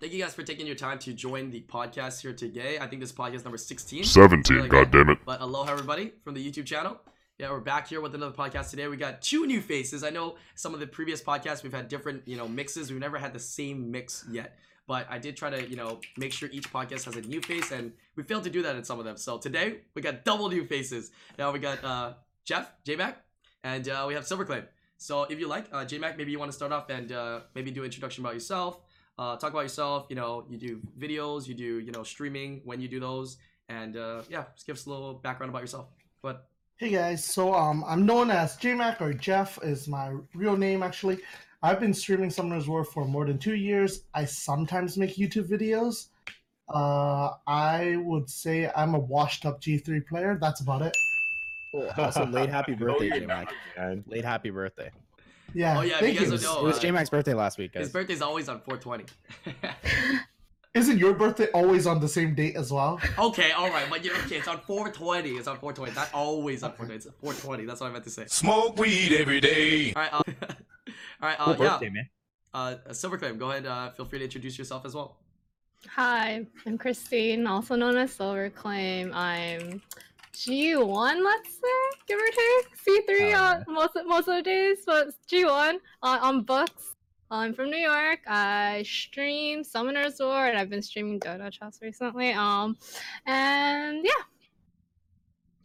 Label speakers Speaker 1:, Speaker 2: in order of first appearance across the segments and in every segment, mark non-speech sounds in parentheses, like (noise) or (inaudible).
Speaker 1: Thank you guys for taking your time to join the podcast here today. I think this is podcast number 16.
Speaker 2: 17,
Speaker 1: Really good.
Speaker 2: goddammit.
Speaker 1: But aloha, everybody, from the YouTube channel. Yeah, we're back here with another podcast today. We got two new faces. I know some of the previous podcasts we've had different, you know, mixes. We've never had the same mix yet. But I did try to, you know, make sure each podcast has a new face, and we failed to do that in some of them. So today we got double new faces. Now we got uh, Jeff J Mac, and uh, we have Silverclay. So if you like, uh, J Mac, maybe you want to start off and uh, maybe do an introduction about yourself. Uh, talk about yourself. You know, you do videos, you do, you know, streaming when you do those, and uh, yeah, just give us a little background about yourself. But
Speaker 3: Hey guys, so um, I'm known as JMac or Jeff is my real name actually. I've been streaming Summoner's War for more than two years. I sometimes make YouTube videos. Uh, I would say I'm a washed up G3 player. That's about it.
Speaker 4: (laughs) Cool. Also, late happy
Speaker 5: No,
Speaker 4: birthday,
Speaker 5: you're
Speaker 4: J
Speaker 5: not,
Speaker 4: Mac.
Speaker 5: man.
Speaker 4: Late happy birthday.
Speaker 3: Yeah.
Speaker 1: Oh, yeah,
Speaker 3: Thank
Speaker 1: you
Speaker 3: you.
Speaker 1: guys
Speaker 4: It
Speaker 1: So,
Speaker 4: was,
Speaker 1: no,
Speaker 4: it was
Speaker 1: uh,
Speaker 4: J Mac's birthday last week,
Speaker 1: his
Speaker 4: guys.
Speaker 1: birthday's always on (laughs) 420.
Speaker 3: Isn't your birthday always on the same date as well?
Speaker 1: okay, all right, but you okay, it's on 420. It's on 420. Not always on 420. It's 420. That's what I meant to say.
Speaker 5: Smoke weed every day.
Speaker 1: All right, uh, (laughs) all right, uh,
Speaker 4: Cool
Speaker 1: yeah.
Speaker 4: birthday, man.
Speaker 1: Uh, Silverclaim, go ahead. Uh, feel free to introduce yourself as well.
Speaker 6: Hi, I'm Christine, also known as Silver Claim. I'm G1, let's say, give or take. C3
Speaker 4: Oh,
Speaker 6: on most of, most of the days, but G1 on, uh, on books. I'm from New York. I stream Summoner's War, and I've been streaming Dota Chess recently. Um, and yeah,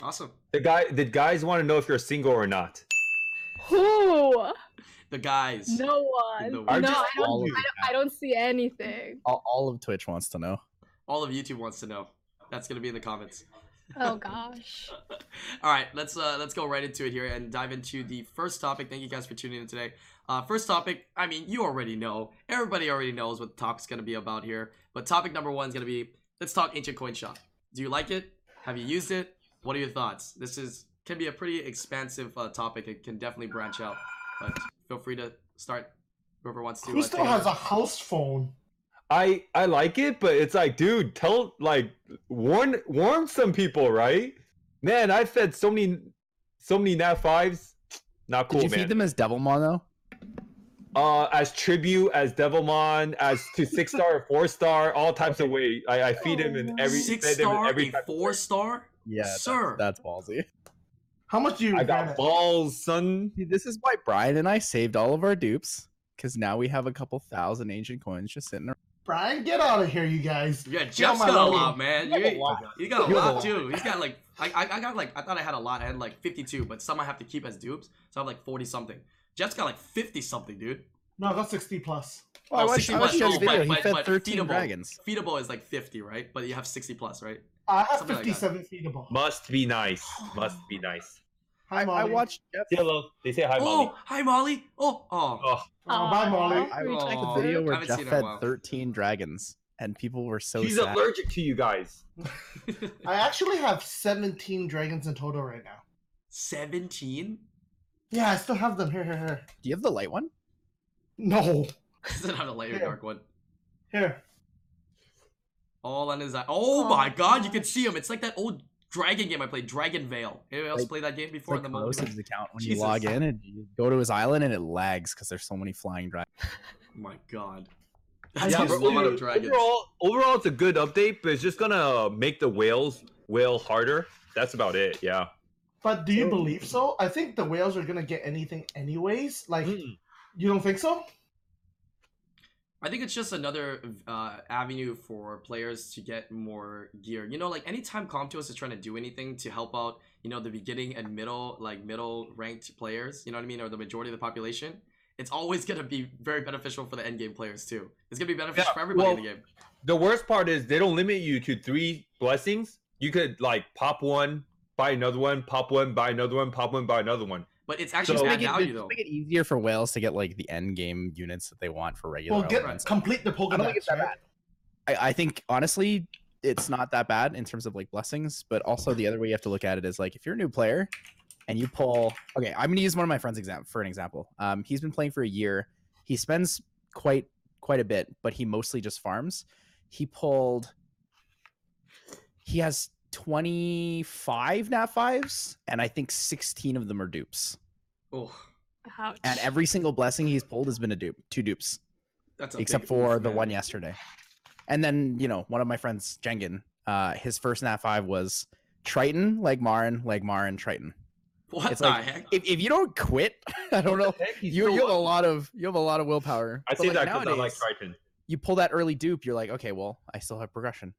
Speaker 1: Awesome.
Speaker 7: The guy, the guys want to know if you're single or not.
Speaker 6: who?
Speaker 1: The guys.
Speaker 6: No
Speaker 1: No
Speaker 6: one. No,
Speaker 1: one.
Speaker 6: I don't,
Speaker 4: All of,
Speaker 6: I don't see anything.
Speaker 4: all, all of Twitch wants to know.
Speaker 1: All of YouTube wants to know. That's gonna be in the comments.
Speaker 6: Oh gosh.
Speaker 1: All right, let's uh, let's go right into it here and dive into the first topic. Thank you guys for tuning in today. Uh, first topic, I mean, you already know. Everybody already knows what the topic's gonna be about here. But topic number one is gonna be let's talk ancient coin shop. Do you like it? Have you used it? What are your thoughts? This is can be a pretty expansive uh, topic. It can definitely branch out. But feel free to start. Whoever wants to.
Speaker 3: Who
Speaker 1: uh,
Speaker 3: still
Speaker 1: take
Speaker 3: has
Speaker 1: over.
Speaker 3: a house phone?
Speaker 7: I I like it, but it's like, dude, tell like warn warn some people, right? Man, I've fed so many so many nat fives. Not
Speaker 4: Did
Speaker 7: cool,
Speaker 4: you
Speaker 7: man.
Speaker 4: feed them as Devilmon though?
Speaker 7: uh, as tribute, as Devilmon, as to six (laughs) star, four star, all types of way. I, I feed him in every
Speaker 1: six
Speaker 7: fed him in
Speaker 1: star,
Speaker 7: every
Speaker 1: a
Speaker 7: type of way.
Speaker 1: four star.
Speaker 4: Yeah, that's-
Speaker 1: Sir.
Speaker 4: That's, ballsy. (laughs)
Speaker 3: How much do you
Speaker 7: I
Speaker 3: regret
Speaker 7: got
Speaker 3: it?
Speaker 7: balls, son.
Speaker 4: See, this is why Brian and I saved all of our dupes because now we have a couple thousand ancient coins just sitting around.
Speaker 3: Brian, get out of here, you guys.
Speaker 1: Yeah, Jeff's
Speaker 3: my
Speaker 1: got a
Speaker 3: level.
Speaker 1: lot, man.
Speaker 4: You have a
Speaker 1: You-
Speaker 4: lot.
Speaker 1: You got a
Speaker 3: You have a
Speaker 1: lot
Speaker 3: lot.
Speaker 1: too. He's got like I, I I got like I thought I had a lot. I had like 52, but some I have to keep as dupes. So I'm like 40 something. Jeff's got like 50 something, dude.
Speaker 3: No, I got 60 plus.
Speaker 4: Oh, I
Speaker 1: Oh,
Speaker 4: watched, I
Speaker 1: 61.
Speaker 4: watched his
Speaker 1: Oh,
Speaker 4: video.
Speaker 1: but-
Speaker 4: he
Speaker 1: but-
Speaker 4: fed
Speaker 1: but
Speaker 4: 13
Speaker 1: feedable.
Speaker 4: dragons.
Speaker 1: Feedable is like 50, right? But you have 60 plus, right?
Speaker 3: I have
Speaker 1: Something like that.
Speaker 3: 57 feedable.
Speaker 7: Must be nice. Must be (sighs) nice.
Speaker 3: Hi,
Speaker 4: I, I
Speaker 3: Molly.
Speaker 4: watched Jeff.
Speaker 7: Say hello. They say hi, Molly.
Speaker 1: oh, hi Molly. Oh, oh.
Speaker 7: Oh.
Speaker 3: Oh, bye,
Speaker 6: Aw,
Speaker 3: Molly.
Speaker 4: I
Speaker 6: rejected.
Speaker 4: watched
Speaker 1: Aw.
Speaker 4: the video
Speaker 1: I
Speaker 4: where
Speaker 1: haven't
Speaker 4: Jeff
Speaker 1: seen it in a
Speaker 4: fed
Speaker 1: while.
Speaker 4: 13 dragons and people were so
Speaker 7: He's
Speaker 4: sad.
Speaker 7: allergic to you guys.
Speaker 1: (laughs)
Speaker 3: I actually have 17 dragons in total right now.
Speaker 1: (laughs) 17?
Speaker 3: Yeah, I still have them. Here, here, here.
Speaker 4: Do you have the light one?
Speaker 3: No.
Speaker 1: Doesn't have a light or
Speaker 3: Yeah.
Speaker 1: dark one.
Speaker 3: Here.
Speaker 1: All on his eye. Oh,
Speaker 6: Oh
Speaker 1: my
Speaker 6: my
Speaker 1: god, you can
Speaker 6: gosh.
Speaker 1: see him. It's like that old dragon game I played, Dragon Veil. Anybody else
Speaker 4: Like-
Speaker 1: play that game
Speaker 4: It's
Speaker 1: before?
Speaker 4: like
Speaker 1: The mo-
Speaker 4: Melos's account when
Speaker 1: Jesus.
Speaker 4: you log in and you go to his island and it lags because there's so many flying dragons.
Speaker 1: Oh my god. That's
Speaker 3: Yeah,
Speaker 1: a
Speaker 3: but
Speaker 1: lot of
Speaker 7: overall-
Speaker 1: dragons.
Speaker 7: Overall, overall, it's a good update, but it's just gonna uh, make the whales whale harder. That's about it. Yeah.
Speaker 3: But do you believe so? I think the whales are gonna get anything anyways. Like
Speaker 4: Hmm.
Speaker 7: Hmm.
Speaker 3: you don't think so?
Speaker 1: I think it's just another uh, avenue for players to get more gear. You know, like anytime Comptos is trying to do anything to help out, you know, the beginning and middle, like middle ranked players, you know what I mean, or the majority of the population, it's always going to be very beneficial for the end game players too. It's going to be beneficial
Speaker 7: Yeah,
Speaker 1: for everybody in the
Speaker 7: well-
Speaker 1: game.
Speaker 7: The worst part is they don't limit you to three blessings. You could like pop one, buy another one, pop one, buy another one, pop one, buy another one.
Speaker 1: But it's actually
Speaker 7: So-
Speaker 1: just
Speaker 4: Just
Speaker 1: add
Speaker 4: make, it,
Speaker 1: value
Speaker 4: just
Speaker 1: though.
Speaker 4: make it easier for whales to get like the end game units that they want for regular.
Speaker 3: Well, get
Speaker 4: elements.
Speaker 3: complete the
Speaker 4: I don't think it's
Speaker 3: Pokedex.
Speaker 4: that
Speaker 3: Right?
Speaker 4: I, I think honestly, it's not that bad in terms of like blessings, but also the other way you have to look at it is like if you're a new player and you pull. Okay, I'm gonna use one of my friends exam for an example. Um, he's been playing for a year. He spends quite quite a bit, but he mostly just farms. He pulled. He has 25 nat fives, and I think 16 of them are dupes.
Speaker 1: Oh,
Speaker 6: Ouch.
Speaker 4: And every single blessing he's pulled has been a dupe, two dupes
Speaker 1: that's a
Speaker 4: except
Speaker 1: big
Speaker 4: for
Speaker 1: oof,
Speaker 4: the
Speaker 1: man.
Speaker 4: one yesterday. And then you know, one of my friends, Jengen, uh, his first nat five was Triton, Legmarin, Legmarin, Triton.
Speaker 1: What
Speaker 4: It's
Speaker 1: the
Speaker 4: like-
Speaker 1: heck?
Speaker 4: If, if you don't quit, (laughs) I
Speaker 3: (laughs)
Speaker 4: don't know. You, you have a lot of you have a lot of willpower.
Speaker 7: I
Speaker 4: But,
Speaker 7: say
Speaker 4: like,
Speaker 7: that because I like
Speaker 4: nowadays,
Speaker 7: Triton.
Speaker 4: You pull that early dupe, you're like, okay, well, I still have progression.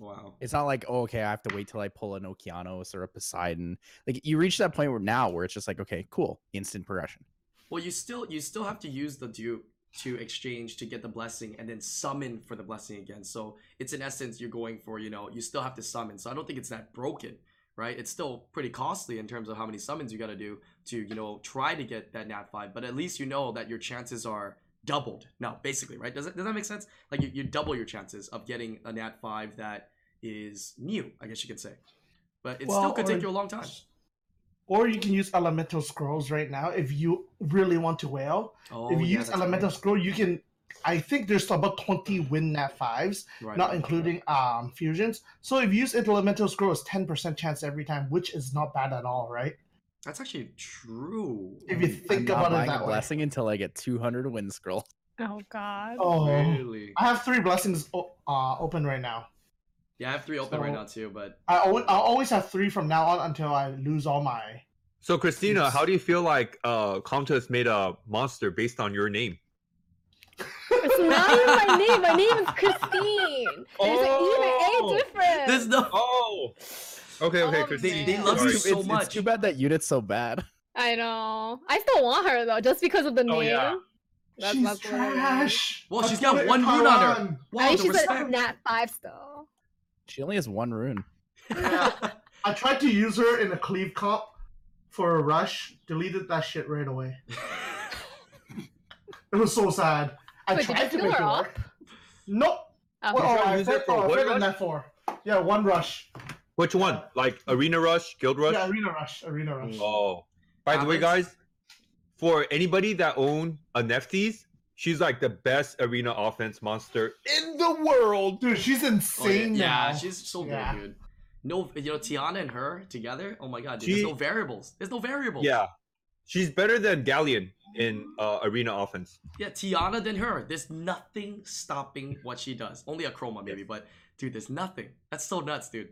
Speaker 1: Wow.
Speaker 4: It's not like, oh, okay, I have to wait till I pull an Okeanos or a Poseidon. Like you reach that point where now where it's just like, okay, cool, instant progression.
Speaker 1: Well, you still you still have to use the dupe to exchange to get the blessing and then summon for the blessing again. So it's in essence you're going for you know you still have to summon. So I don't think it's that broken, right? It's still pretty costly in terms of how many summons you got to do to you know try to get that nat five. But at least you know that your chances are doubled now, basically, right? Does that does that make sense? Like you, you double your chances of getting a nat five that is new, I guess you could say. But it still
Speaker 3: Well,
Speaker 1: could
Speaker 3: or-
Speaker 1: take you a long time.
Speaker 3: Or you can use elemental scrolls right now if you really want to whale.
Speaker 1: Oh,
Speaker 3: if you
Speaker 1: yeah,
Speaker 3: use
Speaker 1: that's
Speaker 3: elemental scroll, you can. I think there's about 20 win nat fives,
Speaker 1: right.
Speaker 3: not
Speaker 1: Right.
Speaker 3: including um fusions. So if you use elemental scroll, it's 10% chance every time, which is not bad at all, right?
Speaker 1: That's actually true.
Speaker 3: If you
Speaker 4: I'm- I'm
Speaker 3: think
Speaker 4: not
Speaker 3: about it
Speaker 4: buying a
Speaker 3: that way.
Speaker 4: blessing until I get 200 wind scroll.
Speaker 6: Oh God.
Speaker 3: Oh,
Speaker 1: Really?
Speaker 3: I have three blessings o- uh, open right now.
Speaker 1: Yeah, I have three open right
Speaker 3: So-
Speaker 1: now too,
Speaker 3: (laughs)
Speaker 1: but
Speaker 3: I always, I'll always have three from now on until I lose all my.
Speaker 7: So, Christina,
Speaker 3: Yes.
Speaker 7: how do you feel like uh, Comtess made a monster based on your name?
Speaker 6: It's not even my name. My name is Christine. E
Speaker 7: Oh.
Speaker 6: There's even a difference.
Speaker 1: there's no.
Speaker 7: Oh, okay, okay,
Speaker 6: Oh,
Speaker 7: Christina.
Speaker 1: They, they
Speaker 6: man.
Speaker 1: love you
Speaker 7: Sorry.
Speaker 4: (laughs) It's-
Speaker 1: so
Speaker 4: it's
Speaker 1: much.
Speaker 4: too bad that unit's so bad.
Speaker 6: I know. I still want her though, just because of the
Speaker 7: Oh,
Speaker 6: name.
Speaker 7: yeah.
Speaker 6: That's
Speaker 3: She's
Speaker 6: not the one I meant.
Speaker 3: trash.
Speaker 1: Well,
Speaker 3: I
Speaker 1: she's got
Speaker 3: quit
Speaker 1: one rune on her.
Speaker 3: Taiwan.
Speaker 1: Wow,
Speaker 6: I mean,
Speaker 1: the
Speaker 6: she's a
Speaker 1: respect.
Speaker 6: nat five still.
Speaker 4: She only has one rune.
Speaker 3: Yeah. I tried to use her in a cleave comp for a rush. Deleted that shit right away. It was so sad. I
Speaker 6: Wait, did you
Speaker 3: tried to
Speaker 6: fill
Speaker 3: make
Speaker 6: her
Speaker 3: it
Speaker 6: up?
Speaker 3: work. Nope.
Speaker 6: Okay.
Speaker 3: Well,
Speaker 7: You tried to
Speaker 3: I
Speaker 7: use her
Speaker 3: fit-
Speaker 7: for
Speaker 3: oh, I
Speaker 7: one
Speaker 3: fit in
Speaker 7: rush?
Speaker 3: that four. Yeah, one rush.
Speaker 7: Which one? Like Arena Rush, Guild Rush?
Speaker 3: Yeah, arena rush. Arena rush.
Speaker 7: Oh. By the way,
Speaker 1: Alex?
Speaker 7: guys, for anybody that own a Nefties, she's like the best arena offense monster in the world.
Speaker 3: Dude,
Speaker 1: (laughs)
Speaker 3: she's
Speaker 1: Oh, yeah,
Speaker 3: insane now.
Speaker 1: yeah, she's so
Speaker 3: Yeah.
Speaker 1: good, dude. No, you know Tiana and her together. Oh my god, dude,
Speaker 7: She-
Speaker 1: there's no variables. There's no variables.
Speaker 7: Yeah. She's better than Galleon in uh, arena offense.
Speaker 1: yeah. Tiana than her. There's nothing stopping what she does. Only a chroma maybe, but dude, there's nothing. That's so nuts, dude.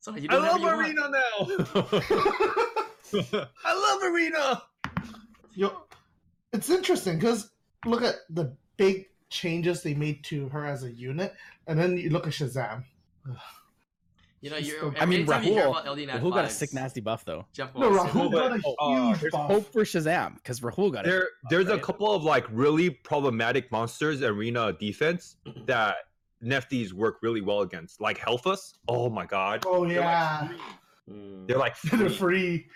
Speaker 1: So you do
Speaker 7: I
Speaker 1: whatever
Speaker 7: love
Speaker 1: you want.
Speaker 7: arena (laughs) now. I love arena.
Speaker 3: Yo, it's interesting because look at the big changes they made to her as a unit, and then you look at Shazam.
Speaker 1: You know,
Speaker 3: She's
Speaker 1: you're.
Speaker 3: so good.
Speaker 4: I mean,
Speaker 1: anytime you hear
Speaker 4: Rahul-
Speaker 1: about LD Nat
Speaker 4: Rahul got a
Speaker 1: fives,
Speaker 4: sick nasty buff though.
Speaker 1: Jeff
Speaker 3: No,
Speaker 1: Wallace.
Speaker 3: Rahul
Speaker 7: but-
Speaker 3: got a huge
Speaker 1: uh,
Speaker 7: oh, there's
Speaker 3: buff.
Speaker 4: Hope for Shazam because Rahul got it.
Speaker 7: There, there's a
Speaker 4: right?
Speaker 7: couple of like really problematic monsters in arena defense that Nefties work really well against, like Helphus. Oh my god,
Speaker 3: Oh
Speaker 7: They're like
Speaker 3: yeah, (laughs)
Speaker 1: Mm.
Speaker 7: (laughs) they're like
Speaker 3: they're
Speaker 7: free.
Speaker 3: free.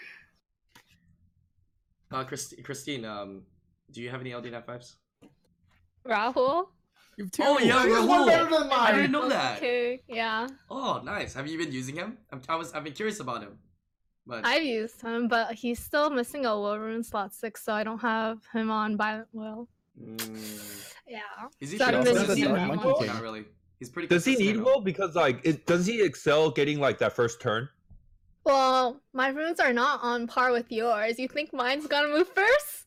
Speaker 1: Uh, Christi- Christine, um, do you have any LD Nat fives?
Speaker 6: Rahul.
Speaker 4: You have
Speaker 1: Oh,
Speaker 4: two.
Speaker 1: yeah,
Speaker 3: She's
Speaker 1: Rahul.
Speaker 3: one better than
Speaker 1: I didn't
Speaker 3: mine.
Speaker 1: know that.
Speaker 6: Okay. Yeah.
Speaker 1: Oh, nice. Have you been using him? I'm, I was. I've been curious about him. But
Speaker 6: I've used him, but he's still missing a will rune slot six, so I don't have him on violent will.
Speaker 1: Mm.
Speaker 6: Yeah.
Speaker 1: is he
Speaker 6: So
Speaker 1: pretty consistent?
Speaker 6: I'm gonna
Speaker 1: Does he
Speaker 6: use
Speaker 1: need
Speaker 6: him.
Speaker 1: will? Not really. He's pretty.
Speaker 7: Does he
Speaker 1: consistent,
Speaker 7: need
Speaker 1: though.
Speaker 7: will? Because like, it, does he excel getting like that first turn?
Speaker 6: Well, my runes are not on par with yours. You think mine's gonna move first?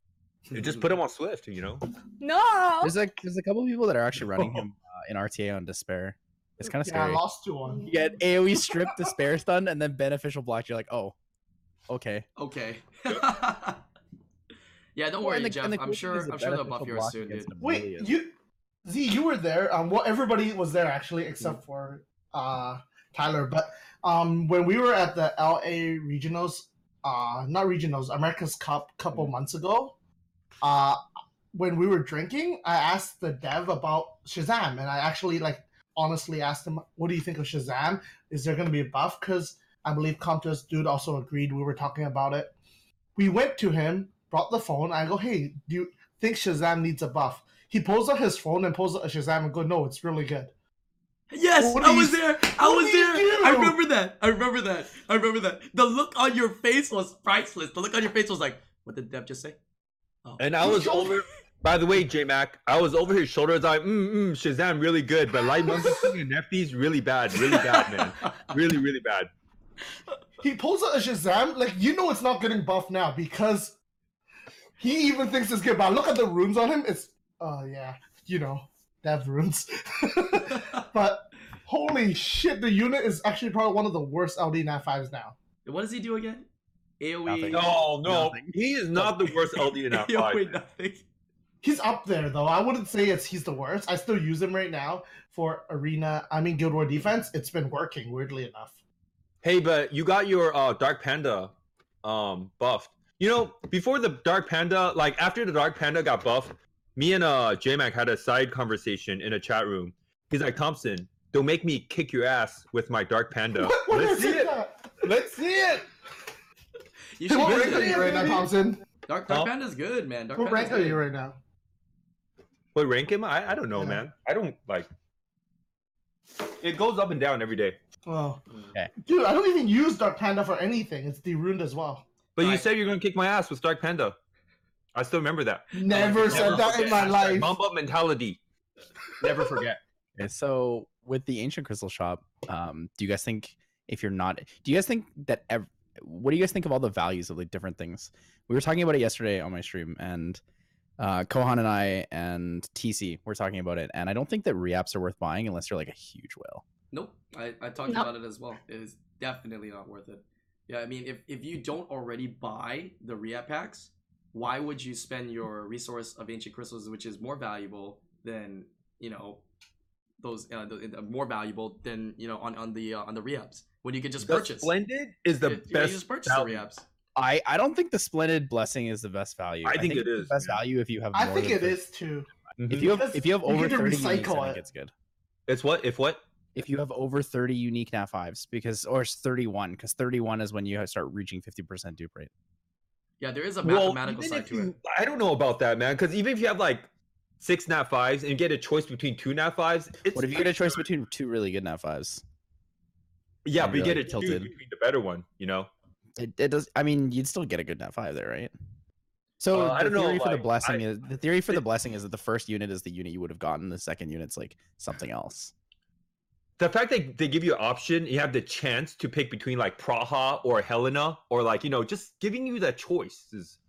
Speaker 7: You just put him on Swift, you know.
Speaker 6: No.
Speaker 4: There's like there's a couple of people that are actually running him
Speaker 3: (laughs)
Speaker 4: uh, in RTA on Despair. It's kind of
Speaker 3: Yeah, I
Speaker 4: scary.
Speaker 3: lost to one.
Speaker 4: you get AOE strip, Despair stun, and then beneficial block. You're like, oh, okay.
Speaker 1: Okay. (laughs) yeah, don't
Speaker 4: Well,
Speaker 1: worry,
Speaker 4: and the-
Speaker 1: Jeff.
Speaker 4: and the cool
Speaker 1: I'm
Speaker 4: thing
Speaker 1: sure.
Speaker 4: is the
Speaker 1: I'm sure they'll buff
Speaker 4: beneficial
Speaker 1: yours
Speaker 4: block
Speaker 1: soon, dude.
Speaker 4: against him really
Speaker 3: Wait,
Speaker 4: is-
Speaker 3: you, Z, you were there. Um, well, everybody was there actually, except for uh Tyler. But um, when we were at the LA regionals, uh, not regionals, America's Cup, couple months ago, uh, when we were drinking, I asked the dev about Shazam, and I actually like honestly asked him, "What do you think of Shazam? Is there going to be a buff?" Because I believe Comptos dude also agreed. We were talking about it. We went to him, brought the phone. I go, "Hey, do you think Shazam needs a buff?" He pulls out his phone and pulls out a Shazam and go, "No, it's really good."
Speaker 1: Yes,
Speaker 3: What
Speaker 1: I
Speaker 3: do
Speaker 1: was
Speaker 3: you-
Speaker 1: there. I
Speaker 3: what
Speaker 1: was
Speaker 3: do you
Speaker 1: there.
Speaker 3: do?
Speaker 1: I remember that. I remember that. I remember that. The look on your face was priceless. The look on your face was like, "What did Dev just say?" Oh.
Speaker 7: And
Speaker 1: (laughs)
Speaker 7: I was over. By the way, J Mac, I was over his shoulders. Like, mm, mm, Shazam, really good, but Light (laughs) Monkey King and Nefties, really bad, really bad, man, really, really bad.
Speaker 3: He pulls out a Shazam, like you know it's not getting buffed now because he even thinks it's good. But look at the runes (laughs) on him. It's oh yeah, you know dev rooms. but holy shit, the unit is actually probably one of the worst LD Nat fives now.
Speaker 1: what does he do again? E? AoE.
Speaker 4: Nothing.
Speaker 7: (laughs) No, no,
Speaker 4: Nothing.
Speaker 7: he is not the worst
Speaker 1: (laughs)
Speaker 7: LD in (laughs) that
Speaker 1: AoE
Speaker 7: fight.
Speaker 1: nothing.
Speaker 3: He's up there though. I wouldn't say it's he's the worst. I still use him right now for arena. I mean Guild War defense. It's been working weirdly enough.
Speaker 7: Hey, but you got your uh, Dark Panda um buffed. You know, before the Dark Panda, like after the Dark Panda got buffed, me and uh J-Mac had a side conversation in a chat room. He's like, Thompson, don't make me kick your ass with my Dark Panda.
Speaker 3: (laughs) What, what
Speaker 7: Let's
Speaker 3: is
Speaker 7: see it.
Speaker 3: that?
Speaker 7: Let's see it.
Speaker 1: You should
Speaker 3: What
Speaker 1: use
Speaker 3: rank are
Speaker 1: it.
Speaker 3: you right now, Thompson?
Speaker 1: Dark, Dark
Speaker 7: Huh?
Speaker 1: Panda's good, man. Dark
Speaker 3: What rank
Speaker 1: Panda's
Speaker 3: are
Speaker 1: good.
Speaker 3: you right now?
Speaker 7: What rank am I? I don't know,
Speaker 3: Yeah.
Speaker 7: man. I don't like. It goes up and down every day.
Speaker 3: Oh.
Speaker 4: Okay.
Speaker 3: Dude, I don't even use Dark Panda for anything. It's deruned as well.
Speaker 7: But you
Speaker 1: Right.
Speaker 7: said you're gonna kick my ass with Dark Panda. I still remember that.
Speaker 3: Never said
Speaker 7: Never
Speaker 3: that in
Speaker 7: forget.
Speaker 3: my life.
Speaker 7: Mamba mentality.
Speaker 4: Never forget. Okay, so with the ancient crystal shop, um, do you guys think if you're not, do you guys think that ev- what do you guys think of all the values of like different things? We were talking about it yesterday on my stream, and uh, Kohan and I and TC were talking about it, and I don't think that reaps are worth buying unless you're like a huge whale.
Speaker 1: Nope. I, I talked
Speaker 6: No.
Speaker 1: about it as well. It is definitely not worth it. Yeah, I mean, if, if you don't already buy the re-app packs, why would you spend your resource of ancient crystals, which is more valuable than you know those uh, the, the- more valuable than you know on on the uh, on the re-ups when you could just
Speaker 7: The
Speaker 1: purchase
Speaker 7: Splendid is the
Speaker 1: You- you
Speaker 7: best.
Speaker 1: just purchase the
Speaker 7: value.
Speaker 1: re-ups.
Speaker 4: I I don't think the splendid blessing is the best value.
Speaker 7: I think it
Speaker 4: it's the
Speaker 7: is,
Speaker 4: best
Speaker 7: man.
Speaker 4: value if you have.
Speaker 3: I
Speaker 4: more
Speaker 3: think
Speaker 4: than
Speaker 3: it
Speaker 4: 30
Speaker 3: is too.
Speaker 4: If you have
Speaker 3: Because
Speaker 4: if you have
Speaker 3: you
Speaker 4: over
Speaker 3: get to
Speaker 4: thirty uniques,
Speaker 3: recycle
Speaker 4: I think
Speaker 3: it.
Speaker 4: it's good.
Speaker 7: Mm-hmm. It's what if what?
Speaker 4: If you have over thirty unique nat fives, because or it's thirty one, because thirty one is when you start reaching fifty percent dupe rate.
Speaker 1: Yeah, there is a mathematical
Speaker 7: even
Speaker 1: side
Speaker 7: if
Speaker 1: to
Speaker 7: you-
Speaker 1: it.
Speaker 7: I don't know about that, man. Because even if you have like six nat fives and you get a choice between two nat fives, it's
Speaker 4: What if you get a choice between two really good nat fives?
Speaker 7: yeah,
Speaker 4: and
Speaker 7: but you
Speaker 4: you're,
Speaker 7: get a
Speaker 4: like,
Speaker 7: choose
Speaker 4: tilted?
Speaker 7: between the better one. You know,
Speaker 4: It, it does. I mean, you'd still get a good net five there, right? So
Speaker 7: Uh, I
Speaker 4: the
Speaker 7: don't know,
Speaker 4: theory for the
Speaker 7: like,
Speaker 4: blessing
Speaker 7: I-
Speaker 4: is the theory for the
Speaker 7: it-
Speaker 4: blessing is that the first unit is the unit you would have gotten. The second unit's like something else.
Speaker 7: the fact that they give you an option, you have the chance to pick between like Praha or Helena or like you know, just giving you that choice is.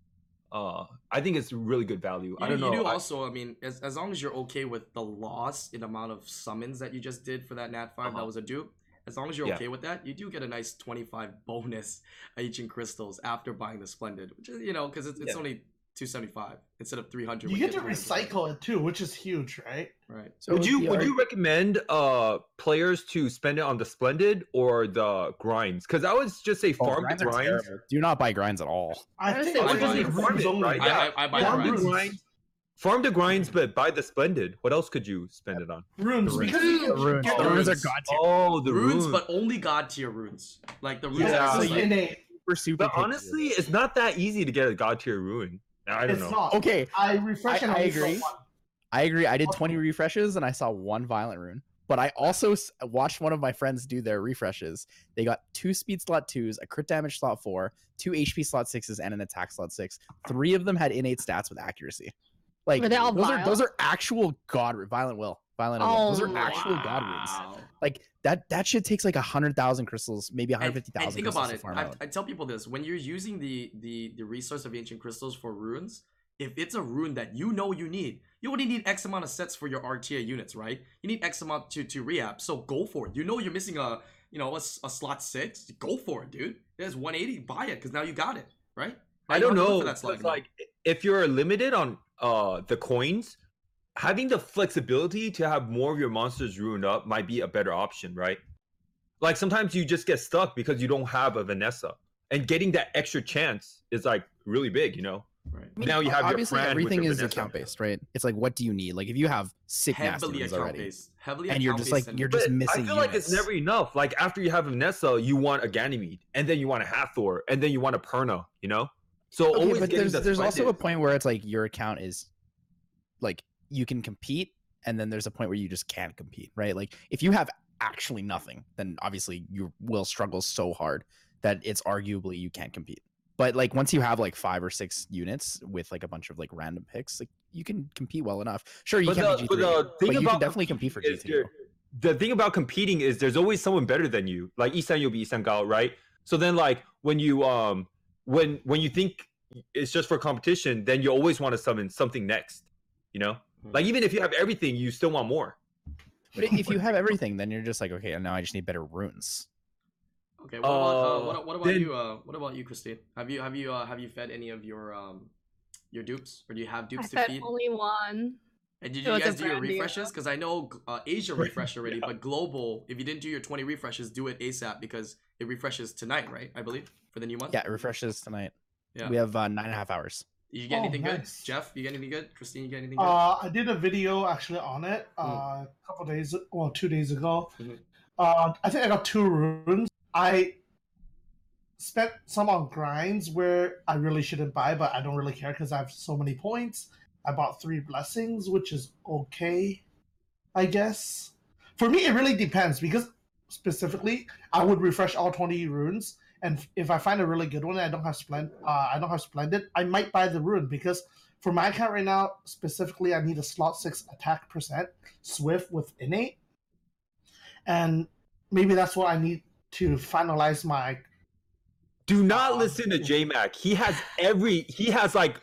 Speaker 7: Uh, I think it's really good value. I
Speaker 1: You
Speaker 7: don't
Speaker 1: do-
Speaker 7: know.
Speaker 1: You do
Speaker 7: I-
Speaker 1: also, I mean, as, as long as you're okay with the loss in amount of summons that you just did for that Nat 5 that
Speaker 7: Uh-huh.
Speaker 1: was a dupe, as long as you're
Speaker 7: Yeah.
Speaker 1: okay with that, you do get a nice 25 (laughs) bonus Ancient Crystals after buying the Splendid, which is, you know, because it's, it's
Speaker 7: Yeah.
Speaker 1: only 275 instead of 300.
Speaker 3: You
Speaker 1: when
Speaker 3: get to
Speaker 1: 375,
Speaker 3: recycle it too, which is huge, right?
Speaker 1: Right.
Speaker 4: So
Speaker 7: would you
Speaker 4: the
Speaker 7: would
Speaker 4: arg-
Speaker 7: you recommend uh players to spend it on the splendid or the grinds? Because I would just say
Speaker 4: Oh,
Speaker 7: farm
Speaker 4: grinds
Speaker 7: the
Speaker 4: are
Speaker 7: grinds.
Speaker 4: terrible. Do not buy grinds at all.
Speaker 3: I
Speaker 6: Honestly,
Speaker 3: think it's
Speaker 1: I
Speaker 3: because
Speaker 1: buy
Speaker 3: it's
Speaker 1: it.
Speaker 3: rooms only.
Speaker 7: Right?
Speaker 3: Yeah.
Speaker 1: I, I, I buy
Speaker 3: Yeah,
Speaker 1: the
Speaker 7: farm the
Speaker 3: grinds.
Speaker 1: grinds.
Speaker 7: grind, farm the grinds, but buy the splendid. What else could you spend it on?
Speaker 3: Rooms.
Speaker 4: The
Speaker 3: Because
Speaker 6: runes.
Speaker 3: you
Speaker 4: The runes,
Speaker 3: get
Speaker 1: the
Speaker 3: the
Speaker 1: runes
Speaker 3: runes
Speaker 1: are
Speaker 4: are god tier.
Speaker 7: Oh, the
Speaker 1: runes,
Speaker 7: runes.
Speaker 1: but only god tier runes. Like the runes
Speaker 3: Yeah,
Speaker 1: are
Speaker 3: it's
Speaker 7: Yeah.
Speaker 1: just
Speaker 3: like
Speaker 1: like,
Speaker 3: innate.
Speaker 4: Super super.
Speaker 7: But
Speaker 4: picky.
Speaker 7: honestly, it's not that easy to get a god tier ruin. I don't
Speaker 3: It's
Speaker 7: know.
Speaker 3: not. Okay.
Speaker 4: okay,
Speaker 3: I refresh
Speaker 4: I-
Speaker 3: and
Speaker 4: I
Speaker 3: only saw
Speaker 4: agree.
Speaker 3: one.
Speaker 4: I agree. I did
Speaker 3: Awesome.
Speaker 4: twenty refreshes and I saw one violent rune. But I also s- watched one of my friends do their refreshes. They got two speed slot twos, a crit damage slot four, two HP slot sixes, and an attack slot six. Three of them had innate stats with accuracy. Like
Speaker 6: Were they all
Speaker 4: those are
Speaker 6: vile?
Speaker 4: those are actual god ru- violent will violent and will. Those are actual god
Speaker 6: Oh,
Speaker 4: runes.
Speaker 1: wow.
Speaker 4: Like that that shit takes like a hundred thousand crystals, maybe one
Speaker 1: And-
Speaker 4: hundred fifty
Speaker 1: and
Speaker 4: thousand.
Speaker 1: Think about
Speaker 4: to
Speaker 1: it.
Speaker 4: farm
Speaker 1: I,
Speaker 4: out.
Speaker 1: I tell people this when you're using the the the resource of ancient crystals for runes. If it's a rune that you know you need, you only need X amount of sets for your RTA units, right? You need X amount to to reap. So go for it. You know you're missing a you know a, s- a slot six. Go for it, dude. There's 180. Buy it because now you got it, right? Now
Speaker 7: I
Speaker 1: you
Speaker 7: don't
Speaker 1: have to look
Speaker 7: know.
Speaker 1: for that
Speaker 7: 'cause,
Speaker 1: slot anymore.
Speaker 7: like, if you're limited on uh the coins, having the flexibility to have more of your monsters ruined up might be a better option, right? Like sometimes you just get stuck because you don't have a Vanessa, and getting that extra chance is like really big, you know.
Speaker 1: right.
Speaker 4: I mean,
Speaker 7: now you
Speaker 4: o-
Speaker 7: have your
Speaker 4: obviously
Speaker 7: friend with
Speaker 4: everything
Speaker 7: your
Speaker 4: is
Speaker 7: Vanessa.
Speaker 4: account based, right? It's like what do you need? Like if you have sick nasty
Speaker 1: Heavily
Speaker 4: runes
Speaker 1: account
Speaker 4: already,
Speaker 1: based. Heavily
Speaker 4: and you're
Speaker 1: account
Speaker 4: just like
Speaker 1: based
Speaker 4: you're
Speaker 1: and-
Speaker 4: just
Speaker 7: But
Speaker 4: missing.
Speaker 7: I feel like it's
Speaker 4: units.
Speaker 7: never enough. Like after you have a Nessa, you want a Ganymede, and then you want a Hathor, and then you want a Perna. You know, so
Speaker 4: Okay,
Speaker 7: always
Speaker 4: but
Speaker 7: getting
Speaker 4: there's
Speaker 7: the
Speaker 4: there's also a
Speaker 7: splendid.
Speaker 4: point where it's like your account is like you can compete, and then there's a point where you just can't compete, right? Like if you have actually nothing, then obviously you will struggle so hard that it's arguably you can't compete. But like once you have like five or six units with like a bunch of like random picks, like you can compete well enough. Sure, you
Speaker 7: But
Speaker 4: can't
Speaker 7: the,
Speaker 4: be G3,
Speaker 7: but the thing
Speaker 4: but you
Speaker 7: about
Speaker 4: can definitely compete for
Speaker 7: is
Speaker 4: G3.
Speaker 7: there- the thing about competing is there's always someone better than you. Like Isan, you'll be Isan Gao, right? So then, like when you um when when you think it's just for competition, then you always want to summon something next. You know, Like even if you have everything, you still want more.
Speaker 4: But i-
Speaker 7: (laughs)
Speaker 4: if you have everything, then you're just like, okay, now I just need better runes.
Speaker 1: Okay. What about, uh,
Speaker 7: Uh,
Speaker 1: what, what about
Speaker 7: then-
Speaker 1: you? Uh, what about you, Christine? Have you have you uh, have you fed any of your um your dupes, or do you have
Speaker 6: I
Speaker 1: dupes to
Speaker 6: said
Speaker 1: feed?
Speaker 6: only one.
Speaker 1: And did
Speaker 6: It
Speaker 1: you
Speaker 6: was a
Speaker 1: guys do your
Speaker 6: brand new-
Speaker 1: refreshes? Because I know uh, Asia refreshed already, but global, if you didn't do your 20 refreshes, do it ASAP because it refreshes tonight, right? I believe for the new month.
Speaker 4: Yeah, it refreshes tonight.
Speaker 1: Yeah.
Speaker 4: We have uh, nine and a half hours.
Speaker 1: Did you get
Speaker 3: Oh,
Speaker 1: anything
Speaker 3: nice.
Speaker 1: good? Jeff, you get anything good? Christine, you get anything good? Hmm.
Speaker 3: Uh, I did a video actually on it uh, a couple days, well, two days ago.
Speaker 1: Mhm.
Speaker 3: Uh, I think I got two runes. I spent some on grinds where I really shouldn't buy, but I don't really care because I have so many points. I bought three blessings, which is okay, I guess. For me, it really depends because specifically, I would refresh all twenty runes, and if I find a really good one, and I don't have splend, uh, I don't have splendid, I might buy the rune because for my account right now, specifically, I need a slot six attack percent swift with innate, and maybe that's what I need to finalize my.
Speaker 7: Do not
Speaker 3: Uh,
Speaker 7: listen to J Mac. He has every he has like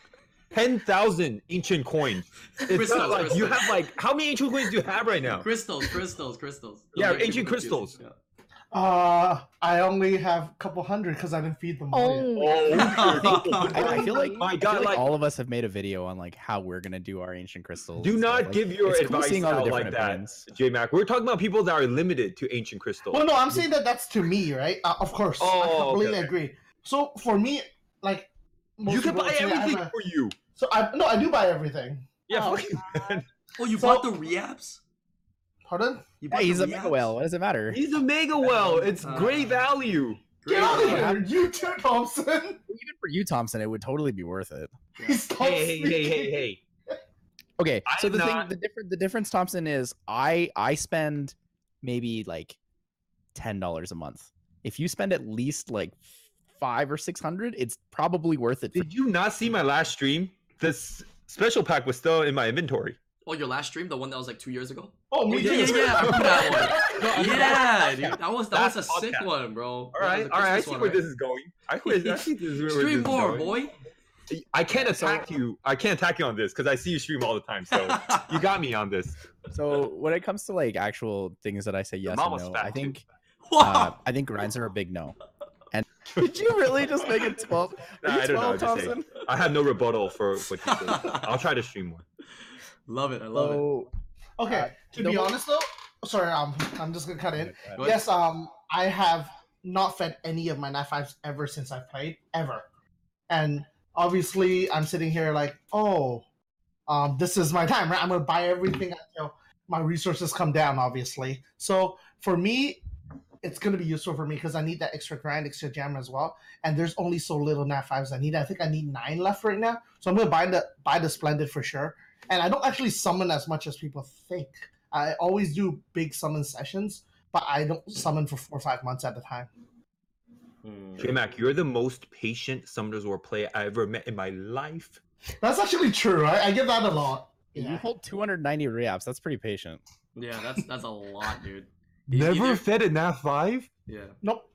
Speaker 7: ten thousand ancient coins. It's
Speaker 1: Crystals,
Speaker 7: not like you
Speaker 1: crystals.
Speaker 7: have like how many ancient coins do you have right now?
Speaker 1: Crystals, crystals, crystals.
Speaker 7: Yeah,
Speaker 1: Don't get
Speaker 7: ancient
Speaker 1: people confused.
Speaker 3: Uh, I only have a couple hundred because I didn't feed them. all yet.
Speaker 6: Only.
Speaker 7: Oh,
Speaker 1: (laughs) Yeah.
Speaker 4: I, I feel
Speaker 7: (laughs)
Speaker 4: like
Speaker 7: My
Speaker 4: I feel
Speaker 7: God,
Speaker 4: like
Speaker 7: like-
Speaker 4: all of us have made a video on like how we're gonna do our ancient crystals.
Speaker 7: Do
Speaker 4: and stuff.
Speaker 7: not
Speaker 4: Like,
Speaker 7: give your
Speaker 4: it's cool
Speaker 7: advice
Speaker 4: seeing all the
Speaker 7: out
Speaker 4: different
Speaker 7: like that,
Speaker 4: opinions.
Speaker 7: J Mac. We're talking about people that are limited to ancient crystals.
Speaker 3: Well, no, I'm saying that that's to me, right? Uh, of course, I
Speaker 7: Oh,
Speaker 3: completely
Speaker 7: okay, okay.
Speaker 3: agree. So for me, like most
Speaker 7: you can
Speaker 3: people
Speaker 7: buy
Speaker 3: would say I have
Speaker 7: everything
Speaker 3: a-
Speaker 7: for you.
Speaker 3: so I no, I do buy everything.
Speaker 7: Yeah,
Speaker 6: Oh,
Speaker 7: fuck you, man.
Speaker 1: oh, you
Speaker 3: So-
Speaker 1: bought the reaps?
Speaker 3: Pardon?
Speaker 1: You
Speaker 4: Yeah,
Speaker 1: bought
Speaker 4: he's
Speaker 1: the
Speaker 4: a mega
Speaker 1: re-apps?
Speaker 4: whale. What does it matter?
Speaker 7: He's a mega well. It's
Speaker 1: Uh,
Speaker 7: great value.
Speaker 1: Great.
Speaker 3: Get out of
Speaker 1: Yeah.
Speaker 3: here, you too, Thompson. (laughs)
Speaker 4: Even for you, Thompson, it would totally be worth it.
Speaker 3: He's
Speaker 7: Hey, hey, hey, hey, hey.
Speaker 4: Okay,
Speaker 7: I
Speaker 4: so
Speaker 7: am
Speaker 4: the thing,
Speaker 7: not-
Speaker 4: the different, the difference, Thompson, is I I spend maybe like ten dollars a month. If you spend at least like five or six hundred, it's probably worth it. For,
Speaker 7: Did you not see my last stream? This special pack was still in my inventory.
Speaker 1: Oh, your last stream, the one that was like two years ago?
Speaker 3: Oh, me
Speaker 1: yeah,
Speaker 3: too.
Speaker 1: yeah, yeah, I remember that
Speaker 3: No, I-
Speaker 1: yeah, dude. That was that
Speaker 7: That's
Speaker 1: was a sick
Speaker 7: podcast.
Speaker 1: one, bro.
Speaker 7: All right, all right. I see where this is going. I, quit, I see this is where this
Speaker 1: Stream
Speaker 7: is
Speaker 1: more,
Speaker 7: going.
Speaker 1: boy.
Speaker 7: I can't attack you. I can't attack you on this because I see you stream all the time.
Speaker 1: (laughs)
Speaker 7: So you got me on this.
Speaker 4: so when it comes to like actual things that I say yes
Speaker 7: mom
Speaker 4: or
Speaker 7: was
Speaker 4: no,
Speaker 7: fat,
Speaker 4: I
Speaker 7: too.
Speaker 4: think (laughs) uh,
Speaker 1: Wow.
Speaker 4: I think grinds are a big no. (laughs) And did you really just make it (laughs) twelve?
Speaker 7: Nah, I don't know. Just say, I have no rebuttal for what you said. I'll try to stream more.
Speaker 1: love it. I love it.
Speaker 3: Oh,
Speaker 4: So
Speaker 3: Okay, to
Speaker 4: the
Speaker 3: be
Speaker 4: whole-
Speaker 3: honest though, sorry, um, I'm just gonna cut in.
Speaker 1: Go ahead.
Speaker 3: Yes, um, I have not fed any of my nat fives ever since I played ever, and obviously I'm sitting here like, oh, um, this is my time, right? I'm gonna buy everything until my resources come down, obviously. So for me, it's gonna be useful for me because I need that extra grind, extra jam as well. And there's only so little nat fives I need. I think I need nine left right now, so I'm gonna buy the buy the splendid for sure. And I don't actually summon as much as people think. I always do big summon sessions, but I don't summon for four or five months at a time.
Speaker 7: J Mac, you're the most patient Summoners War player I ever met in my life.
Speaker 3: That's actually true. I, I get that a lot.
Speaker 4: you
Speaker 3: Yeah.
Speaker 4: hold two hundred ninety reaps. That's pretty patient.
Speaker 1: Yeah, that's that's a lot, dude. You- you
Speaker 7: Never
Speaker 1: do-
Speaker 7: fed a nat five.
Speaker 1: Yeah.
Speaker 3: Nope.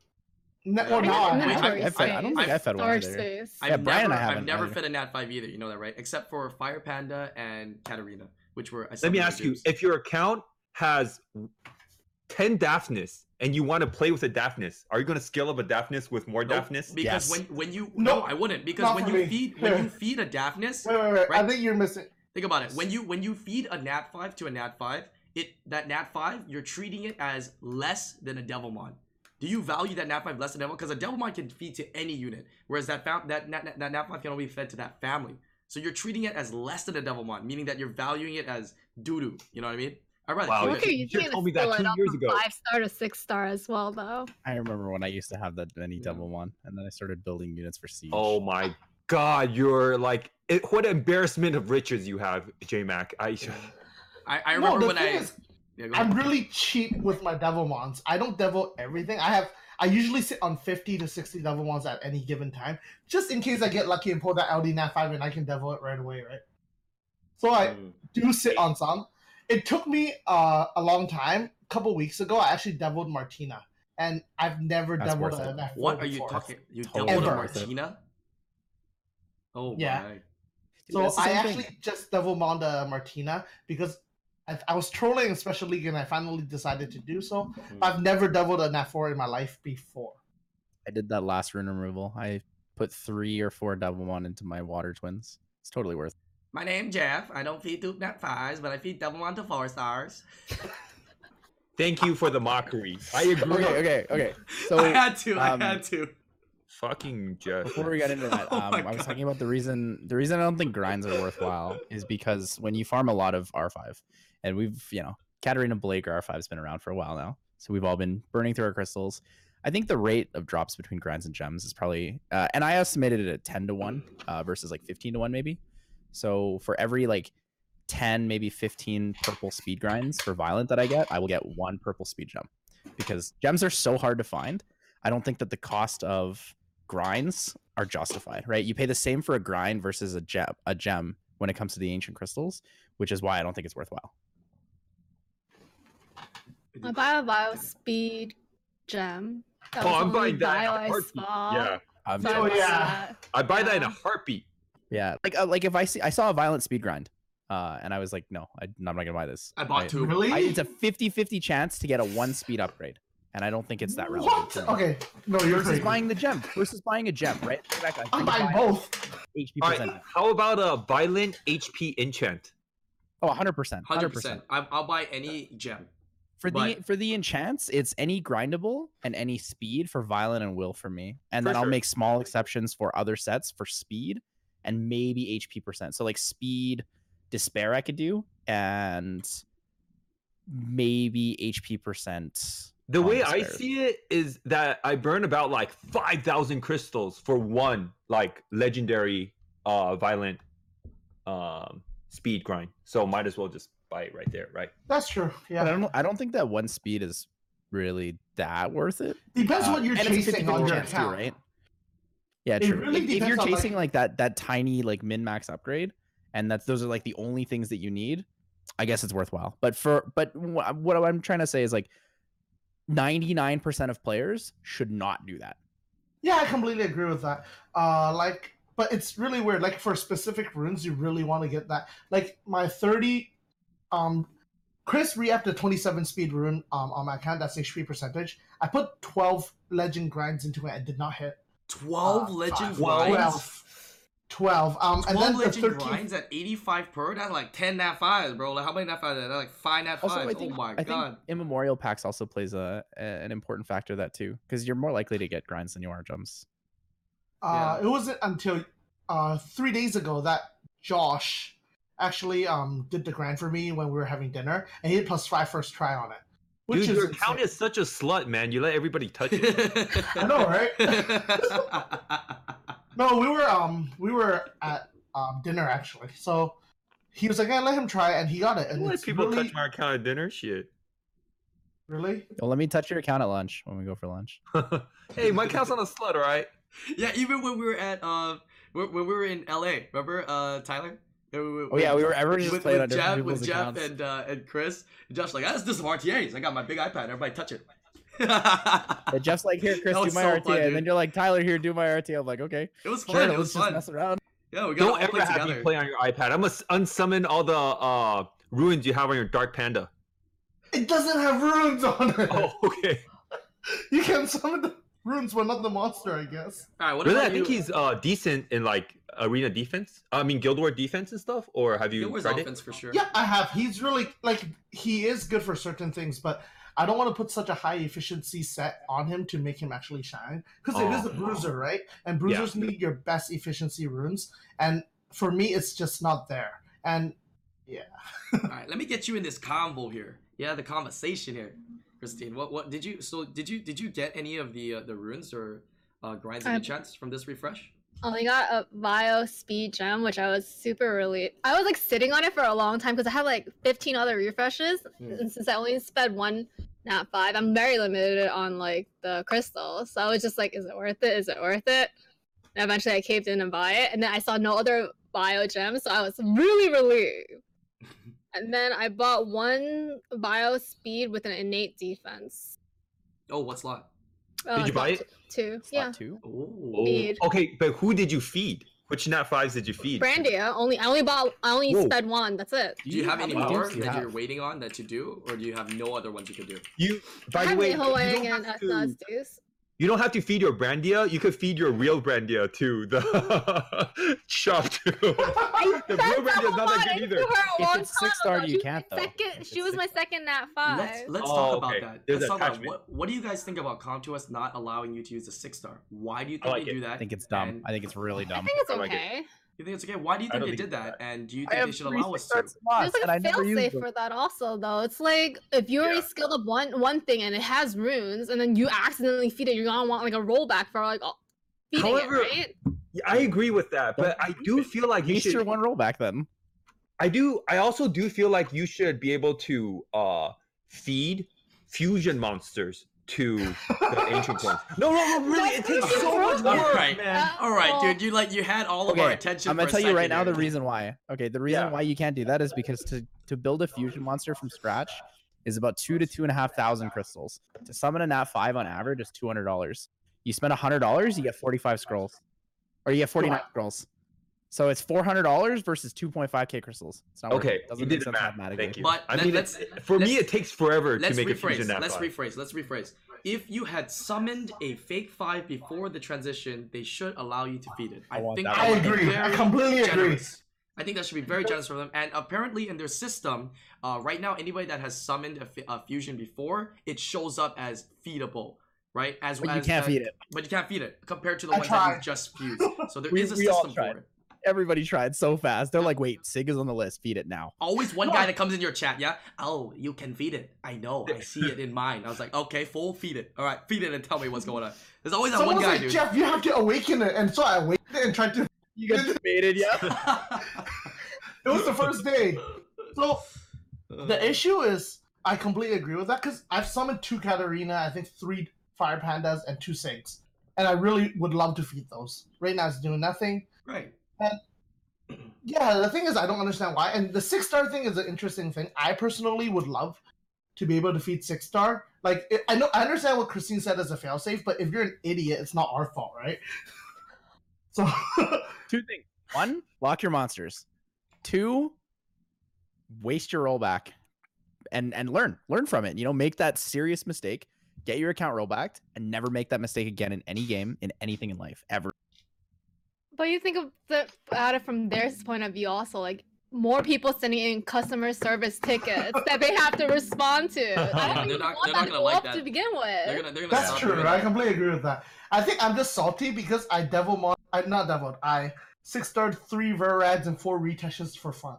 Speaker 3: Ne-
Speaker 1: Yeah.
Speaker 6: Oh,
Speaker 3: well, now I
Speaker 1: Wait,
Speaker 3: have.
Speaker 1: I- I-
Speaker 6: Inventory
Speaker 1: I don't think
Speaker 4: I fed one
Speaker 6: Storage
Speaker 4: either.
Speaker 6: space.
Speaker 4: Yeah, Brian and I
Speaker 1: never- I've
Speaker 4: haven't
Speaker 1: never
Speaker 4: either.
Speaker 1: fit a Nat 5 either, you know that, right? Except for Fire Panda and Katarina, which were I
Speaker 7: Let me
Speaker 1: summoned
Speaker 7: ask you:
Speaker 1: reduced.
Speaker 7: If your account has ten Daphnis and you want to play with a Daphnis, are you going to scale up a Daphnis with more
Speaker 1: Nope,
Speaker 7: Daphnis?
Speaker 1: Because
Speaker 4: Yes.
Speaker 1: when when you
Speaker 3: No,
Speaker 1: No, I wouldn't. Because
Speaker 3: not
Speaker 1: when
Speaker 3: for
Speaker 1: you
Speaker 3: me.
Speaker 1: feed when you feed a Daphnis,
Speaker 3: Wait, wait, wait. I
Speaker 1: Right.
Speaker 3: think you're missing.
Speaker 1: Think about it. When you when you feed a nat five to a nat five, it that nat five you're treating it as less than a devilmon. Do you value that nat five less than devil? Because a devilmon can feed to any unit, whereas that fam- that nat, that nat five can only be fed to that family. So you're treating it as less than a devilmon, meaning that you're valuing it as doo doo. You know what I mean? I'd rather
Speaker 7: Wow,
Speaker 1: kill
Speaker 7: yeah.
Speaker 1: it.
Speaker 6: Okay, you
Speaker 7: Oh, You should've
Speaker 6: can't
Speaker 7: told me that
Speaker 6: fill it
Speaker 7: two
Speaker 6: up
Speaker 7: years
Speaker 6: from
Speaker 7: ago.
Speaker 6: Five star to six star as well, though.
Speaker 4: I remember when I used to have that many
Speaker 1: Yeah.
Speaker 4: double one, and then I started building units for siege.
Speaker 7: Oh my God! You're like, it, what embarrassment of riches you have, J Mac. I
Speaker 1: I, I
Speaker 3: no,
Speaker 1: remember
Speaker 3: the
Speaker 1: when
Speaker 3: thing
Speaker 1: I.
Speaker 3: is,
Speaker 1: Yeah, go
Speaker 3: I'm
Speaker 1: ahead.
Speaker 3: really cheap with my devil mons. I don't devil everything. I have. I usually sit on 50 to 60 devil mons at any given time, just in case I get lucky and pull that LD nat five and I can devil it right away, right? So I do sit on some. It took me uh, a long time. A couple weeks ago, I actually deviled Martina, and I've never
Speaker 4: That's
Speaker 3: deviled
Speaker 4: worth it.
Speaker 3: a nat four
Speaker 1: What are you
Speaker 3: before.
Speaker 1: talking? You
Speaker 4: Totally
Speaker 1: deviled a
Speaker 3: Ever.
Speaker 1: Martina? Oh
Speaker 3: Yeah.
Speaker 1: my!
Speaker 3: So
Speaker 4: that's the
Speaker 3: I
Speaker 4: same thing.
Speaker 3: actually just double bound uh, Martina because I, I was trolling in Special League and I finally decided to do so.
Speaker 4: Mm-hmm.
Speaker 3: I've never doubled a Nat 4 in my life before.
Speaker 4: I did that last rune removal. I put three or four double one into my water twins. It's totally worth. it.
Speaker 1: My name Jeff. I don't feed Duke Net Fives, but I feed double onto four stars.
Speaker 7: Thank you for the mockery. I
Speaker 4: (laughs)
Speaker 7: agree.
Speaker 4: Okay, okay, okay. So
Speaker 1: I had to.
Speaker 4: um,
Speaker 1: I had to.
Speaker 7: Fucking Jeff.
Speaker 4: before we got into that,
Speaker 1: (laughs) Oh
Speaker 4: um,
Speaker 1: my
Speaker 4: I was
Speaker 1: God.
Speaker 4: talking about the reason the reason I don't think grinds are worthwhile is because when you farm a lot of R5, and we've you know Katarina Blake or R5 has been around for a while now, so we've all been burning through our crystals. I think the rate of drops between grinds and gems is probably, uh, and I estimated it at ten to one uh, versus like fifteen to one maybe. So for every like ten, maybe fifteen purple speed grinds for violent that I get, I will get one purple speed gem because gems are so hard to find. I don't think that the cost of grinds are justified, right? You pay the same for a grind versus a gem, a gem when it comes to the ancient crystals, which is why I don't think it's worthwhile.
Speaker 6: I buy a bio speed gem. That
Speaker 7: Oh,
Speaker 6: was
Speaker 7: I'm
Speaker 6: only
Speaker 7: buying that.
Speaker 6: bio I
Speaker 7: Heartbeat.
Speaker 6: saw.
Speaker 7: Yeah.
Speaker 4: Um,
Speaker 6: So I
Speaker 3: Oh,
Speaker 6: bought
Speaker 3: yeah.
Speaker 6: that.
Speaker 7: I buy that in a
Speaker 6: Yeah.
Speaker 7: heartbeat.
Speaker 4: yeah, like uh, like if I see I saw a violent speed grind, uh, and I was like, no, I, am not gonna buy this.
Speaker 1: I bought two.
Speaker 3: Really?
Speaker 4: I- it's a 50-50 chance to get a one speed upgrade, and I don't think it's that relevant.
Speaker 3: What?
Speaker 4: to me.
Speaker 3: Okay. No, you're
Speaker 4: Versus
Speaker 3: crazy.
Speaker 4: buying the gem versus buying a gem, right? In fact, I
Speaker 3: I'm
Speaker 4: think
Speaker 3: buying
Speaker 4: I-
Speaker 3: both.
Speaker 4: HP
Speaker 7: All
Speaker 4: percent.
Speaker 7: right. How about a violent HP enchant?
Speaker 4: Oh, 100%.
Speaker 1: 100. percent I'll buy any
Speaker 4: Ah,
Speaker 1: gem.
Speaker 4: For the
Speaker 1: But-
Speaker 4: for the enchants, it's any grindable and any speed for violent and will for me. And
Speaker 7: For
Speaker 4: then I'll
Speaker 7: sure.
Speaker 4: make small exceptions for other sets for speed and maybe HP percent. So like speed despair I could do and maybe HP percent.
Speaker 7: The way
Speaker 4: Honest
Speaker 7: I
Speaker 4: bear.
Speaker 7: see it is that I burn about like 5,000 crystals for one like legendary uh violent um speed grind. So might as well just buy it right there, right?
Speaker 3: That's true.
Speaker 4: But
Speaker 3: Yeah.
Speaker 4: I don't I don't think that one speed is really that worth it.
Speaker 3: Depends
Speaker 4: Uh,
Speaker 3: what you're
Speaker 4: and it's a
Speaker 3: chasing on
Speaker 4: 50-50
Speaker 3: your
Speaker 4: chance too,
Speaker 3: account.
Speaker 4: right? Yeah,
Speaker 3: It
Speaker 4: true.
Speaker 3: really
Speaker 4: if, if you're
Speaker 3: depends on, like-
Speaker 4: chasing like that that tiny like min max upgrade, and that's those are like the only things that you need, I guess it's worthwhile. But for but wh- what I'm trying to say is like, ninety nine percent of players should not do that.
Speaker 3: Yeah, I completely agree with that. Uh, like, but it's really weird. Like for specific runes, you really want to get that. Like my thirty, um, Chris re-upped a twenty-seven speed rune um on my account. That's HP percentage. I put twelve legend grinds into it. I did not hit
Speaker 1: 12
Speaker 3: Uh,
Speaker 1: legend
Speaker 7: five. Wow.
Speaker 1: grinds.
Speaker 3: twelve. Um,
Speaker 1: 12
Speaker 3: and then the
Speaker 1: legend
Speaker 3: thirteenth.
Speaker 1: grinds at 85 per. That's like 10 nat fives, bro. Like how many nat fives? That's like five nat
Speaker 4: Also,
Speaker 1: fives.
Speaker 4: I think
Speaker 1: oh my
Speaker 4: I
Speaker 1: god.
Speaker 4: think immemorial packs also plays a, a- an important factor that too, because you're more likely to get grinds than you are jumps.
Speaker 3: Uh, it wasn't until uh three days ago that Josh actually um did the grind for me when we were having dinner, and he did plus five first try on it. Which
Speaker 7: Dude,
Speaker 3: is
Speaker 7: your account
Speaker 3: insane.
Speaker 7: is such a slut, man. You let everybody touch (laughs) it.
Speaker 1: (laughs)
Speaker 3: I know, right? No, we were um we were at um dinner actually. So he was like, "I let him try," it," and he got it.
Speaker 7: You
Speaker 3: And
Speaker 7: let
Speaker 3: it's
Speaker 7: people
Speaker 3: really,
Speaker 7: touch my account at dinner? Shit.
Speaker 3: really.
Speaker 4: Well, let me touch your account at lunch when we go for lunch.
Speaker 7: (laughs) hey, my account's on a slut, all right?
Speaker 1: yeah, even when we were at uh when, when we were in LA, remember uh Tyler?
Speaker 4: Oh yeah, we were ever just
Speaker 1: with,
Speaker 4: playing
Speaker 1: with
Speaker 4: on different
Speaker 1: Jeff, with
Speaker 4: people's
Speaker 1: Jeff
Speaker 4: accounts.
Speaker 1: and uh, and Chris. And Jeff's like, "Ah, that's just some RTAs. I got my big iPad. Everybody touch it. (laughs)
Speaker 4: And Jeff's like, here, Chris, do my
Speaker 1: was so
Speaker 4: RTA.
Speaker 1: fun,
Speaker 4: and
Speaker 1: dude.
Speaker 4: then you're like, Tyler, here, do my RTA. I'm like, okay.
Speaker 1: it was
Speaker 4: Sure,
Speaker 1: fun. it
Speaker 4: let's
Speaker 1: was
Speaker 4: just
Speaker 1: fun.
Speaker 4: mess around.
Speaker 1: Yeah, we got
Speaker 7: Don't
Speaker 1: all
Speaker 7: ever
Speaker 1: play
Speaker 7: have
Speaker 1: together.
Speaker 7: me play on your iPad. I must unsummon all the uh ruins you have on your Dark Panda.
Speaker 3: It doesn't have runes on it.
Speaker 7: Oh, (laughs) okay.
Speaker 3: (laughs) You can summon the runes, but not the monster, I guess.
Speaker 1: all right, what
Speaker 7: really, I
Speaker 1: about you?
Speaker 7: think he's uh decent in like arena defense. I mean, Guild War defense and stuff. Or have you
Speaker 1: It was
Speaker 7: tried it?
Speaker 1: offense for sure.
Speaker 3: Yeah, I have. He's really like he is good for certain things, but I don't want to put such a high efficiency set on him to make him actually shine because it is a
Speaker 7: Oh.
Speaker 3: bruiser, right? And
Speaker 7: Yeah.
Speaker 3: bruisers need your best efficiency runes, and for me, it's just not there. And
Speaker 1: All right, let me get you in this convo here. Yeah, the conversation here, Christine. What what did you so did you did you get any of the uh, the runes or uh, grinds and
Speaker 6: I-
Speaker 1: enchants from this refresh?
Speaker 6: Only Oh, got a bio speed gem, which I was super relieved. I was like sitting on it for a long time because I had like 15 other refreshes,
Speaker 1: Hmm.
Speaker 6: and since I only spent one, not five, I'm very limited on like the crystals. So I was just like, is it worth it? Is it worth it? And eventually, I caved in and buy it, and then I saw no other bio gems, so I was really
Speaker 7: (laughs)
Speaker 6: relieved. and then I bought one bio speed with an innate defense.
Speaker 1: Oh, what slot?
Speaker 6: Oh,
Speaker 7: Did you
Speaker 6: it's not
Speaker 7: buy it?
Speaker 6: Two,
Speaker 4: Slot
Speaker 6: yeah.
Speaker 4: two.
Speaker 1: Oh,
Speaker 7: Oh,
Speaker 6: Feed.
Speaker 7: okay, but who did you feed? Which nat fives did you feed?
Speaker 6: Brandia only I only bought I only
Speaker 4: Whoa.
Speaker 6: sped one. That's it.
Speaker 1: Do you have any
Speaker 4: Wow.
Speaker 1: more
Speaker 4: Do you
Speaker 1: that
Speaker 4: have?
Speaker 1: you're waiting on that you do, or do you have no other ones you could do?
Speaker 7: You
Speaker 6: I
Speaker 7: by the
Speaker 6: have
Speaker 7: way, you
Speaker 6: Miho
Speaker 7: don't,
Speaker 6: and
Speaker 7: have
Speaker 6: Atlas
Speaker 7: to,
Speaker 6: Deuce.
Speaker 7: you don't have to feed your brandia. You could feed your real brandia to the (laughs) shop too.
Speaker 6: (laughs)
Speaker 7: the real
Speaker 6: That's
Speaker 7: brandia is not that
Speaker 6: someone
Speaker 7: good
Speaker 6: I threw
Speaker 7: either.
Speaker 6: her a
Speaker 4: If
Speaker 6: long
Speaker 4: it's
Speaker 6: time
Speaker 4: six-star,
Speaker 6: ago.
Speaker 4: you
Speaker 6: She was
Speaker 4: can't,
Speaker 6: my
Speaker 4: though.
Speaker 6: Second,
Speaker 4: If
Speaker 6: she
Speaker 4: it's
Speaker 6: was my
Speaker 4: six-star.
Speaker 6: second nat five.
Speaker 1: Let's let's
Speaker 7: Oh,
Speaker 1: talk
Speaker 7: okay.
Speaker 1: about that.
Speaker 7: There's
Speaker 1: Let's talk about
Speaker 7: attachment.
Speaker 1: what what do you guys think about CompTOS not allowing you to use the six star? Why do you
Speaker 7: I
Speaker 1: think
Speaker 7: like
Speaker 1: they
Speaker 7: it.
Speaker 1: do that?
Speaker 4: I think it's
Speaker 1: (laughs)
Speaker 4: dumb.
Speaker 1: And-
Speaker 4: I think it's really
Speaker 6: I
Speaker 4: dumb.
Speaker 6: think it's
Speaker 7: I like it.
Speaker 6: okay.
Speaker 1: you think it's okay? Why do you think
Speaker 7: I don't
Speaker 1: they
Speaker 7: think
Speaker 1: did
Speaker 7: it's
Speaker 1: that? And do you think
Speaker 4: I
Speaker 1: they
Speaker 4: have
Speaker 1: should
Speaker 4: three
Speaker 1: allow us to?
Speaker 4: six-star slots,
Speaker 6: There's like
Speaker 4: and
Speaker 6: a
Speaker 4: I never used
Speaker 6: failsafe
Speaker 4: them.
Speaker 6: for that also though. It's like if you already
Speaker 7: Yeah.
Speaker 6: skilled up one one thing and it has runes and then you accidentally feed it, you're gonna want like a rollback for like all- feeding
Speaker 7: However,
Speaker 6: it, right?
Speaker 7: (laughs) Yeah, I agree with that, but I do feel like you
Speaker 4: Use your
Speaker 7: should.
Speaker 4: one rollback then.
Speaker 7: I do. I also do feel like you should be able to uh feed fusion monsters to
Speaker 3: (laughs)
Speaker 7: the ancient ones. (laughs) No, no, no, really, it takes
Speaker 6: That's
Speaker 7: so much
Speaker 6: really
Speaker 7: work,
Speaker 1: wrong.
Speaker 7: man.
Speaker 1: All right,
Speaker 6: Oh.
Speaker 1: dude, you like you had all of
Speaker 4: Okay,
Speaker 1: our attention.
Speaker 4: I'm
Speaker 1: for
Speaker 4: gonna
Speaker 1: a
Speaker 4: tell you right
Speaker 1: second
Speaker 4: now the
Speaker 1: here.
Speaker 4: reason why. Okay, the reason
Speaker 7: Yeah.
Speaker 4: why you can't do that is because to to build a fusion monster from scratch is about two to two and a half thousand crystals. To summon a nat five on average is two hundred dollars. You spend hundred dollars, you get forty five scrolls, or you get forty nine scrolls. So it's four hundred dollars versus two point five k crystals. It's not worth it.
Speaker 7: Okay,
Speaker 4: It
Speaker 7: you
Speaker 4: doesn't make
Speaker 7: did the
Speaker 4: sense
Speaker 7: math.
Speaker 4: mathematically.
Speaker 7: Thank you.
Speaker 1: But
Speaker 7: I
Speaker 1: let-
Speaker 7: mean,
Speaker 1: let's-
Speaker 7: it's, for me,
Speaker 1: let's-
Speaker 7: it takes forever to
Speaker 1: Let's
Speaker 7: make a
Speaker 1: rephrase.
Speaker 7: fusion nat
Speaker 1: Let's
Speaker 7: five.
Speaker 1: rephrase. Let's rephrase. If you had summoned a fake five before the transition, they should allow you to feed it. I,
Speaker 4: (laughs) I want
Speaker 1: think
Speaker 4: that
Speaker 1: that
Speaker 3: I
Speaker 4: one.
Speaker 1: would be
Speaker 3: agree. I
Speaker 1: very
Speaker 3: completely agree.
Speaker 1: generous. I think that should be very generous for them. And apparently, in their system, uh, right now, anybody that has summoned a, fi- a fusion before, it shows up as feedable, right? As
Speaker 4: But you
Speaker 1: as
Speaker 4: can't
Speaker 1: that-
Speaker 4: feed it.
Speaker 1: But you can't feed it compared to the
Speaker 3: I
Speaker 1: ones that you
Speaker 3: tried.
Speaker 1: just
Speaker 3: (laughs)
Speaker 1: fused. So there
Speaker 4: We-
Speaker 1: is a
Speaker 4: we all
Speaker 1: system
Speaker 4: tried.
Speaker 1: for it.
Speaker 4: Everybody tried so fast. They're like, wait, Sig is on the list. Feed it
Speaker 7: (laughs)
Speaker 4: now.
Speaker 1: Always one
Speaker 3: No,
Speaker 1: guy
Speaker 3: I-
Speaker 1: that comes in your chat, yeah. Oh, you can feed it. I know. I see it in mine. I was like, okay, full feed it. All right, feed it and tell me what's going on. There's always Oh, that one
Speaker 3: Someone's
Speaker 1: guy,
Speaker 3: like,
Speaker 1: dude.
Speaker 3: Jeff, you have to awaken it. And so I awakened it and tried to. (laughs)
Speaker 4: You get debated, yeah.
Speaker 3: It was the first day.
Speaker 1: (laughs)
Speaker 3: So the issue is, I completely agree with that because I've summoned two Katarina, I think three Fire Pandas, and two Sigs. And I really would love to feed those. Right now it's doing nothing.
Speaker 1: (laughs) right.
Speaker 3: Yeah, the thing is, I don't understand why. And the six star thing is an interesting thing. I personally would love to be able to feed six star. Like, it, I know I understand what Christine said as a failsafe, but if you're an idiot, it's not our fault, right? (laughs) So, (laughs)
Speaker 4: Two things. One, lock your monsters. Two, waste your rollback and and learn. Learn from it. You know, make that serious mistake, get your account rollbacked, and never make that mistake again in any game, in anything in life, ever.
Speaker 6: But you think of the at it from their point of view also, like more people sending in customer service tickets that they have to respond
Speaker 4: (laughs)
Speaker 6: to. I
Speaker 1: Yeah,
Speaker 6: don't
Speaker 1: they're
Speaker 6: even
Speaker 1: not-
Speaker 6: want
Speaker 1: they're not
Speaker 6: that
Speaker 1: gonna like
Speaker 6: off
Speaker 1: that.
Speaker 6: to begin
Speaker 1: They're
Speaker 6: with.
Speaker 1: gonna. They're gonna.
Speaker 3: That's
Speaker 1: stop
Speaker 3: true.
Speaker 1: doing
Speaker 3: I
Speaker 1: that.
Speaker 3: completely agree with that. I think I'm just salty because I devil mon I not devil I six star three Verads and four retouches for fun.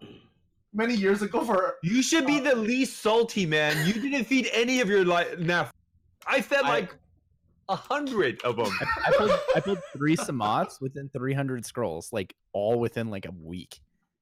Speaker 3: Many years ago for
Speaker 7: You should be the least salty, man. You didn't feed any of your li- nat. I fed
Speaker 4: I-
Speaker 7: like a hundred of them.
Speaker 4: I pulled, I pulled three Samots within 300 scrolls, like all within like a week.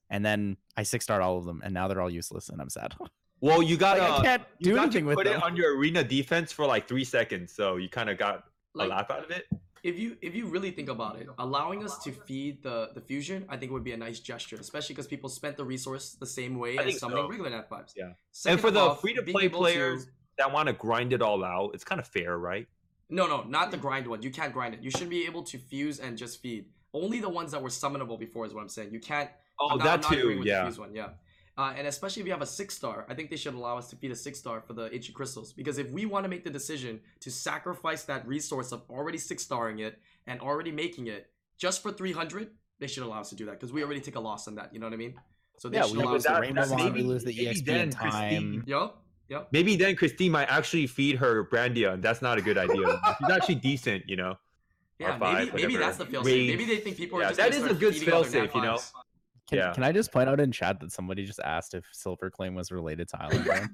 Speaker 4: And then I six starred all of them, and now they're all useless, and I'm sad.
Speaker 7: Well, you got
Speaker 4: Like,
Speaker 7: to
Speaker 4: I can't
Speaker 7: Uh, you
Speaker 4: do
Speaker 7: got
Speaker 4: anything
Speaker 7: to
Speaker 4: with
Speaker 7: put
Speaker 4: them.
Speaker 7: it on your arena defense for like three seconds, so you kind of got a
Speaker 1: Like,
Speaker 7: laugh out of it.
Speaker 1: if you if you really think about it, allowing us to feed the the fusion, I think would be a nice gesture, especially because people spent the resource the same way
Speaker 7: I
Speaker 1: as
Speaker 7: think
Speaker 1: summoning
Speaker 7: so.
Speaker 1: regular net vibes.
Speaker 7: Yeah. And
Speaker 1: Second
Speaker 7: for the
Speaker 1: off,
Speaker 7: free-to-play
Speaker 1: being able
Speaker 7: players- That want to grind it all out. It's kind of fair, right?
Speaker 1: No, no, not the grind one. You can't grind it. You should be able to fuse and just feed. Only the ones that were summonable before is what I'm saying. You can't.
Speaker 7: Oh,
Speaker 1: I'm not- I'm
Speaker 7: that
Speaker 1: not agreeing
Speaker 7: too.
Speaker 1: with the
Speaker 7: Yeah.
Speaker 1: fuse one, yeah. Uh, and especially if you have a six star, I think they should allow us to feed a six star for the ancient crystals. Because if we want to make the decision to sacrifice that resource of already six starring it and already making it just for 300, they should allow us to do that because we already take a loss on that. You know what I mean? So they
Speaker 4: Yeah,
Speaker 1: should
Speaker 4: we
Speaker 7: Yeah,
Speaker 1: allow
Speaker 4: lose
Speaker 1: us.
Speaker 7: but
Speaker 4: the
Speaker 7: that-
Speaker 4: rainbow
Speaker 7: that
Speaker 4: mod, we
Speaker 7: maybe-
Speaker 4: lose the E
Speaker 7: maybe
Speaker 4: EXP
Speaker 7: then,
Speaker 4: in time.
Speaker 7: Christine-
Speaker 1: Yo, yo.
Speaker 7: Maybe then Christine might actually feed her Brandia, and that's not a good idea. She's (laughs) actually decent, you know.
Speaker 1: Yeah,
Speaker 7: five,
Speaker 1: maybe, maybe
Speaker 7: whatever.
Speaker 1: that's the fail
Speaker 7: Raid.
Speaker 1: safe. Maybe they think people are
Speaker 7: Yeah,
Speaker 1: just gonna
Speaker 7: that is
Speaker 1: start
Speaker 7: a good
Speaker 1: feeding other
Speaker 7: fail-safe, you know?
Speaker 1: Nephiles.
Speaker 4: Can,
Speaker 7: Yeah.
Speaker 4: can I just point out in chat that somebody just asked if Silver Claim was related to Island Roam?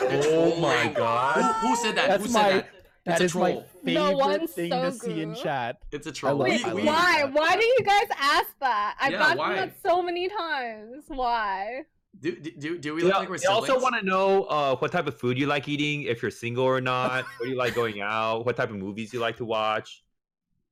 Speaker 1: It's
Speaker 7: Oh my
Speaker 1: rolling.
Speaker 7: God.
Speaker 1: Who, who said that?
Speaker 4: That's
Speaker 1: who said
Speaker 4: my-
Speaker 1: that?
Speaker 4: That
Speaker 1: a
Speaker 4: is my
Speaker 1: troll.
Speaker 4: favorite
Speaker 6: No one's
Speaker 4: thing
Speaker 6: so
Speaker 4: to see in
Speaker 6: good.
Speaker 4: chat.
Speaker 1: It's a troll.
Speaker 4: love
Speaker 1: We,
Speaker 6: Wait,
Speaker 4: I
Speaker 1: we,
Speaker 4: love
Speaker 6: why?
Speaker 4: that.
Speaker 6: Why do you guys ask that? I've
Speaker 1: Yeah,
Speaker 6: gotten
Speaker 1: why?
Speaker 6: that so many times. Why?
Speaker 1: Do, do- do, do we
Speaker 7: They
Speaker 1: look
Speaker 7: al-
Speaker 1: like we're
Speaker 7: they also
Speaker 1: siblings?
Speaker 7: want to know uh, what type of food you like eating, if you're single or not, where you like going out, what type of movies you like to watch.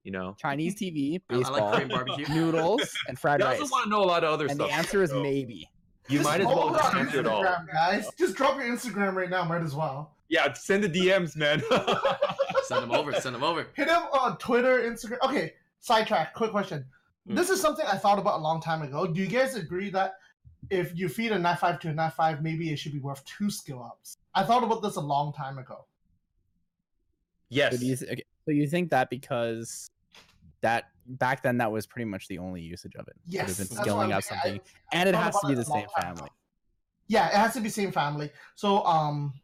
Speaker 7: You know,
Speaker 4: Chinese TV,
Speaker 1: I, I like
Speaker 4: baseball,
Speaker 1: Korean barbecue.
Speaker 4: (laughs) noodles, and fried
Speaker 7: they
Speaker 4: rice.
Speaker 7: also want to know a lot of other
Speaker 4: And
Speaker 7: stuff.
Speaker 4: the answer is
Speaker 7: so
Speaker 4: maybe.
Speaker 7: You might as well
Speaker 3: follow
Speaker 7: just
Speaker 3: our
Speaker 7: answer it all.
Speaker 3: Instagram, guys. Just drop your Instagram right now. Might as well
Speaker 7: Yeah, send the DMs, man.
Speaker 1: (laughs) Send them over. Send them over.
Speaker 3: uh, hit him on Twitter, Instagram. Okay, sidetrack. Quick question:
Speaker 7: Hmm.
Speaker 3: This is something I thought about a long time ago. Do you guys agree that if you feed a nat five to a nat five, maybe it should be worth two skill ups? I thought about this a long time ago.
Speaker 7: Yes.
Speaker 4: So, do you th- okay, so you think that because that back then that was pretty much the only usage of it. It
Speaker 3: Yes,
Speaker 4: would have
Speaker 3: that's
Speaker 4: been
Speaker 3: what
Speaker 4: scaling
Speaker 3: I
Speaker 4: up
Speaker 3: mean. I-
Speaker 4: something, and it
Speaker 3: thought
Speaker 4: has to
Speaker 3: about
Speaker 4: be
Speaker 3: it
Speaker 4: the
Speaker 3: a long
Speaker 4: same
Speaker 3: time
Speaker 4: family.
Speaker 3: ago. Yeah, it has to be same family. So um,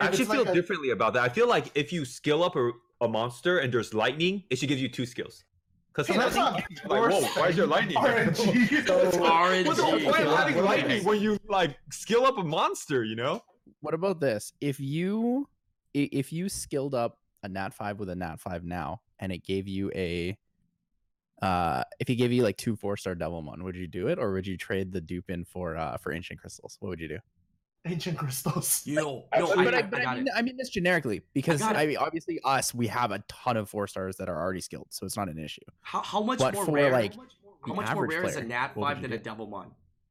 Speaker 7: I
Speaker 3: if it's
Speaker 7: actually feel
Speaker 3: like a-
Speaker 7: differently about that. I feel like if you skill up a, a monster and there's lightning, it should give you two skills. Because
Speaker 3: Hey, that's
Speaker 7: sometimes
Speaker 3: not
Speaker 7: you- like, whoa, why is there lightning? there? (laughs)
Speaker 3: RNG.
Speaker 1: RNG.
Speaker 7: What's the whole point of having
Speaker 1: Okay.
Speaker 7: lightning when you like skill up a monster? You know.
Speaker 4: What about this? If you i- if you skilled up a nat five with a nat five now, and it gave you a uh if he gave you like two four star devil mon, would you do it or would you trade the dupe in for uh for ancient crystals? What would you do?
Speaker 3: Ancient crystals.
Speaker 1: Yo, no,
Speaker 4: I-
Speaker 1: I,
Speaker 4: but I,
Speaker 1: I, I
Speaker 4: but I
Speaker 1: got
Speaker 4: mean, uh,
Speaker 1: it.
Speaker 4: I mean this generically because I,
Speaker 1: got it.
Speaker 4: mean obviously us we have a ton of four stars that are already skilled, so it's not an issue.
Speaker 1: How, how much
Speaker 4: But
Speaker 1: more
Speaker 4: for,
Speaker 1: rare?
Speaker 4: like,
Speaker 1: how
Speaker 4: the
Speaker 1: much more
Speaker 4: average
Speaker 1: rare is a
Speaker 4: player,
Speaker 1: nat
Speaker 4: what would
Speaker 1: five
Speaker 4: you
Speaker 1: than a
Speaker 4: do?
Speaker 1: devil mon?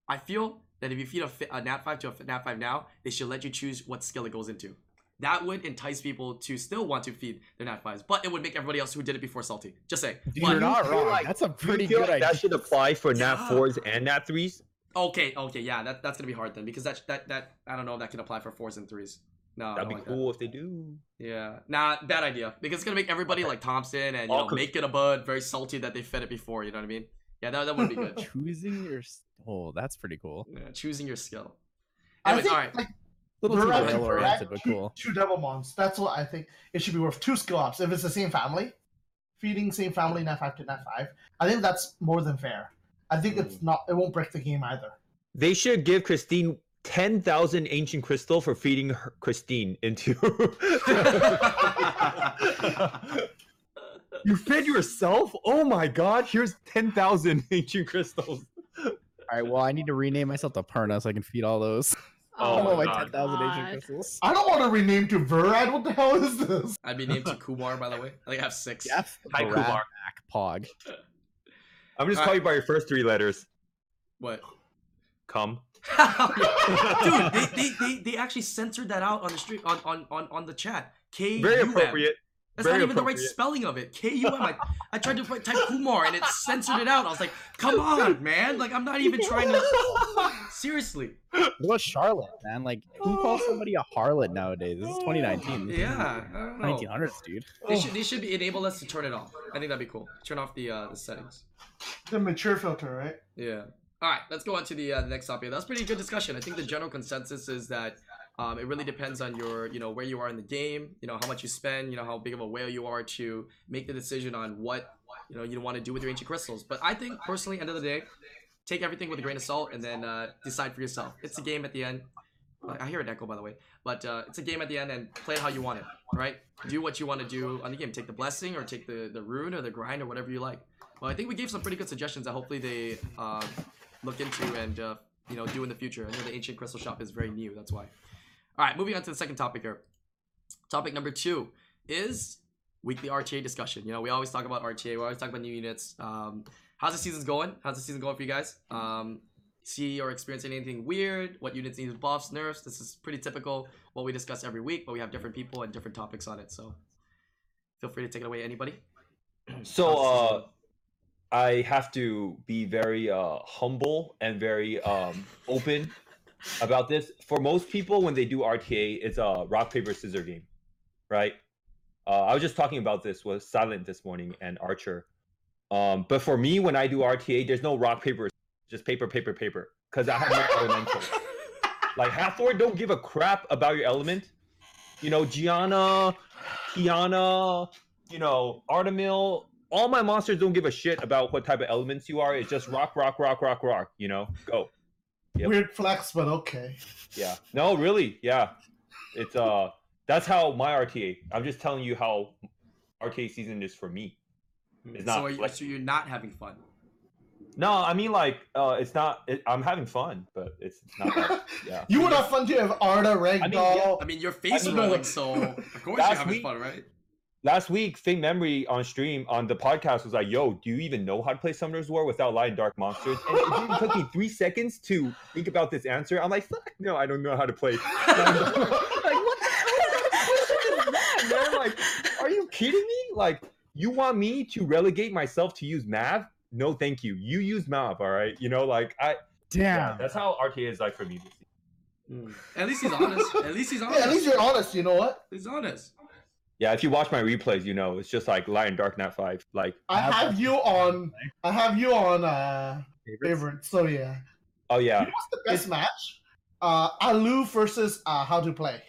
Speaker 1: I feel that if you feed a, fi- a nat five to a f- nat five now, they should let you choose what skill it goes into. That would entice people to still want to feed their nat fives, but it would make everybody else who did it before salty. Just saying. But-
Speaker 4: You're not
Speaker 7: feel
Speaker 4: wrong.
Speaker 7: like-
Speaker 4: That's a
Speaker 7: Do you
Speaker 4: pretty
Speaker 7: feel
Speaker 4: good
Speaker 7: like
Speaker 4: idea.
Speaker 7: That should apply for nat
Speaker 1: Yeah.
Speaker 7: fours and nat threes.
Speaker 1: okay, okay, yeah, that, that's gonna be hard then because that that that I don't know if that can apply for fours and threes. No, Oh, I
Speaker 7: That'd be
Speaker 1: don't like that.
Speaker 7: cool if they do.
Speaker 1: Yeah, nah, bad idea because it's gonna make everybody like Thompson and you
Speaker 7: All
Speaker 1: know
Speaker 7: con-
Speaker 1: make it a bud very salty that they fed it before. You know what I mean? Yeah, that that would be
Speaker 7: (laughs)
Speaker 1: good.
Speaker 4: (laughs) Choosing your s- oh, that's pretty cool.
Speaker 1: Yeah, choosing your skill.
Speaker 3: I
Speaker 1: Anyways,
Speaker 3: think
Speaker 1: all right.
Speaker 3: like
Speaker 4: Little too
Speaker 3: We're actually
Speaker 4: rail oriented,
Speaker 3: correct.
Speaker 4: but
Speaker 3: two,
Speaker 4: cool.
Speaker 3: two devil mons. That's what I think. It should be worth two skill ups if it's the same family, feeding same family nat five to nat five. I think that's more than fair. I think it's
Speaker 7: Hmm.
Speaker 3: not. It won't break the game either.
Speaker 7: They should give Christine ten thousand ancient crystal for feeding her, Christine into. (laughs) you fed yourself? Oh my God! Here's ten thousand (laughs) ancient crystals.
Speaker 4: All right, well, I need to rename myself to Parna so I can feed all those.
Speaker 7: Oh
Speaker 4: all
Speaker 7: my
Speaker 4: my
Speaker 7: God.
Speaker 4: ten thousand
Speaker 6: God.
Speaker 4: ancient (laughs) crystals.
Speaker 3: I don't want to rename to Verad. What the hell is
Speaker 7: (laughs)
Speaker 3: this?
Speaker 1: I'd be named to Kumar, by the way. I think I have six.
Speaker 4: Jeff,
Speaker 7: Hi,
Speaker 4: Brad,
Speaker 7: Kumar.
Speaker 4: Mac, Pog.
Speaker 7: I'm gonna just
Speaker 1: All
Speaker 7: call you by your first three letters. (laughs)
Speaker 1: What?
Speaker 7: Come.
Speaker 1: Dude, they, they, they, they actually censored that out on the street on on on, on the chat. K
Speaker 7: Very
Speaker 1: U M.
Speaker 7: appropriate.
Speaker 1: That's
Speaker 7: very
Speaker 1: not even the right
Speaker 7: appropriate.
Speaker 1: spelling of it. K U M.
Speaker 7: (laughs)
Speaker 1: I, I tried to put- type Kumar and it censored it out. I was like, come on, man! Like I'm not even trying
Speaker 3: (laughs)
Speaker 7: (laughs)
Speaker 1: to. Seriously.
Speaker 4: What about Charlotte, man? Like, who calls somebody a harlot nowadays? This is 2019. This is
Speaker 1: Yeah. I don't know.
Speaker 4: 1900s, dude.
Speaker 1: They
Speaker 3: Oh,
Speaker 1: should they should be enable us to turn it off. I think that'd be cool. Turn off the uh, the settings.
Speaker 3: The mature filter, right?
Speaker 1: Yeah. All right, let's go on to the, uh, the next topic. That's pretty good discussion. I think the general consensus is that um, it really depends on your, you know, where you are in the game, you know, how much you spend, you know, how big of a whale you are to make the decision on what, you know, you want to do with your ancient crystals. But I think personally, end of the day, take everything with a grain of salt and then uh, decide for yourself. It's a game at the end. I- I hear an echo, by the way, but uh, it's a game at the end and play it how you want it, right? Do what you want to do on the game. Take the blessing or take the, the rune or the grind or whatever you like. Well, I think we gave some pretty good suggestions that hopefully they uh, look into and uh, you know do in the future. I know the ancient crystal shop is very new, that's why. All right, moving on to the second topic here. Topic number two is weekly RTA discussion. You know, we always talk about RTA. We always talk about new units. Um, how's the season's going? How's the season going for you guys? Um, see or experience anything weird? What units need buffs, nerfs? This is pretty typical. What we discuss every week, but we have different people and different topics on it. So feel free to take it away, anybody.
Speaker 7: So
Speaker 1: How's the season
Speaker 7: uh,
Speaker 1: going?
Speaker 7: I have to be very uh, humble and very um, open about this. For most people, when they do RTA, it's a rock paper scissors game, right? Uh, I was just talking about this with Silent this morning and Archer. Um, but for me, when I do RTA, there's no rock paper, just paper, paper, paper, because I have no elemental. Like Hathor, don't give a crap about your element. You know, Gianna, Kiana, you know, Artemil, all my monsters don't give a shit about what type of elements you are. It's just rock, rock, rock, rock, rock. You know, go. Yep.
Speaker 3: Weird flex, but okay.
Speaker 7: Yeah. No, really. Yeah. It's uh. That's how my RTA. I'm just telling you how RTA season is for me. It's not
Speaker 1: so, are you,
Speaker 7: like-
Speaker 1: so you're not having fun.
Speaker 7: No, I mean like uh, it's not. It, I'm having fun, but it's
Speaker 3: (laughs)
Speaker 7: not. that- yeah.
Speaker 3: You would have fun too if Arda, Ragdoll,
Speaker 7: mean, yeah,
Speaker 1: I mean, your face
Speaker 7: I mean,
Speaker 1: rolling,
Speaker 7: like-
Speaker 1: so of course you're
Speaker 7: Last
Speaker 1: having
Speaker 7: week-
Speaker 1: fun, right?
Speaker 7: Last week, Fate Memory on stream on the podcast was like, "Yo, do you even know how to play Summoner's War without Light and Dark Monsters?" And it didn't took me three seconds to think about this answer. I'm like, "Fuck, no, I don't know how to play." like
Speaker 3: (laughs)
Speaker 7: what the hell is that, man? Like, are you kidding me? Like, you want me to relegate myself to use Mav? no thank you. You use map, all right? You know, like I yeah, that's how RTA is like for me.
Speaker 1: At least he's honest. At least he's
Speaker 3: Yeah,
Speaker 1: honest.
Speaker 3: at least you're honest. You know what?
Speaker 1: he's honest.
Speaker 7: Yeah, if you watch my replays, you know, it's just like Lion Dark Knight 5. Like
Speaker 3: I
Speaker 4: Have-
Speaker 3: have you on. I have you on uh favorite. So yeah,
Speaker 7: Oh yeah.
Speaker 3: You know what's the best match? Uh, Alu versus uh, How to Play.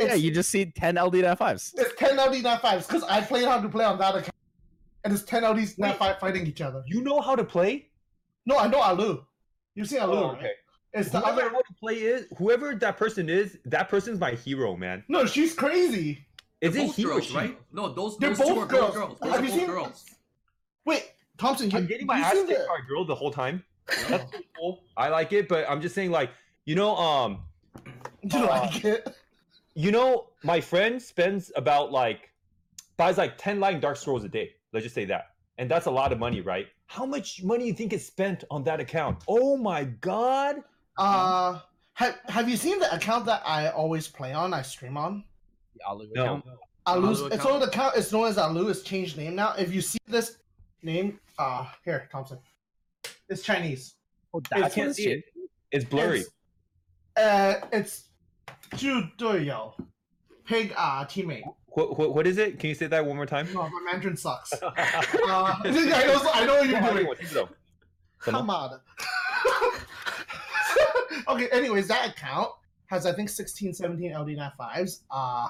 Speaker 4: yeah,
Speaker 3: It's-
Speaker 4: you just see 10 LD fives.
Speaker 3: It's 10 LD 95s because I played how to play on that account. And it's 10 LDs
Speaker 7: Wait.
Speaker 3: 95 fighting each other.
Speaker 7: You know how to play?
Speaker 3: No, I know Alu. You've seen Alu,
Speaker 7: Oh,
Speaker 3: right?
Speaker 7: okay.
Speaker 3: It's the
Speaker 7: Whoever
Speaker 3: other.
Speaker 7: how to play is, whoever that person is, that person's my hero, man.
Speaker 3: No, she's crazy.
Speaker 7: Is it
Speaker 1: both
Speaker 7: hero
Speaker 1: girls,
Speaker 7: she-
Speaker 1: right? No, those,
Speaker 3: They're
Speaker 1: those two
Speaker 3: both
Speaker 1: are both
Speaker 3: girls.
Speaker 1: girls. Those
Speaker 3: Have
Speaker 1: are
Speaker 3: you
Speaker 1: both
Speaker 3: seen-
Speaker 1: girls.
Speaker 3: Wait, Thompson, you,
Speaker 7: I'm getting my
Speaker 3: you
Speaker 7: ass
Speaker 3: seen
Speaker 7: kicked
Speaker 3: the-
Speaker 7: by a girl the whole time.
Speaker 3: (laughs)
Speaker 7: That's so cool. I like it, but I'm just saying, like, you know, um,
Speaker 3: You
Speaker 7: uh,
Speaker 3: know, like it.
Speaker 7: you know, my friend spends about like buys like ten light dark scrolls a day. Let's just say that, and that's a lot of money, right? How much money you think is spent on that account? Oh my god!
Speaker 1: Mm-hmm.
Speaker 3: Uh, have, have you seen the account that I always play on? I stream on.
Speaker 7: No,
Speaker 3: Alu's.
Speaker 1: Alu
Speaker 3: it's
Speaker 1: account.
Speaker 3: old account. It's known as Alu. It's changed name now. If you see this name, uh, here, Thompson. It's Chinese.
Speaker 4: Oh,
Speaker 7: I can't see it. It's blurry.
Speaker 3: It's- uh, it's 猪队友, pig uh, teammate.
Speaker 7: What, what what is it? Can you say that one more time?
Speaker 3: No, my Mandarin sucks. (laughs) Uh, (laughs)
Speaker 7: Yeah,
Speaker 3: I, know, I know what you're
Speaker 7: I
Speaker 3: doing.
Speaker 7: know what you know.
Speaker 3: Come on. (laughs) okay, anyways, that account has, I think, 16, 17 LD95s. Uh,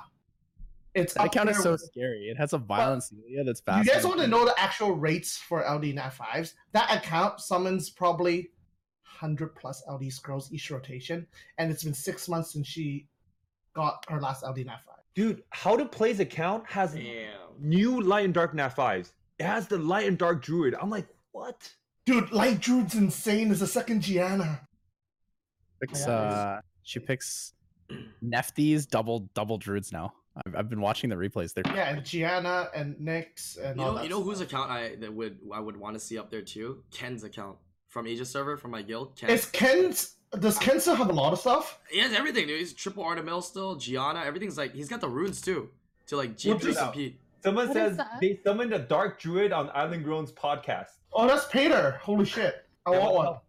Speaker 3: it's
Speaker 4: That
Speaker 3: up
Speaker 4: account is
Speaker 3: there
Speaker 4: so
Speaker 3: with-
Speaker 4: scary. It has a violence Celia that's
Speaker 3: You
Speaker 4: fast.
Speaker 3: guys want to know the actual rates for LD95s? That account summons probably 100 plus LD scrolls each rotation, and it's been six months since she got her last LD95.
Speaker 7: Dude, how to play's account has
Speaker 1: Damn.
Speaker 7: new light and dark nat fives. It has the light and dark druid. I'm like, what?
Speaker 3: Dude, Light Druid's insane as a second Gianna.
Speaker 4: Picks,
Speaker 3: Yeah.
Speaker 4: uh, she picks Nefties double double druids now. I've, I've been watching the replays. They're
Speaker 3: Yeah, and Gianna and Nyx and
Speaker 1: You
Speaker 3: all
Speaker 1: know,
Speaker 3: that.
Speaker 1: you know whose
Speaker 3: stuff.
Speaker 1: account I that would I would want to see up there too? Ken's account from Aegis server from my guild. Ken.
Speaker 3: Is Ken's. Does Ken still have a lot of stuff?
Speaker 1: he has everything, dude. He's triple Artemil still, Gianna. Everything's like he's got the runes too to like G
Speaker 7: Look
Speaker 1: three
Speaker 7: this out.
Speaker 1: compete.
Speaker 7: Someone
Speaker 6: What is
Speaker 7: says
Speaker 6: that?
Speaker 7: they summoned a dark druid on Island Grown's podcast.
Speaker 3: Oh, that's Pater. Holy shit. I
Speaker 7: Yeah,
Speaker 3: want
Speaker 7: what-
Speaker 3: one.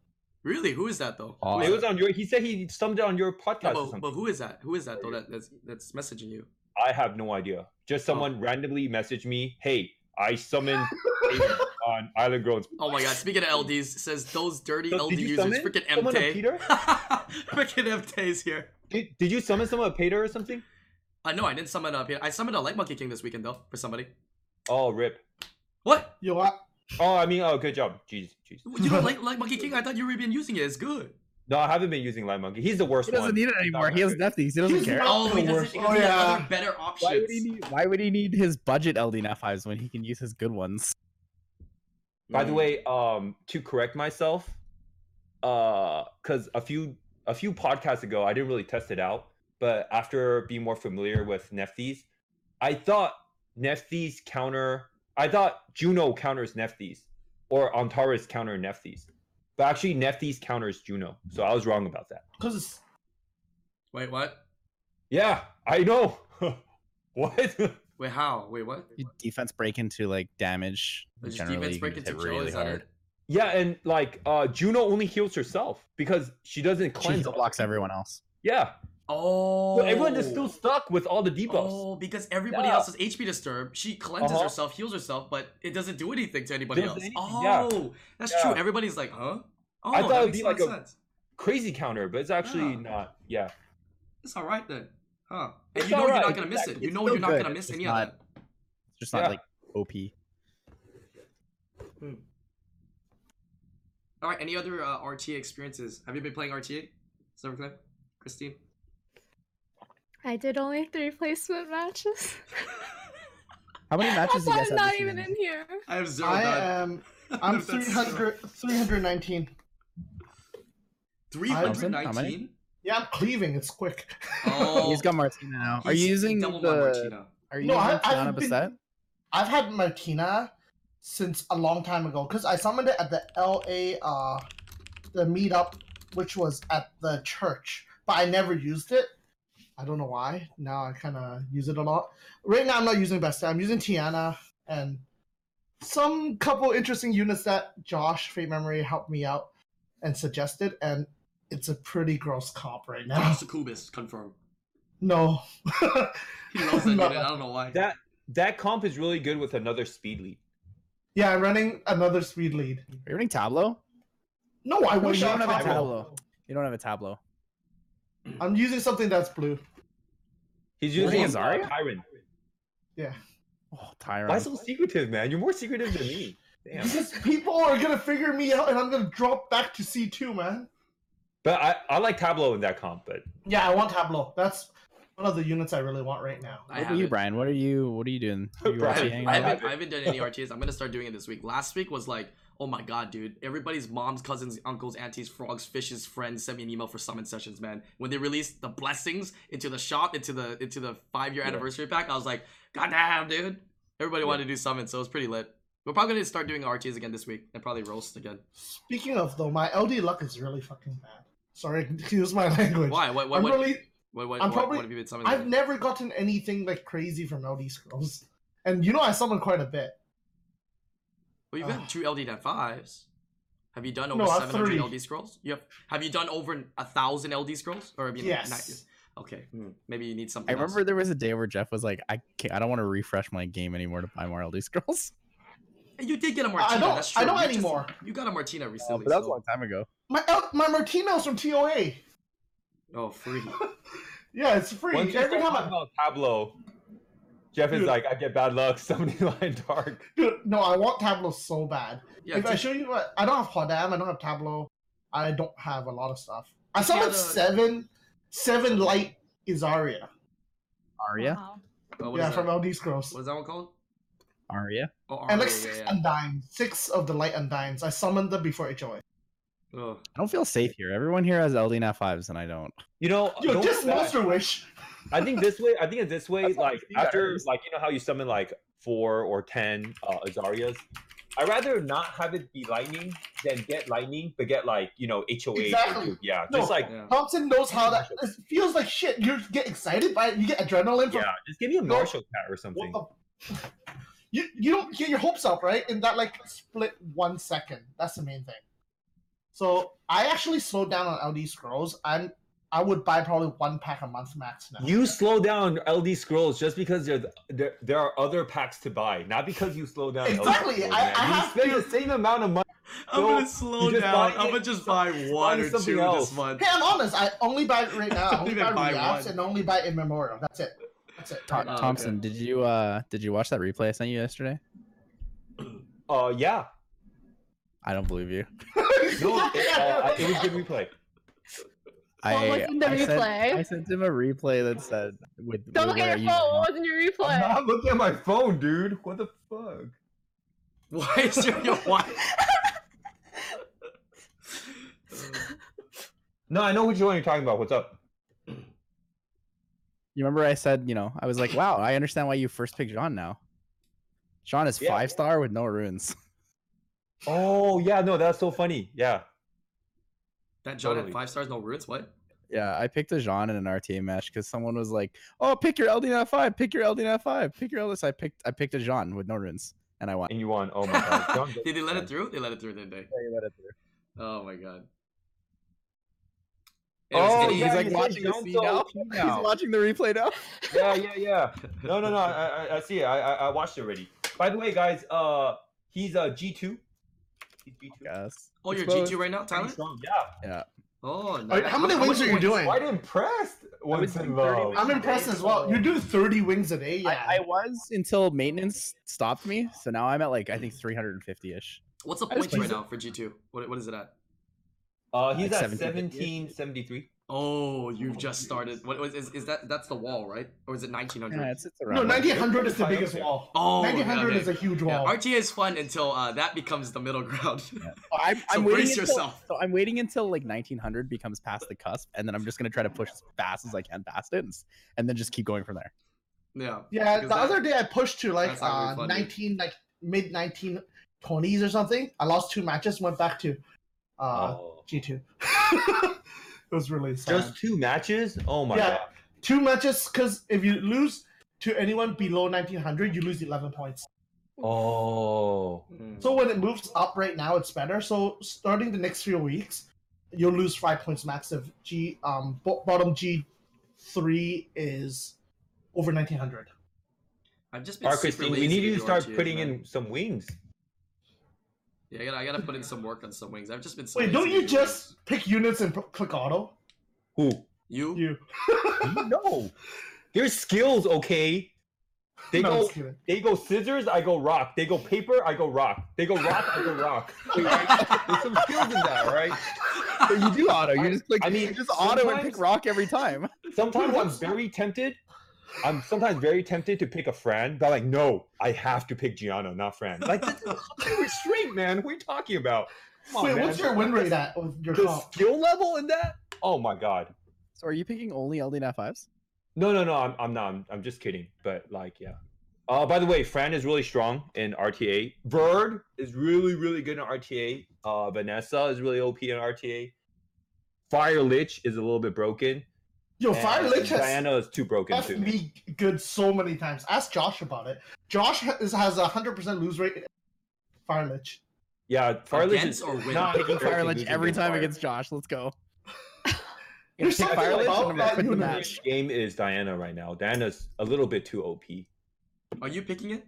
Speaker 1: Really, who is that though?
Speaker 4: Aw.
Speaker 1: Who is
Speaker 7: It
Speaker 4: Awesome.
Speaker 7: was on your. He said he summoned it on your
Speaker 1: that?
Speaker 7: podcast.
Speaker 1: No,
Speaker 7: or
Speaker 1: but,
Speaker 7: something.
Speaker 1: but who is that? Who is that though? That, that's that's messaging you.
Speaker 7: I have no idea. Just someone randomly messaged me, "Hey, I (laughs) summoned Aiden on Island Grown's."
Speaker 1: Oh my god! Speaking of LDs, it says those dirty
Speaker 7: So,
Speaker 1: LD
Speaker 7: did you
Speaker 1: users.
Speaker 7: summon
Speaker 1: Freaking
Speaker 7: someone a
Speaker 1: MT. (laughs)
Speaker 7: Peter?
Speaker 1: Freaking MT's here.
Speaker 7: Did, did you summon someone a Pater or something?
Speaker 1: Uh, no, I didn't summon up here. I summoned a Light Monkey King this weekend though for somebody.
Speaker 7: Oh, rip.
Speaker 1: What?
Speaker 3: You know what?
Speaker 7: Oh, I mean, oh, good job. Jeez, jeez.
Speaker 1: You know, Light, Light Monkey King. I thought you were even using it. It's good.
Speaker 7: No, I haven't been using Light Monkey. He's the worst
Speaker 4: he doesn't
Speaker 7: one.
Speaker 4: need it anymore. He has Nefties. He doesn't
Speaker 3: He's
Speaker 4: care.
Speaker 3: not-
Speaker 1: Oh, he
Speaker 3: the
Speaker 1: does
Speaker 3: worst.
Speaker 1: it because
Speaker 3: Oh,
Speaker 1: he has
Speaker 3: yeah.
Speaker 1: other better options.
Speaker 4: Why would, he need, why would he need his budget LD fives when he can use his good ones?
Speaker 7: By
Speaker 4: Mm.
Speaker 7: the way, um, to correct myself, uh, because a few a few podcasts ago, I didn't really test it out, but after being more familiar with Nephthys, I thought Nephthys counter. I thought Juno counters Nephthys, or Antares counter Nephthys, but actually Nephthys counters Juno. So I was wrong about that.
Speaker 3: Because it's.
Speaker 1: Wait, what?
Speaker 7: Yeah, I know. (laughs) what? (laughs)
Speaker 1: Wait, how? Wait, what?
Speaker 4: You defense break into like damage.
Speaker 1: Does
Speaker 4: generally,
Speaker 1: defense
Speaker 4: you
Speaker 1: break
Speaker 4: can
Speaker 1: into
Speaker 4: hit
Speaker 1: Joe? Is that it?
Speaker 7: yeah, and like uh, Juno only heals herself because she doesn't
Speaker 4: She
Speaker 7: cleanse.
Speaker 4: heal blocks everyone else.
Speaker 7: Yeah.
Speaker 1: Oh.
Speaker 7: So everyone is still stuck with all the debuffs.
Speaker 1: Oh, because everybody
Speaker 7: Yeah.
Speaker 1: else is HP disturbed. She cleanses
Speaker 7: Uh-huh.
Speaker 1: herself, heals herself, but it doesn't do anything to anybody
Speaker 7: Doesn't
Speaker 1: else.
Speaker 7: anything,
Speaker 1: oh,
Speaker 7: yeah.
Speaker 1: that's
Speaker 7: Yeah.
Speaker 1: true. Everybody's like, huh? Oh,
Speaker 7: I thought
Speaker 1: that
Speaker 7: it'd
Speaker 1: makes
Speaker 7: be
Speaker 1: a lot
Speaker 7: like
Speaker 1: of sense.
Speaker 7: crazy counter, but it's actually
Speaker 1: Yeah.
Speaker 7: not. Yeah.
Speaker 1: It's all right then, huh? And
Speaker 7: It's
Speaker 1: you know
Speaker 7: all
Speaker 1: you're not
Speaker 7: right,
Speaker 1: gonna miss it.
Speaker 7: exactly.
Speaker 1: You
Speaker 4: It's
Speaker 1: know
Speaker 4: still
Speaker 1: you're not
Speaker 4: good,
Speaker 1: gonna
Speaker 4: it's
Speaker 1: miss
Speaker 4: just
Speaker 1: any
Speaker 4: not-
Speaker 1: of that.
Speaker 4: It's just not
Speaker 7: Yeah.
Speaker 4: like OP.
Speaker 1: All right. Any other uh, RTA experiences? Have you been playing RTA? Silverclip, Christine. (laughs)
Speaker 6: I did only three placement matches.
Speaker 4: How (laughs)
Speaker 6: (laughs)
Speaker 4: many matches
Speaker 6: That's
Speaker 4: do you
Speaker 6: why
Speaker 4: guys
Speaker 6: I'm
Speaker 4: have
Speaker 6: not
Speaker 4: this
Speaker 6: even
Speaker 4: season?
Speaker 6: in here.
Speaker 1: I have zero.
Speaker 3: I
Speaker 1: done.
Speaker 3: am.
Speaker 1: (laughs)
Speaker 3: I'm
Speaker 1: That's zero.
Speaker 3: 300, 319.
Speaker 4: Thompson, how
Speaker 1: 319?
Speaker 4: many?
Speaker 7: Uh,
Speaker 3: Yeah, I'm cleaving. It's quick.
Speaker 1: Oh,
Speaker 4: He's got Martina now. Are
Speaker 1: he's-
Speaker 4: you
Speaker 1: he
Speaker 4: using
Speaker 1: doubled my
Speaker 4: the?
Speaker 7: (laughs)
Speaker 1: Martina.
Speaker 4: Are you
Speaker 3: No, I-
Speaker 4: using
Speaker 3: I've
Speaker 4: Tiana
Speaker 3: been-
Speaker 4: Bassett?
Speaker 3: I've had Martina since a long time ago because I summoned it at the LA uh the meetup, which was at the church, but I never used it. I don't know why. Now I kind of use it a lot. Right now I'm not using Besta. I'm using Tiana and some couple interesting units that Josh Fate Memory helped me out and suggested, and it's a pretty gross comp right now. (laughs)
Speaker 1: Josh Sakubis, confirm.
Speaker 3: No, (laughs)
Speaker 1: He loves
Speaker 7: (laughs)
Speaker 1: that
Speaker 3: No.
Speaker 1: unit. I don't know why.
Speaker 7: That that comp is really good with another speed lead.
Speaker 3: yeah, I'm running another speed lead.
Speaker 4: Are you running Tableau?
Speaker 3: No, I
Speaker 4: No,
Speaker 3: wish
Speaker 4: you
Speaker 3: I
Speaker 4: don't have a
Speaker 3: had
Speaker 4: Tableau. You don't have a Tableau.
Speaker 3: I'm using something that's blue.
Speaker 7: He's
Speaker 4: Really,
Speaker 7: using uh,
Speaker 4: Azaria?
Speaker 7: Tyron.
Speaker 3: Yeah,
Speaker 4: Oh, Tyrant.
Speaker 7: Why so secretive, man? You're more secretive than
Speaker 3: (laughs)
Speaker 7: me. Damn.
Speaker 3: because people are gonna figure me out, and I'm gonna drop back to C2, man.
Speaker 7: But I, I like Tableau in that comp, but
Speaker 3: Yeah, I want Tableau. That's one of the units I really want right now.
Speaker 1: I
Speaker 4: What about you,
Speaker 1: haven't.
Speaker 4: Brian? What are you? What are you doing? Are you
Speaker 7: Brian,
Speaker 1: I
Speaker 4: actually
Speaker 1: haven't,
Speaker 4: hanging
Speaker 1: I,
Speaker 4: out?
Speaker 1: haven't, I haven't done any RTAs. I'm gonna start doing it this week. Last week was like, oh my god, dude! Everybody's moms, cousins, uncles, aunties, frogs, fishes, friends sent me an email for summon sessions, man. When they released the blessings into the shop, into the into the five year
Speaker 7: Yeah.
Speaker 1: anniversary pack, I was like, god damn, dude! Everybody wanted to do summons, so it was pretty lit. We're probably gonna start doing RTAs again this week and probably roast again.
Speaker 3: Speaking of though, my LD luck is really fucking bad. Sorry, (laughs) excuse my language.
Speaker 1: Why? What? What?
Speaker 3: I'm
Speaker 1: What?
Speaker 3: really.
Speaker 1: what, what,
Speaker 3: I'm
Speaker 1: what,
Speaker 3: probably-
Speaker 1: what have you been summoning?
Speaker 3: I've never gotten anything like crazy from LD scrolls, and you know I summon quite a bit.
Speaker 1: well, you've
Speaker 3: Ugh.
Speaker 1: got two LD Net fives. Have you done
Speaker 3: No,
Speaker 1: over
Speaker 3: I have
Speaker 1: 700
Speaker 3: 30.
Speaker 1: LD scrolls? Yep. Have you done over a thousand LD scrolls? Or I mean,
Speaker 3: yes.
Speaker 1: not- Okay, hmm, maybe you need something.
Speaker 4: I
Speaker 1: else.
Speaker 4: remember there was a day where Jeff was like, "I can't, I don't want to refresh my game anymore to buy more LD Scrolls."
Speaker 1: you did get a Martina.
Speaker 3: don't-
Speaker 1: that's true.
Speaker 3: I don't
Speaker 1: you
Speaker 3: anymore.
Speaker 1: Just, you got a
Speaker 7: Oh,
Speaker 1: Martina
Speaker 4: Uh,
Speaker 1: recently.
Speaker 4: but that was a
Speaker 1: so-
Speaker 4: long time ago.
Speaker 3: My L- my Martino's from TOA.
Speaker 1: Oh,
Speaker 3: (laughs)
Speaker 1: free.
Speaker 3: Yeah, it's free.
Speaker 7: once you
Speaker 3: Every
Speaker 7: start
Speaker 3: time
Speaker 7: talking
Speaker 3: I
Speaker 7: about Tableau, Jeff is
Speaker 3: Dude.
Speaker 7: like, I get bad luck. (laughs) Somebody line dark.
Speaker 3: Dude, no, I want Tableau so bad.
Speaker 1: Yeah,
Speaker 3: if I
Speaker 1: did-
Speaker 3: show you, what- I don't have Hodam. I don't have Tableau. I don't have a lot of stuff. I
Speaker 1: Did you
Speaker 3: summoned
Speaker 1: have a-
Speaker 3: seven, seven light Isaria.
Speaker 4: Aria,
Speaker 6: Wow.
Speaker 1: oh, what is
Speaker 3: Yeah,
Speaker 1: that?
Speaker 3: from uh, LD scrolls.
Speaker 1: What is that one called?
Speaker 4: Aria.
Speaker 1: Oh,
Speaker 3: And
Speaker 1: Aria,
Speaker 3: like six
Speaker 1: yeah,
Speaker 3: undines, six of the light undines. I summoned them before
Speaker 1: Uh,
Speaker 3: HOA.
Speaker 1: yeah. Oh.
Speaker 4: I don't feel safe here. Everyone here has LD Net fives, and I don't.
Speaker 7: You know,
Speaker 3: Yo,
Speaker 7: don't
Speaker 3: just
Speaker 7: do that.
Speaker 3: monster wish.
Speaker 7: I think this way. I think it's this way.
Speaker 4: That's not
Speaker 7: Like
Speaker 4: the
Speaker 7: after,
Speaker 4: guys.
Speaker 7: like you know how you summon like four or ten uh, Azarias. I'd rather not have it be lightning than get lightning, but get like you know HOA.
Speaker 3: Exactly.
Speaker 7: Yeah,
Speaker 3: No.
Speaker 7: just like
Speaker 1: yeah.
Speaker 3: Thompson knows how that it feels like shit. You get excited by it. You get adrenaline from
Speaker 7: yeah, just give me a
Speaker 3: No.
Speaker 7: Marshall cat or something.
Speaker 3: What the- (laughs) you you don't get your hopes up, right? In that like split one second. That's the main thing. So I actually slowed down on LD scrolls. I'm I would buy probably one pack a month max now.
Speaker 7: You slow down LD scrolls just because there there there are other packs to buy, not because you slow down. LD
Speaker 3: Exactly,
Speaker 7: scrolls,
Speaker 3: I-
Speaker 7: man.
Speaker 3: I
Speaker 7: you
Speaker 3: have
Speaker 7: spend
Speaker 3: to-
Speaker 7: the same amount of money.
Speaker 1: I'm
Speaker 7: No,
Speaker 1: gonna slow
Speaker 7: you just
Speaker 1: down.
Speaker 7: buy
Speaker 1: I'm gonna
Speaker 7: it,
Speaker 1: just buy one or
Speaker 7: something
Speaker 1: two
Speaker 7: else.
Speaker 1: this month. (laughs)
Speaker 3: Hey, I'm honest. I only buy it right now. I
Speaker 1: I
Speaker 3: only
Speaker 1: think I
Speaker 3: buy,
Speaker 1: buy
Speaker 3: Reacts
Speaker 1: one.
Speaker 3: and only buy Immemorial. That's it. That's it.
Speaker 4: Tom-
Speaker 1: Oh, okay.
Speaker 4: Thompson, did you uh did you watch that replay I sent you yesterday?
Speaker 7: Uh, yeah,
Speaker 4: I don't believe you.
Speaker 7: no, it, uh, it was good replay.
Speaker 6: What was in the
Speaker 4: I sent,
Speaker 6: replay?
Speaker 4: I sent him a replay that said with.
Speaker 6: Don't look
Speaker 4: where
Speaker 6: at
Speaker 4: you
Speaker 6: your phone.
Speaker 4: went.
Speaker 6: What was in
Speaker 4: (laughs)
Speaker 6: your
Speaker 7: I'm
Speaker 6: replay?
Speaker 7: not looking at my phone, dude. What the fuck?
Speaker 1: Why is there
Speaker 3: (laughs)
Speaker 1: your wife?
Speaker 7: No, I know which one you're talking about. What's up?
Speaker 4: You remember I said you know I was like wow I understand why you first picked Jean now. Jean is
Speaker 7: Yeah.
Speaker 4: five star with no runes. (laughs)
Speaker 7: Oh yeah, no, that's so funny. Yeah.
Speaker 1: That John had
Speaker 7: Totally.
Speaker 1: five stars, no roots. What?
Speaker 4: Yeah, I picked a Jean in an RTA match because someone was like, "Oh, pick your LDNF five, pick your LDNF five, pick your LDS." I picked, I picked a Jean with no runes, and I won.
Speaker 7: And you won. Oh
Speaker 4: (laughs)
Speaker 7: my god.
Speaker 1: (laughs)
Speaker 7: John
Speaker 1: Did they let
Speaker 7: Goodman.
Speaker 1: it through? They let it through, didn't they? Oh my god. It was
Speaker 7: Oh,
Speaker 1: getting-
Speaker 4: he's
Speaker 7: yeah,
Speaker 4: like
Speaker 7: you said
Speaker 4: watching the
Speaker 7: Jean's
Speaker 4: scene
Speaker 7: so
Speaker 4: now.
Speaker 7: cute
Speaker 4: He's
Speaker 7: now.
Speaker 4: watching the replay
Speaker 1: (laughs)
Speaker 4: now.
Speaker 7: Yeah, yeah, yeah. No, no, no. I, I, I see it. I, I, I watched it already. By the way, guys, uh, he's a G two. He's G two.
Speaker 4: Yes.
Speaker 1: Oh, you're
Speaker 4: Exposed.
Speaker 1: G2 right now, Tyler?
Speaker 7: Yeah.
Speaker 1: Oh,
Speaker 3: Alright,
Speaker 1: nice.
Speaker 3: how many
Speaker 1: much
Speaker 3: wings are you
Speaker 1: points?
Speaker 3: doing?
Speaker 7: Quite impressed.
Speaker 4: was
Speaker 7: What's
Speaker 4: doing 30
Speaker 7: involved?
Speaker 4: minutes.
Speaker 3: I'm impressed as well. You do 30 wings a day. Yeah.
Speaker 4: I, I was until maintenance stopped me, so now I'm at like I think 350 ish.
Speaker 1: What's the
Speaker 4: I just
Speaker 1: points right
Speaker 4: think-
Speaker 1: now for G2? What, what is it at?
Speaker 7: Uh, he's
Speaker 4: Like
Speaker 7: at
Speaker 4: 17.
Speaker 7: seventeen seventy three.
Speaker 1: Oh, you've just started. What was is, is that? That's the wall, right? Or is it 1900?
Speaker 4: Yeah, it's, it's around.
Speaker 3: no,
Speaker 4: there.
Speaker 3: 1900 is the
Speaker 7: Fire
Speaker 3: biggest
Speaker 7: there.
Speaker 3: wall.
Speaker 1: oh,
Speaker 3: 1900
Speaker 1: okay.
Speaker 3: is a huge
Speaker 1: yeah,
Speaker 3: wall.
Speaker 1: RTA is fun until uh, that becomes the middle (laughs) ground.
Speaker 4: I'm,
Speaker 1: So
Speaker 4: I'm waiting
Speaker 1: brace
Speaker 4: until,
Speaker 1: yourself.
Speaker 4: So I'm waiting until like 1900 becomes past the cusp, and then I'm just gonna try to push as fast as I can past it, and, s- and then just keep going from there.
Speaker 1: yeah.
Speaker 3: Yeah, the
Speaker 1: Because that-
Speaker 3: other day I pushed to like
Speaker 1: that's not very
Speaker 3: uh,
Speaker 1: fun, dude.
Speaker 3: nineteen, like mid nineteen twenties or something. I lost two matches, went back to uh,
Speaker 7: Oh.
Speaker 3: G two. (laughs) it was really sad.
Speaker 7: Just two matches? Oh my
Speaker 3: Yeah.
Speaker 7: god.
Speaker 3: two matches because if you lose to anyone below nineteen hundred, you lose eleven points.
Speaker 7: Oh.
Speaker 4: Hmm.
Speaker 1: Mm.
Speaker 3: So when it moves up right now, it's better. So starting the next few weeks, you'll lose five points max if G um bo- bottom G three is over nineteen hundred.
Speaker 1: I've just been
Speaker 7: Alright,
Speaker 1: super
Speaker 7: Christine,
Speaker 1: lazy
Speaker 7: we need you to
Speaker 1: be
Speaker 7: start
Speaker 1: honest with
Speaker 7: putting
Speaker 1: man.
Speaker 7: in some wings.
Speaker 1: Yeah, I gotta, I gotta put in some work on some wings. I've just been. so
Speaker 3: Wait, don't
Speaker 1: lazy
Speaker 3: you
Speaker 1: to be
Speaker 3: just
Speaker 1: honest.
Speaker 3: pick units and p- click auto?
Speaker 7: Who?
Speaker 1: you?
Speaker 3: You.
Speaker 7: (laughs) no. There's skills, okay? They
Speaker 3: No, I'm
Speaker 7: go
Speaker 3: just kidding.
Speaker 7: they go scissors, I go rock. They go paper, I go rock. They go rock, I go (laughs) rock. Alright? There's some skills in that, right?
Speaker 4: (laughs) But you do auto. You
Speaker 7: I-
Speaker 4: just click.
Speaker 7: I mean,
Speaker 4: you just auto and pick
Speaker 7: sometimes-
Speaker 4: rock every time.
Speaker 7: Sometimes I'm very tempted. I'm sometimes very tempted to pick a Fran, but I'm like, no, I have to pick Gianna, not Fran. Like, this (laughs) is fucking restraint, man. What are you talking about? Come on,
Speaker 3: Wait,
Speaker 7: man.
Speaker 3: what's your win rate at with your
Speaker 7: the
Speaker 3: comp?
Speaker 7: skill level in that? Oh my god.
Speaker 4: (laughs) So are you picking only LDNF (laughs) fives?
Speaker 7: No, no, no. I'm, I'm not. I'm, I'm just kidding. But like, yeah. Uh, by the way, Fran is really strong in RTA. Bird is really, really good in RTA. Uh, Vanessa is really OP in RTA. Fire Lich is a little bit broken.
Speaker 3: Yo,
Speaker 7: and
Speaker 3: Fire Lich has
Speaker 7: Diana is too broken
Speaker 3: left
Speaker 7: too.
Speaker 3: me good so many times. Ask Josh about it. Josh has has a hundred percent lose rate. Fire Lich.
Speaker 7: Yeah, Fire Lich
Speaker 1: Against
Speaker 7: is
Speaker 1: or with?
Speaker 7: not picking
Speaker 4: Fire
Speaker 7: first and
Speaker 4: Lich
Speaker 7: losing
Speaker 4: every
Speaker 7: against
Speaker 4: time
Speaker 7: Fire.
Speaker 4: against Josh. Let's go.
Speaker 3: There's
Speaker 4: Pick
Speaker 3: something
Speaker 4: Fire Lich
Speaker 3: about
Speaker 4: and I'm gonna
Speaker 3: that
Speaker 4: quit the
Speaker 3: unit.
Speaker 4: match.
Speaker 7: Which game is Diana right now? Diana's a little bit too OP.
Speaker 1: Are you picking it?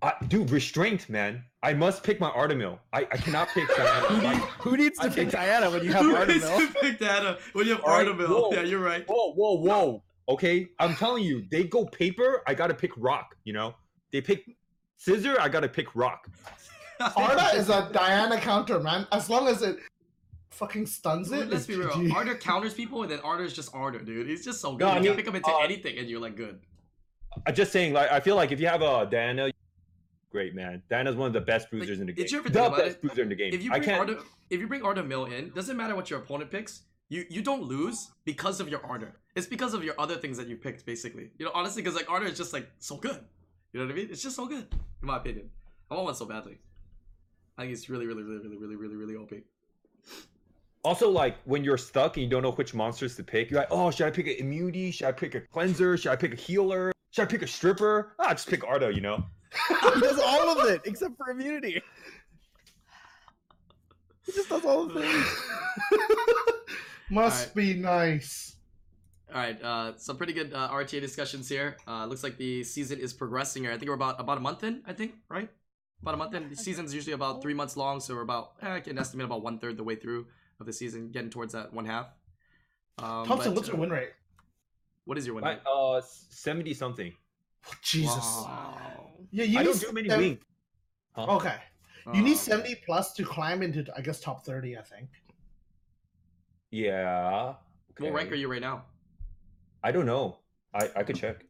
Speaker 7: I, dude, restraint, man. I must pick my Artemil. I, I cannot
Speaker 3: (laughs)
Speaker 7: pick Diana. Like,
Speaker 4: Who needs to
Speaker 7: I
Speaker 4: pick
Speaker 7: think-
Speaker 4: Diana when you have
Speaker 1: (laughs) Who is
Speaker 4: Artemil? (laughs)
Speaker 1: to pick that up when you have
Speaker 7: All right,
Speaker 1: Artemil?
Speaker 7: whoa.
Speaker 1: Yeah, you're right. (laughs)
Speaker 7: whoa, whoa, whoa. Okay, I'm telling you, they go paper. I gotta pick rock. You know, they pick scissor. I gotta pick rock.
Speaker 3: Arda is a Diana counter, man. As long as it fucking stuns it.
Speaker 1: Let's
Speaker 3: it's
Speaker 1: be real.
Speaker 3: GG.
Speaker 1: (laughs) Arter counters people, and then Arter's just Arter, dude. He's just so good. you
Speaker 7: I
Speaker 1: can
Speaker 7: mean,
Speaker 1: pick him into
Speaker 7: uh,
Speaker 1: anything, and you're like good.
Speaker 7: I'm just saying. Like, I feel like if you have a Diana, great man. Diana's one of the best bruisers in the game.
Speaker 1: did you ever
Speaker 7: the
Speaker 1: think about
Speaker 7: best
Speaker 1: it?
Speaker 7: bruiser in the game.
Speaker 1: If you
Speaker 7: I
Speaker 1: bring
Speaker 7: can't.
Speaker 1: Arter, if you bring Arter Mill in, doesn't matter what your opponent picks. You you don't lose because of your Arter. It's because of your other things that you picked, basically. You know, honestly, because like Arter is just like so good. You know what I mean? It's just so good, in my opinion. I want one so badly. I think it's really, really, really, really, really, really, really OP.
Speaker 7: Also, like when you're stuck and you don't know which monsters to pick, you're like, oh, should I pick an immunity? Should I pick a cleanser? Should I pick a healer? Should I pick a stripper? Ah, just pick Ardo, you know.
Speaker 4: he does all (laughs) of it except for immunity. He just does all of it.
Speaker 1: (laughs) Alright.
Speaker 3: Must be nice.
Speaker 1: All right, uh, some pretty good uh, RTA discussions here. Uh, looks like the season is progressing here. I think we're about about a month in. I think right, about a month in. The season's usually about three months long, so we're about eh, I can estimate about one third the way through of the season, getting towards that one half. Um,
Speaker 3: Thompson,
Speaker 1: but,
Speaker 3: what's your
Speaker 1: uh,
Speaker 3: win rate?
Speaker 1: What is your win?
Speaker 7: My,
Speaker 1: rate?
Speaker 7: uh, seventy something.
Speaker 3: Oh, Jesus.
Speaker 1: Wow.
Speaker 3: Yeah, you
Speaker 7: I don't
Speaker 3: need
Speaker 7: do many
Speaker 3: sev-
Speaker 7: wings. Huh?
Speaker 3: Okay. You
Speaker 1: Oh,
Speaker 3: need
Speaker 1: okay.
Speaker 3: 70 plus to climb into, I guess, top 30, I think.
Speaker 7: Yeah.
Speaker 1: What rank
Speaker 7: okay.
Speaker 1: are you right now?
Speaker 7: I don't know. I I could check.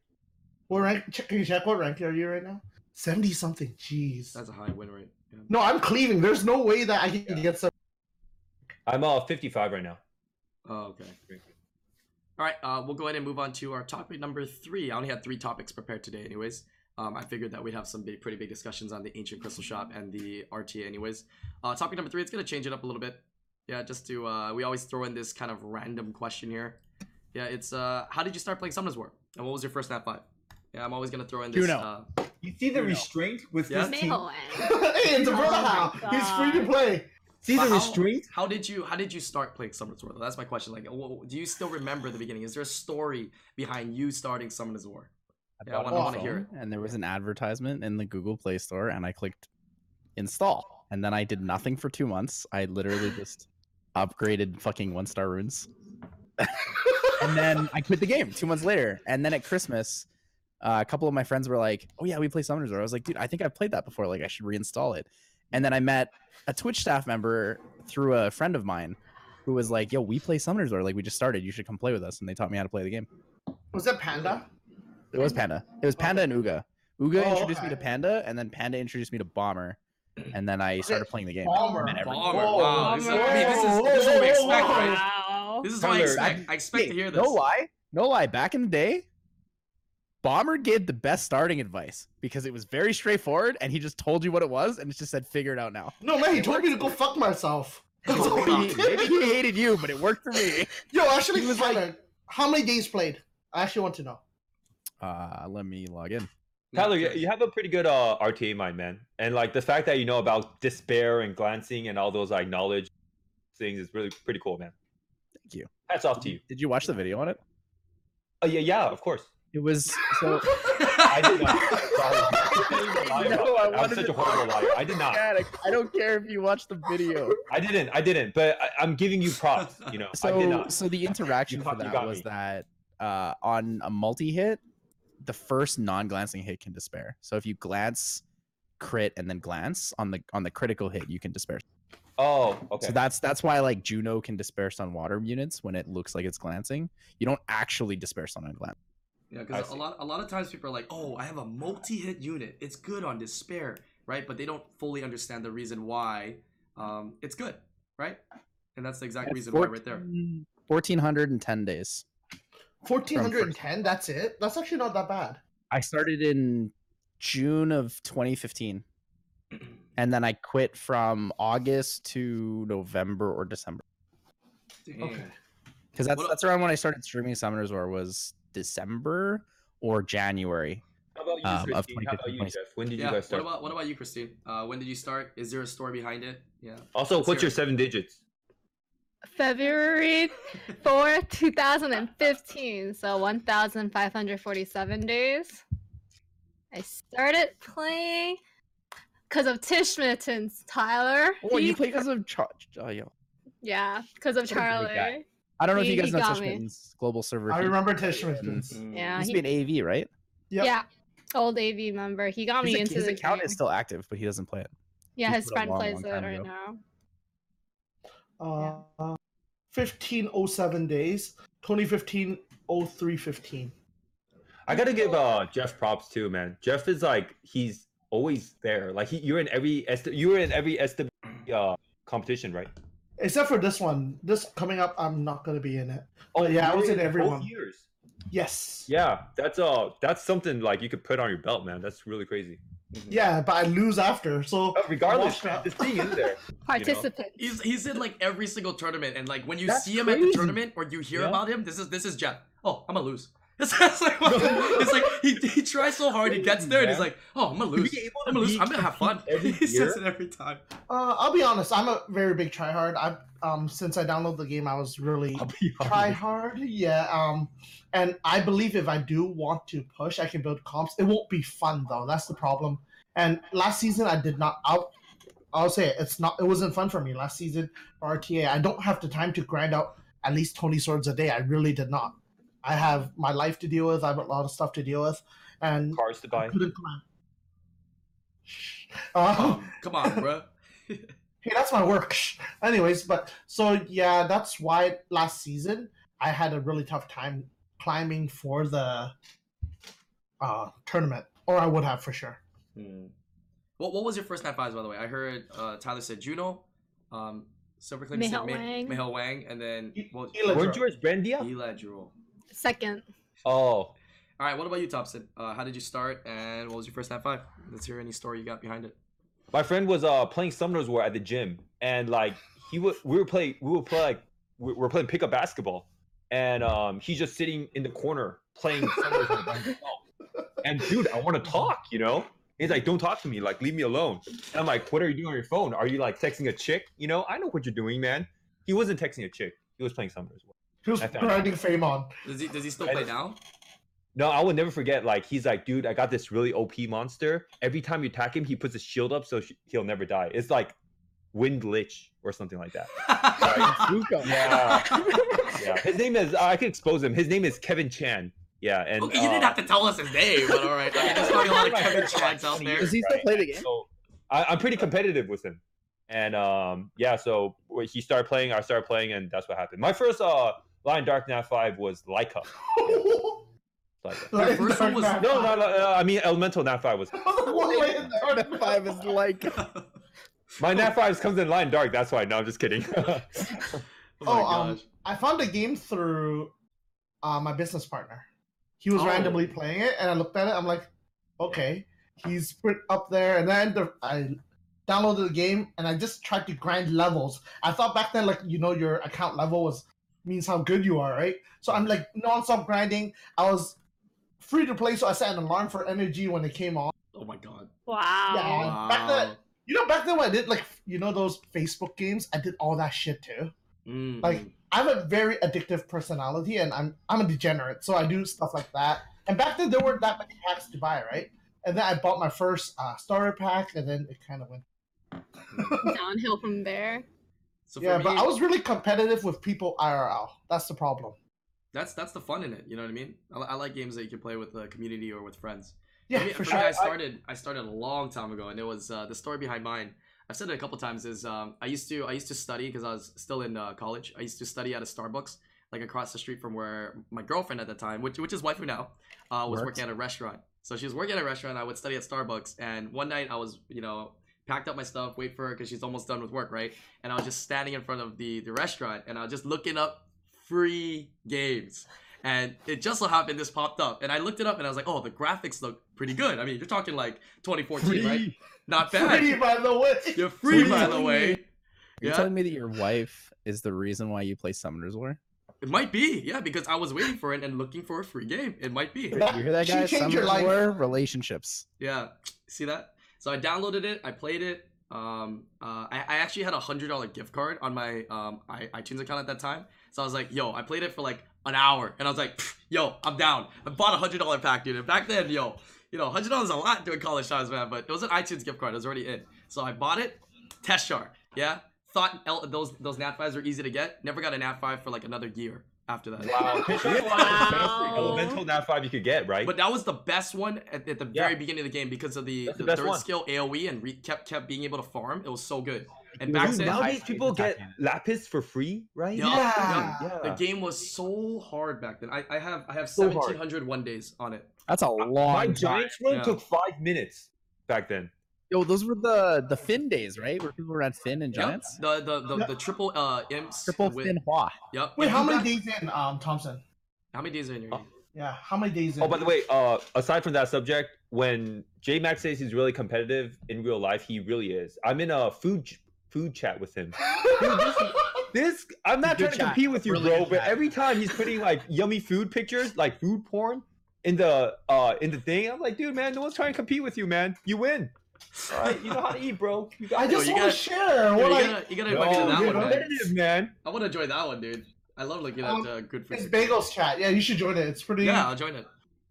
Speaker 3: What rank? Check, can you check what rank are you right now? 70 something. Jeez.
Speaker 1: That's a high win rate. Yeah.
Speaker 3: No, I'm cleaving. There's no way that I can get some.
Speaker 7: I'm uh 55 right now.
Speaker 1: Oh, okay. All right, uh, we'll go ahead and move on to our topic number three. I only had three topics prepared today, anyways. Um, I figured that we'd have some big, pretty big discussions on the Ancient Crystal Shop and the RTA, anyways. Uh, topic number three, it's going to change it up a little bit. Yeah, just to, uh, we always throw in this kind of random question here. Yeah, it's, uh, how did you start playing Summoners War? And what was your first Nat 5? Yeah, I'm always going to throw in this.
Speaker 4: Juno.
Speaker 1: Uh,
Speaker 7: You see the
Speaker 4: Bruno.
Speaker 7: restraint with
Speaker 1: Yeah.
Speaker 7: this
Speaker 6: May
Speaker 4: (laughs)
Speaker 7: team.
Speaker 6: Hoan.
Speaker 3: (laughs) hey, it's a
Speaker 6: Oh
Speaker 3: Verhau.
Speaker 6: my
Speaker 3: He's free to
Speaker 6: God.
Speaker 3: play.
Speaker 7: See the
Speaker 1: Wow.
Speaker 7: restraint?
Speaker 1: how did you, how did you start playing Summoners War? though? That's my question. Like, wh- do you still remember the beginning? Is there a story behind you starting Summoners War? Yeah, I
Speaker 4: bought it
Speaker 3: wanna- I
Speaker 4: on
Speaker 3: wanna
Speaker 4: my
Speaker 1: hear
Speaker 4: phone, And there was an advertisement in the Google Play Store, and I clicked install. And then I did nothing for two months. I (sighs) literally just upgraded fucking one star (laughs) runes. and then I quit the game two months later. And then at Christmas, uh, a couple of my friends were like, "Oh yeah, we play Summoners War." I was like, "Dude, I think I've played that before. Like, I should reinstall it." And then I met a Twitch staff member through a friend of mine, who was like, "Yo, we play Summoners War. Like, we just started. You should come play with us." And they taught me how to play the game.
Speaker 3: Was that Panda?
Speaker 4: It was Panda. It was Panda and Uga. Uga
Speaker 3: Oh,
Speaker 4: introduced me
Speaker 3: okay.
Speaker 4: to Panda, and then Panda introduced me to Bomber, and then I started playing the game.
Speaker 3: Bomber.
Speaker 4: And everything.
Speaker 1: Bomber.
Speaker 3: Whoa,
Speaker 1: wow. This is, I
Speaker 3: Bomber.
Speaker 1: mean, this is, this is what we
Speaker 3: Whoa,
Speaker 1: expect,
Speaker 3: whoa,
Speaker 1: right?
Speaker 6: Wow.
Speaker 1: This is what I
Speaker 7: Tyler,
Speaker 1: expect. I expect to
Speaker 4: Hey,
Speaker 1: hear this.
Speaker 4: No lie, no lie. Back in the day, Bomber gave the best starting advice because it was very straightforward, and he just told you what it was, and it just said figure it out now.
Speaker 3: No, man, he told me to go
Speaker 1: (laughs)
Speaker 3: fuck myself. That's all he
Speaker 4: Maybe
Speaker 3: did.
Speaker 4: maybe he hated you, but it worked for me.
Speaker 3: (laughs)
Speaker 4: (laughs)
Speaker 3: Yo, actually,
Speaker 4: He was
Speaker 3: Tyler, how many days played? I actually want to know.
Speaker 4: Uh, let me log in.
Speaker 1: No,
Speaker 7: Tyler, you,
Speaker 1: sure.
Speaker 7: you have a pretty good uh, RTA mind, man. And like the fact that you know about despair and glancing and all those like knowledge things is really pretty cool, man.
Speaker 4: Thank you.
Speaker 7: Hats off to you.
Speaker 4: Did you watch the video on it?
Speaker 7: Oh yeah, yeah, of course.
Speaker 4: It was (laughs) so.
Speaker 7: I did (laughs) not. Sorry.
Speaker 4: No, I
Speaker 7: I am
Speaker 4: wanted
Speaker 7: such
Speaker 4: to-
Speaker 7: a horrible liar. I did not.
Speaker 4: God, I- I don't care if you watch the video.
Speaker 7: I didn't. I didn't. But I, I'm giving you props. You know, I did
Speaker 4: So,
Speaker 7: not.
Speaker 4: so the interaction
Speaker 7: (laughs) You
Speaker 4: for
Speaker 7: got- you
Speaker 4: that
Speaker 7: got
Speaker 4: was
Speaker 7: me.
Speaker 4: that uh, on a multi hit, the first non glancing hit can despair. So if you glance, crit, and then glance on the on the critical hit, you can despair.
Speaker 7: Oh, okay.
Speaker 4: So that's that's why like Juno can despair stun water units when it looks like it's glancing. You don't actually despair stun on glance.
Speaker 1: Yeah,
Speaker 7: I
Speaker 1: because a
Speaker 7: see.
Speaker 1: lot a lot of times people are like, "Oh, I have a multi-hit unit. It's good on despair, right?" But they don't fully understand the reason why um, it's good, right? And that's the exact reason why, right there.
Speaker 4: Fourteen hundred and ten days.
Speaker 3: Fourteen hundred and ten. That's it. That's actually not that bad.
Speaker 4: I started in June of
Speaker 7: (clears throat)
Speaker 4: 2015, and then I quit from August to November or December.
Speaker 1: Dang.
Speaker 3: Okay.
Speaker 4: because that's
Speaker 1: What-
Speaker 4: that's around when I started streaming Summoners War was December or January.
Speaker 7: How about you,
Speaker 4: um, of
Speaker 7: Christine? How about
Speaker 4: 2015,
Speaker 7: you, Jeff? When did
Speaker 1: Yeah.
Speaker 7: you guys
Speaker 1: What
Speaker 7: start?
Speaker 1: about what about you, Christine? Uh, when did you start? Is there a story behind it? Yeah.
Speaker 7: also, what's your seven digits?
Speaker 6: February 4th, 2015. So 1,547 days. I started playing because of Tishminton's Tyler.
Speaker 4: Oh,
Speaker 6: He-
Speaker 4: you play because of Char- oh, yo.
Speaker 6: Yeah, because of
Speaker 4: What a great guy.
Speaker 6: Charlie.
Speaker 4: I don't know if
Speaker 6: He-
Speaker 4: you guys
Speaker 6: he
Speaker 4: know
Speaker 6: got
Speaker 4: Touch
Speaker 6: me.
Speaker 4: Mittens global server.
Speaker 3: I
Speaker 4: He-
Speaker 3: remember Tish Mittens.
Speaker 1: Mm.
Speaker 6: Yeah,
Speaker 4: He's
Speaker 6: he-
Speaker 4: been AV, right?
Speaker 3: Yep.
Speaker 6: Yeah. Old AV member. He got
Speaker 4: His, ac-
Speaker 6: me into
Speaker 4: his
Speaker 6: the
Speaker 4: account
Speaker 6: game.
Speaker 4: is still active, but he doesn't play it.
Speaker 6: yeah,
Speaker 4: he
Speaker 6: his
Speaker 4: put a
Speaker 6: friend
Speaker 4: long,
Speaker 6: plays
Speaker 4: long
Speaker 6: it
Speaker 4: time
Speaker 6: right
Speaker 4: ago.
Speaker 6: now.
Speaker 3: Uh, fifteen oh seven days. 2015 0315.
Speaker 7: I gotta give uh Jeff props too, man. Jeff is like he's always there. Like he, you're in every S- you were in every SW uh competition, right?
Speaker 3: Except for this one. This coming up, I'm not going to be in it. Oh, yeah, I
Speaker 7: you
Speaker 3: was
Speaker 7: were
Speaker 3: in every
Speaker 7: both
Speaker 3: one.
Speaker 7: Years.
Speaker 3: Yes.
Speaker 7: Yeah, that's uh that's something like you could put on your belt, man. That's really crazy.
Speaker 3: Yeah, but I lose after. So
Speaker 7: But Oh, regardless,
Speaker 3: Watch out.
Speaker 7: this thing is
Speaker 3: (laughs)
Speaker 7: there.
Speaker 6: Participant.
Speaker 1: He's he's in like every single tournament, and like when you
Speaker 4: That's
Speaker 1: see him at the
Speaker 4: crazy.
Speaker 1: tournament or you hear
Speaker 7: Yeah.
Speaker 1: about him, this is this is Jeff. Oh, I'm gonna lose. (laughs) It's, it's
Speaker 7: (laughs)
Speaker 1: like it's like he, he tries so hard, he gets there, and he's like, oh, I'm gonna
Speaker 7: To be
Speaker 1: lose.
Speaker 7: able to
Speaker 1: I'm gonna lose.
Speaker 7: be
Speaker 1: I'm gonna have fun. (laughs)
Speaker 7: every
Speaker 1: he says
Speaker 7: year?
Speaker 1: it every time.
Speaker 3: uh, I'll be honest. I'm a very big tryhard. I've um since I downloaded the game, I was really
Speaker 7: I'll be
Speaker 3: try
Speaker 7: honest.
Speaker 3: hard yeah um and i believe if i do want to push i can build comps it won't be fun though that's the problem and last season i did not out i'll say it, it's not it wasn't fun for me last season for rta i don't have the time to grind out at least 20 swords a day i really did not i have my life to deal with i have a lot of stuff to deal with and
Speaker 7: cars to
Speaker 3: I
Speaker 7: buy.
Speaker 3: couldn't plan (laughs) um,
Speaker 1: Um, come on,
Speaker 7: (laughs)
Speaker 1: bro.
Speaker 3: hey, that's my work. (laughs) Anyways, but so yeah, that's why last season I had a really tough time climbing for the uh, tournament, or I would have for sure.
Speaker 1: What what was your first nat fives by the way? I heard uh, Tyler said Juno, um, Silver Click said
Speaker 6: Mihail
Speaker 1: Ma-
Speaker 6: Wang.
Speaker 1: Mihail Wang, and then
Speaker 3: E-
Speaker 1: what?
Speaker 3: Elad
Speaker 7: Weren't you at Brandia?
Speaker 1: Elad Drool.
Speaker 6: Second.
Speaker 7: Oh,
Speaker 1: All right, what about you, Thompson? Uh, how did you start, and what was your first nat five? Let's hear any story you got behind it.
Speaker 7: my friend was uh playing Summoners War at the gym, and like he would, we were play, we would play like we were playing pickup basketball, and um he's just sitting in the corner playing Summoners War by himself. And dude, I want to talk, you know. He's like, "Don't talk to me, like leave me alone." And I'm like, "What are you doing on your phone? Are you like texting a chick? You know, I know what you're doing, man." He wasn't texting a chick. He was playing Summoners War.
Speaker 3: He was
Speaker 7: I found
Speaker 3: grinding fame on. (laughs)
Speaker 1: Does he does he still
Speaker 7: I
Speaker 1: play
Speaker 7: just-
Speaker 1: now?
Speaker 7: No, I will never forget. Like he's like, dude, I got this really OP monster. Every time you attack him, he puts his shield up so sh- he'll never die. It's like Wind Lich or something like that. Yeah, yeah. His name is. I could expose him. His name is Kevin Chan. Yeah, and
Speaker 1: (laughs) okay, you didn't
Speaker 7: uh,
Speaker 1: have to tell us his name, but all right. I mean, there's probably a lot
Speaker 3: (laughs)
Speaker 1: of Kevin Chans out there. (laughs)
Speaker 4: Does he still
Speaker 7: Right.
Speaker 4: play the game?
Speaker 7: So I, I'm pretty competitive with him, and um, yeah. So when he started playing, I started playing, and that's what happened. My first uh line Dark Knight Five was Lyca. Lyca.
Speaker 1: The first one
Speaker 3: (laughs)
Speaker 1: was-
Speaker 7: No, no, no, no, I mean Elemental Nat Five was
Speaker 4: Five is like
Speaker 1: Oh
Speaker 7: my Nat Fives comes in line dark. That's why. No, I'm
Speaker 1: (laughs)
Speaker 7: just kidding. (laughs)
Speaker 1: Oh,
Speaker 3: Oh,
Speaker 1: my
Speaker 3: um,
Speaker 1: gosh.
Speaker 3: I found the game through uh, my business partner. He was
Speaker 1: Oh.
Speaker 3: randomly playing it, and I looked at it. I'm like, okay, he's put up there. And then the, I downloaded the game, and I just tried to grind levels. I thought back then, like you know, your account level was means how good you are, right? So I'm like nonstop grinding. I was free to play, so I set an alarm for energy when it came on.
Speaker 1: Oh my god.
Speaker 6: Wow.
Speaker 3: Yeah. Back then- You know, back then when I did like you know those Facebook games, I did all that shit too.
Speaker 1: Mm.
Speaker 3: Like- I have a very addictive personality, and I'm I'm a degenerate, so I do stuff like that. And back then there weren't that many packs to buy, right? And then I bought my first uh, starter pack, and then it kind of went.
Speaker 6: Downhill from there.
Speaker 1: so for
Speaker 3: yeah,
Speaker 1: me,
Speaker 3: but I was really competitive with people IRL. That's the problem.
Speaker 1: that's that's the fun in it. You know what I mean? I, li- I like games that you can play with the community or with friends.
Speaker 3: Yeah,
Speaker 1: For me-
Speaker 3: for
Speaker 1: for
Speaker 3: sure.
Speaker 1: me, I
Speaker 3: I-
Speaker 1: started I started a long time ago, and it was uh, the story behind mine. I've said it a couple times. Is um, I used to I used to study because I was still in uh, college. I used to study at a Starbucks like across the street from where my girlfriend at the time, which which is waifu now, uh, was
Speaker 4: Works.
Speaker 1: working at a restaurant. So she was working at a restaurant. I would study at Starbucks, and one night I was you know packed up my stuff, wait for her because she's almost done with work, right? And I was just standing in front of the the restaurant, and I was just looking up free games. And it just so happened this popped up, and I looked it up, and I was like, "Oh, the graphics look pretty good. I mean, you're talking like 2014, right? Not bad.
Speaker 3: Free, by the
Speaker 1: (laughs)
Speaker 3: way.
Speaker 1: You're free,
Speaker 4: Free.
Speaker 1: by the way.
Speaker 4: You're
Speaker 1: Yeah.
Speaker 4: telling me that your wife is the reason why you play Summoners War?
Speaker 1: It might be, yeah, because I was waiting for it and looking for a free game. It might be,
Speaker 3: That-
Speaker 4: You hear that,
Speaker 3: she
Speaker 4: guys?
Speaker 3: changed your
Speaker 4: Summoners
Speaker 3: life.
Speaker 4: War relationships.
Speaker 1: yeah. See that? So I downloaded it. I played it. Um, uh, I, I actually had a hundred dollar gift card on my um I, iTunes account at that time. So I was like, "Yo, I played it for like an hour," and I was like, "Pfft, "Yo, I'm down. I bought a hundred dollar pack, dude." And back then, yo, you know, hundred dollars is a lot during college times, man. But it was an iTunes gift card. It was already in. So I bought it. Test char. Yeah. Thought L- those those nat fives were easy to get. Never got a nat five for like another year after that.
Speaker 6: (laughs)
Speaker 7: Wow. Pitch is one of the best elemental nat five you could get, right?
Speaker 1: But that was the best one at, at the
Speaker 7: Yeah.
Speaker 1: very beginning of the game because of the,
Speaker 7: That's
Speaker 1: the,
Speaker 7: the best
Speaker 1: third
Speaker 7: one.
Speaker 1: skill AOE and re- kept kept being able to farm. It was so good. And
Speaker 4: Dude,
Speaker 1: back
Speaker 4: you
Speaker 1: then,
Speaker 4: know-
Speaker 7: nowadays
Speaker 4: high
Speaker 7: people
Speaker 4: speed
Speaker 7: get
Speaker 4: attacking.
Speaker 7: lapis for free, right?
Speaker 1: Yeah.
Speaker 3: Yeah.
Speaker 1: the
Speaker 7: Yeah.
Speaker 1: game was so hard back then. I, I have I have
Speaker 7: So hard.
Speaker 1: 1700 one days on it.
Speaker 4: That's a
Speaker 7: My
Speaker 4: long time.
Speaker 7: giants run
Speaker 1: Yeah.
Speaker 7: took five minutes back then.
Speaker 4: Yo, those were the the Finn days, right? Where people were at Finn and
Speaker 1: Yep.
Speaker 4: Giants.
Speaker 1: The the the, the triple uh imps.
Speaker 4: Triple
Speaker 1: with-
Speaker 4: Finn Hua.
Speaker 1: Yep.
Speaker 3: Wait,
Speaker 1: And
Speaker 3: how
Speaker 1: you
Speaker 3: many
Speaker 1: got-
Speaker 3: days in, um, Thompson?
Speaker 1: How many days are in your game?
Speaker 3: Yeah, how many days in?
Speaker 7: Oh, by the
Speaker 3: (laughs)
Speaker 7: way, uh, aside from that subject, when J Max says he's really competitive in real life, he really is. I'm in a food ch- food chat with him. This I'm not
Speaker 4: Good
Speaker 7: trying to
Speaker 4: chat.
Speaker 7: compete with you,
Speaker 4: Really
Speaker 7: bro,
Speaker 4: good
Speaker 7: but
Speaker 4: chat.
Speaker 7: every time he's putting like yummy food pictures, like food porn in the uh in the thing, I'm like, dude, man, no one's trying to compete with you, man. You win. All right, (laughs) you know how to eat, bro. You got
Speaker 3: I
Speaker 1: Yo,
Speaker 3: just
Speaker 1: you
Speaker 3: want to
Speaker 1: gotta-
Speaker 3: share.
Speaker 1: Dude,
Speaker 3: What
Speaker 1: you
Speaker 3: I
Speaker 1: gotta, you gotta
Speaker 7: Yo,
Speaker 1: invite me to that
Speaker 7: you're
Speaker 1: one, man.
Speaker 7: competitive, man.
Speaker 1: I want to join that one, dude. I love looking
Speaker 3: Um,
Speaker 1: at uh, good
Speaker 3: it's
Speaker 1: food. pictures.
Speaker 3: Bagels chat. Yeah, you should join it. It's pretty.
Speaker 1: Yeah, I'll join it.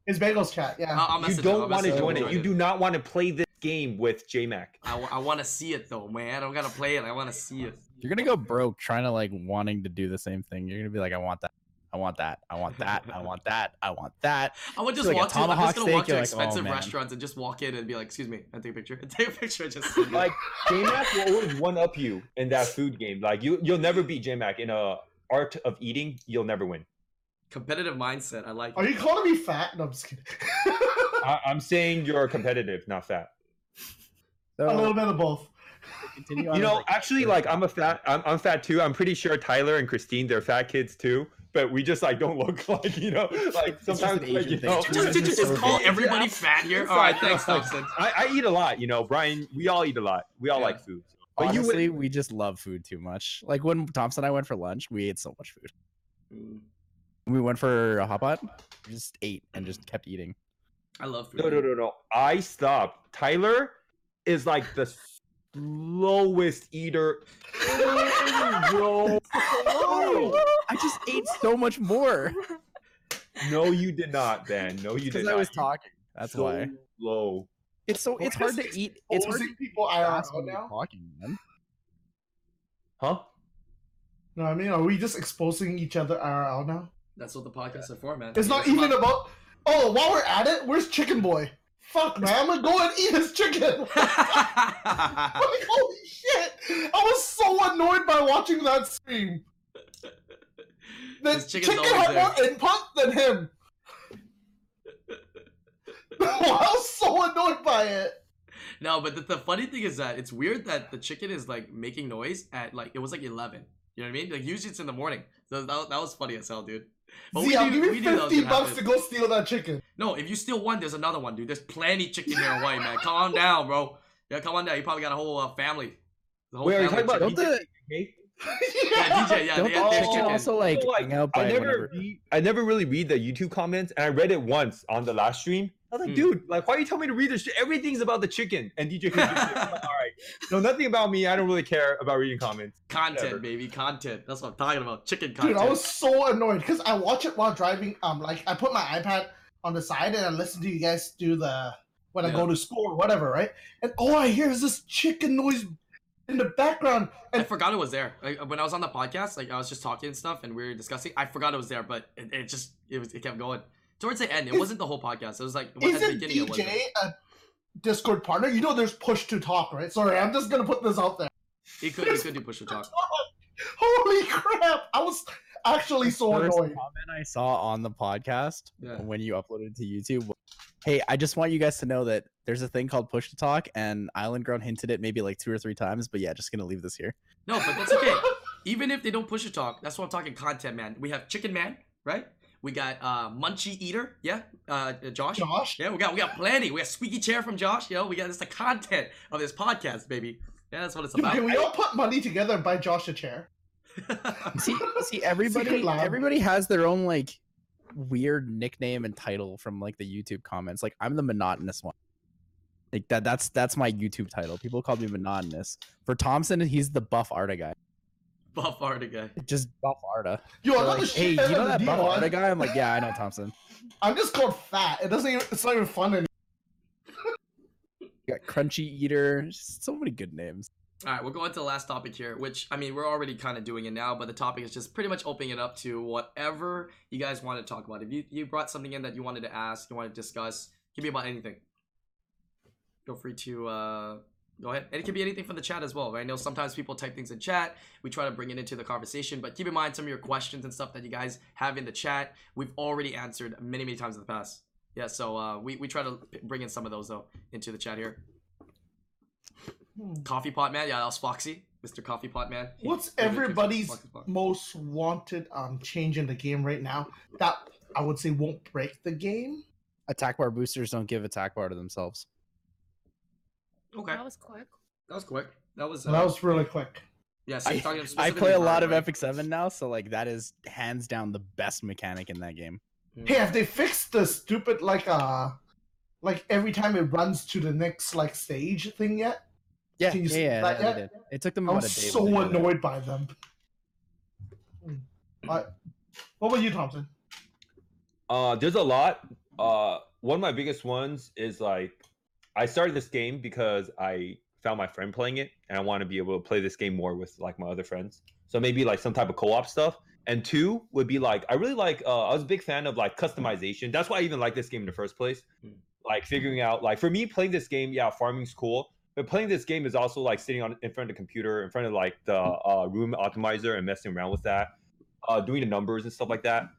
Speaker 3: It's Bagels chat. Yeah.
Speaker 1: I'll, I'll
Speaker 7: You
Speaker 1: message him. I'll
Speaker 7: don't want
Speaker 1: message
Speaker 7: to
Speaker 1: him.
Speaker 7: join
Speaker 1: I'll
Speaker 7: it. You do not want to play this game with J Mac.
Speaker 1: I, w- I want to see it though, man. I'm gonna play it. I want to see it.
Speaker 4: You're gonna go broke trying to like wanting to do the same thing. You're gonna be like, I want that, I want that, I want that, I want that, I want that.
Speaker 1: I would just
Speaker 4: Like a
Speaker 1: walk to. I'm just
Speaker 4: tomahawk
Speaker 1: gonna walk
Speaker 4: steak,
Speaker 1: to
Speaker 4: you're like, oh,
Speaker 1: expensive
Speaker 4: man.
Speaker 1: restaurants and just walk in and be like, "Excuse me, and take a picture. (laughs) And take a picture. and Just like,
Speaker 7: Like J Mac will always one up you in that food game. Like you, you'll never beat J Mac in a art of eating. You'll never win.
Speaker 1: competitive mindset. I like.
Speaker 3: Are you calling me fat? No, I'm just kidding. (laughs)
Speaker 7: I, I'm saying you're competitive, not fat.
Speaker 4: So
Speaker 3: a little bit of both.
Speaker 4: continue on
Speaker 7: You
Speaker 4: with,
Speaker 7: know,
Speaker 4: like,
Speaker 7: actually,
Speaker 4: your-
Speaker 7: like I'm a fat, I'm, I'm fat too. I'm pretty sure Tyler and Christine, they're fat kids too. But we just like don't look (laughs) like you know, like
Speaker 4: just
Speaker 7: sometimes
Speaker 4: an
Speaker 7: like,
Speaker 4: Asian
Speaker 7: you
Speaker 4: thing.
Speaker 7: know.
Speaker 4: It's
Speaker 1: Just, did you just call everybody fat here? All right,
Speaker 3: (laughs)
Speaker 1: thanks, Thompson.
Speaker 7: I, I eat a lot, you know, Brian. We all eat a lot. We all
Speaker 1: Yeah.
Speaker 7: like food. But you
Speaker 4: honestly,
Speaker 7: would-
Speaker 4: we just love food too much. Like when Thompson and I went for lunch, we ate so much food.
Speaker 7: Mm.
Speaker 4: When we went for a hot pot, we just ate and just kept eating.
Speaker 1: I love food.
Speaker 7: No, no, no, no. I stopped. Tyler is like the slowest
Speaker 4: (laughs)
Speaker 7: eater. no,
Speaker 4: I
Speaker 7: (laughs)
Speaker 4: just ate so much more
Speaker 7: no, you did not, Dan. No, you did
Speaker 4: because
Speaker 7: not.
Speaker 4: I was talking. That's
Speaker 7: so
Speaker 4: why
Speaker 7: Low.
Speaker 4: it's so it's hard to eat. It's hard to
Speaker 3: Opposing people
Speaker 4: eat fast
Speaker 3: IRL
Speaker 4: when you're
Speaker 3: now.
Speaker 4: talking, man.
Speaker 7: Huh?
Speaker 3: No, I mean, are we just exposing each other IRL now?
Speaker 1: That's what the podcasts are for, man.
Speaker 3: It's not even about. Oh, while we're at it, where's Chicken Boy? Fuck, man, I'm gonna go and eat his chicken. (laughs)
Speaker 1: about.
Speaker 3: Like, holy shit! I was so annoyed by watching that stream. The
Speaker 1: His chicken's
Speaker 3: chicken
Speaker 1: always
Speaker 3: had more input
Speaker 1: (laughs)
Speaker 3: than him. (laughs) I was so annoyed by it.
Speaker 1: (laughs) no, but the, the funny thing is that it's weird that the chicken is like making noise at like it was like 11. You know what I mean? Like usually it's in the morning. So that, that was funny as hell, dude. But
Speaker 3: See, I'll
Speaker 1: knew-
Speaker 3: give you
Speaker 1: knew that was
Speaker 3: fifty
Speaker 1: gonna
Speaker 3: bucks
Speaker 1: happen.
Speaker 3: to go steal that chicken.
Speaker 1: No, if you steal one, there's another one, dude. There's plenty chicken here in Hawaii, man. Come on down, bro. Yeah, come on down. You probably got a whole uh, family. The whole
Speaker 7: Wait, are you
Speaker 1: family
Speaker 7: talking about-
Speaker 1: chicken.
Speaker 4: Don't the
Speaker 7: Okay.
Speaker 1: Yeah, DJ. Yeah,
Speaker 4: Don't
Speaker 1: they,
Speaker 4: all
Speaker 1: they
Speaker 4: chicks
Speaker 7: they're
Speaker 1: chicken.
Speaker 7: chickens.
Speaker 4: also like
Speaker 7: Like,
Speaker 4: hang out by
Speaker 7: I never,
Speaker 4: whatever?
Speaker 7: re- I never really read the YouTube comments, and I read it once on the last stream. I was like,
Speaker 1: Hmm.
Speaker 7: dude, like, why are you telling me to read this? shit? Everything's about the chicken. And DJ, Kuzumi, I'm like, all
Speaker 4: (laughs)
Speaker 7: right, no, nothing about me. I don't really care about reading comments.
Speaker 1: content,
Speaker 7: Whatever.
Speaker 1: baby, content. That's what I'm talking about. Chicken
Speaker 3: Dude,
Speaker 1: content.
Speaker 3: I was so annoyed because I watch it while driving. Um, like I put my iPad on the side and I listen to you guys do the when I
Speaker 1: Yeah.
Speaker 3: go to school or whatever, right? And all I hear is this chicken noise in the background.
Speaker 1: I forgot it was there. Like, when I was on the podcast, like I was just talking and stuff, and we were discussing. I forgot it was there, but it, it just it was it kept going towards the end. It
Speaker 3: Is-
Speaker 1: wasn't the whole podcast. It was like at the
Speaker 3: Isn't
Speaker 1: beginning. It wasn't.
Speaker 3: DJ a Discord partner? You know, there's push to talk, right? Sorry, I'm just gonna put this out there.
Speaker 1: He could he could do push to talk.
Speaker 3: (laughs) Holy crap! I was actually so
Speaker 4: First
Speaker 3: annoyed.
Speaker 4: comment I saw on the podcast
Speaker 1: Yeah.
Speaker 4: when you uploaded to YouTube. was, Hey, I just want you guys to know that there's a thing called push to talk, and Island Grown hinted it maybe like two or three times. But yeah, just gonna leave this here.
Speaker 1: No, but that's okay. Even if they don't push to talk, that's what I'm talking content, man. We have Chicken Man, right? We got uh Munchie Eater, yeah, uh Josh.
Speaker 3: (laughs) Josh,
Speaker 1: Yeah, we got we got plenty. We got squeaky chair from Josh. Yo, we got this the content of this podcast, baby. Yeah, that's what it's
Speaker 3: dude,
Speaker 1: (laughs)
Speaker 3: can
Speaker 1: about.
Speaker 3: we all put money together and buy Josh a chair? (laughs)
Speaker 4: See, see, everybody,
Speaker 3: lab.
Speaker 4: everybody has their own like weird nickname and title from like the YouTube comments. Like I'm the monotonous one. Like that. That's that's my YouTube title. People call me monotonous. For Thompson, he's the buff Arta guy.
Speaker 1: Buff Arda guy.
Speaker 4: Just buff Arta.
Speaker 3: Yo, I
Speaker 4: They're
Speaker 3: got
Speaker 4: like,
Speaker 3: the shit
Speaker 4: hey, you
Speaker 3: out
Speaker 4: know
Speaker 3: of the
Speaker 4: that buff
Speaker 3: deal.
Speaker 4: Arta
Speaker 3: I'm-
Speaker 4: guy?
Speaker 3: (laughs)
Speaker 4: I'm like, yeah, I know Thompson.
Speaker 3: I'm just called fat. It doesn't. Even, it's not even fun anymore.
Speaker 4: You got Crunchy Eater. So many good names.
Speaker 1: All right, we're going to the last topic here, which I mean, we're already kind of doing it now, but the topic is just pretty much opening it up to whatever you guys want to talk about. If you, you brought something in that you wanted to ask, you want to discuss, it can be about anything. Feel free to uh, go ahead. And it can be anything from the chat as well. Right? I know sometimes people type things in chat. We try to bring it into the conversation, but keep in mind some of your questions and stuff that you guys have in the chat, we've already answered many, many times in the past. Yeah, so uh, we, we try to p- bring in some of those, though, into the chat here. Coffee Pot Man. Yeah, that was Foxy, Mr. Coffee Pot Man. He
Speaker 3: Hmm. What's
Speaker 1: really keeps
Speaker 3: everybody's
Speaker 1: Foxy's Pot.
Speaker 3: most wanted um change in the game right now? That I would say won't break the game.
Speaker 4: Attack bar boosters don't give attack bar to themselves.
Speaker 1: Okay,
Speaker 6: was quick.
Speaker 1: that was quick. That was. uh,
Speaker 3: So that was really quick.
Speaker 1: yeah, so you're talking
Speaker 4: I
Speaker 1: specifically
Speaker 4: play a
Speaker 1: for
Speaker 4: lot of
Speaker 1: everybody.
Speaker 4: Epic Seven now, so like that is hands down the best mechanic in that game.
Speaker 3: Hey, have they fixed the stupid like uh like every time it runs to the next like stage thing yet?
Speaker 4: Yeah,
Speaker 3: Can you
Speaker 4: yeah,
Speaker 3: see
Speaker 4: yeah,
Speaker 3: that
Speaker 4: yeah, they
Speaker 3: yet?
Speaker 4: did. It took them
Speaker 3: I
Speaker 4: about a day.
Speaker 3: was
Speaker 4: but
Speaker 3: so
Speaker 4: they did it.
Speaker 3: annoyed by them. Hmm. Uh, what about you, Thompson?
Speaker 7: Uh, there's a lot. Uh, one of my biggest ones is like, I started this game because I found my friend playing it, and I want to be able to play this game more with like my other friends. So maybe like some type of co-op stuff. And two would be like, I really like. Uh, I was a big fan of like customization. That's why I even like this game in the first place.
Speaker 1: Mm.
Speaker 7: Like figuring out, like for me, playing this game, yeah, farming's cool. But playing this game is also like sitting on in front of the computer, in front of like the uh, room optimizer, and messing around with that, uh, doing the numbers and stuff like that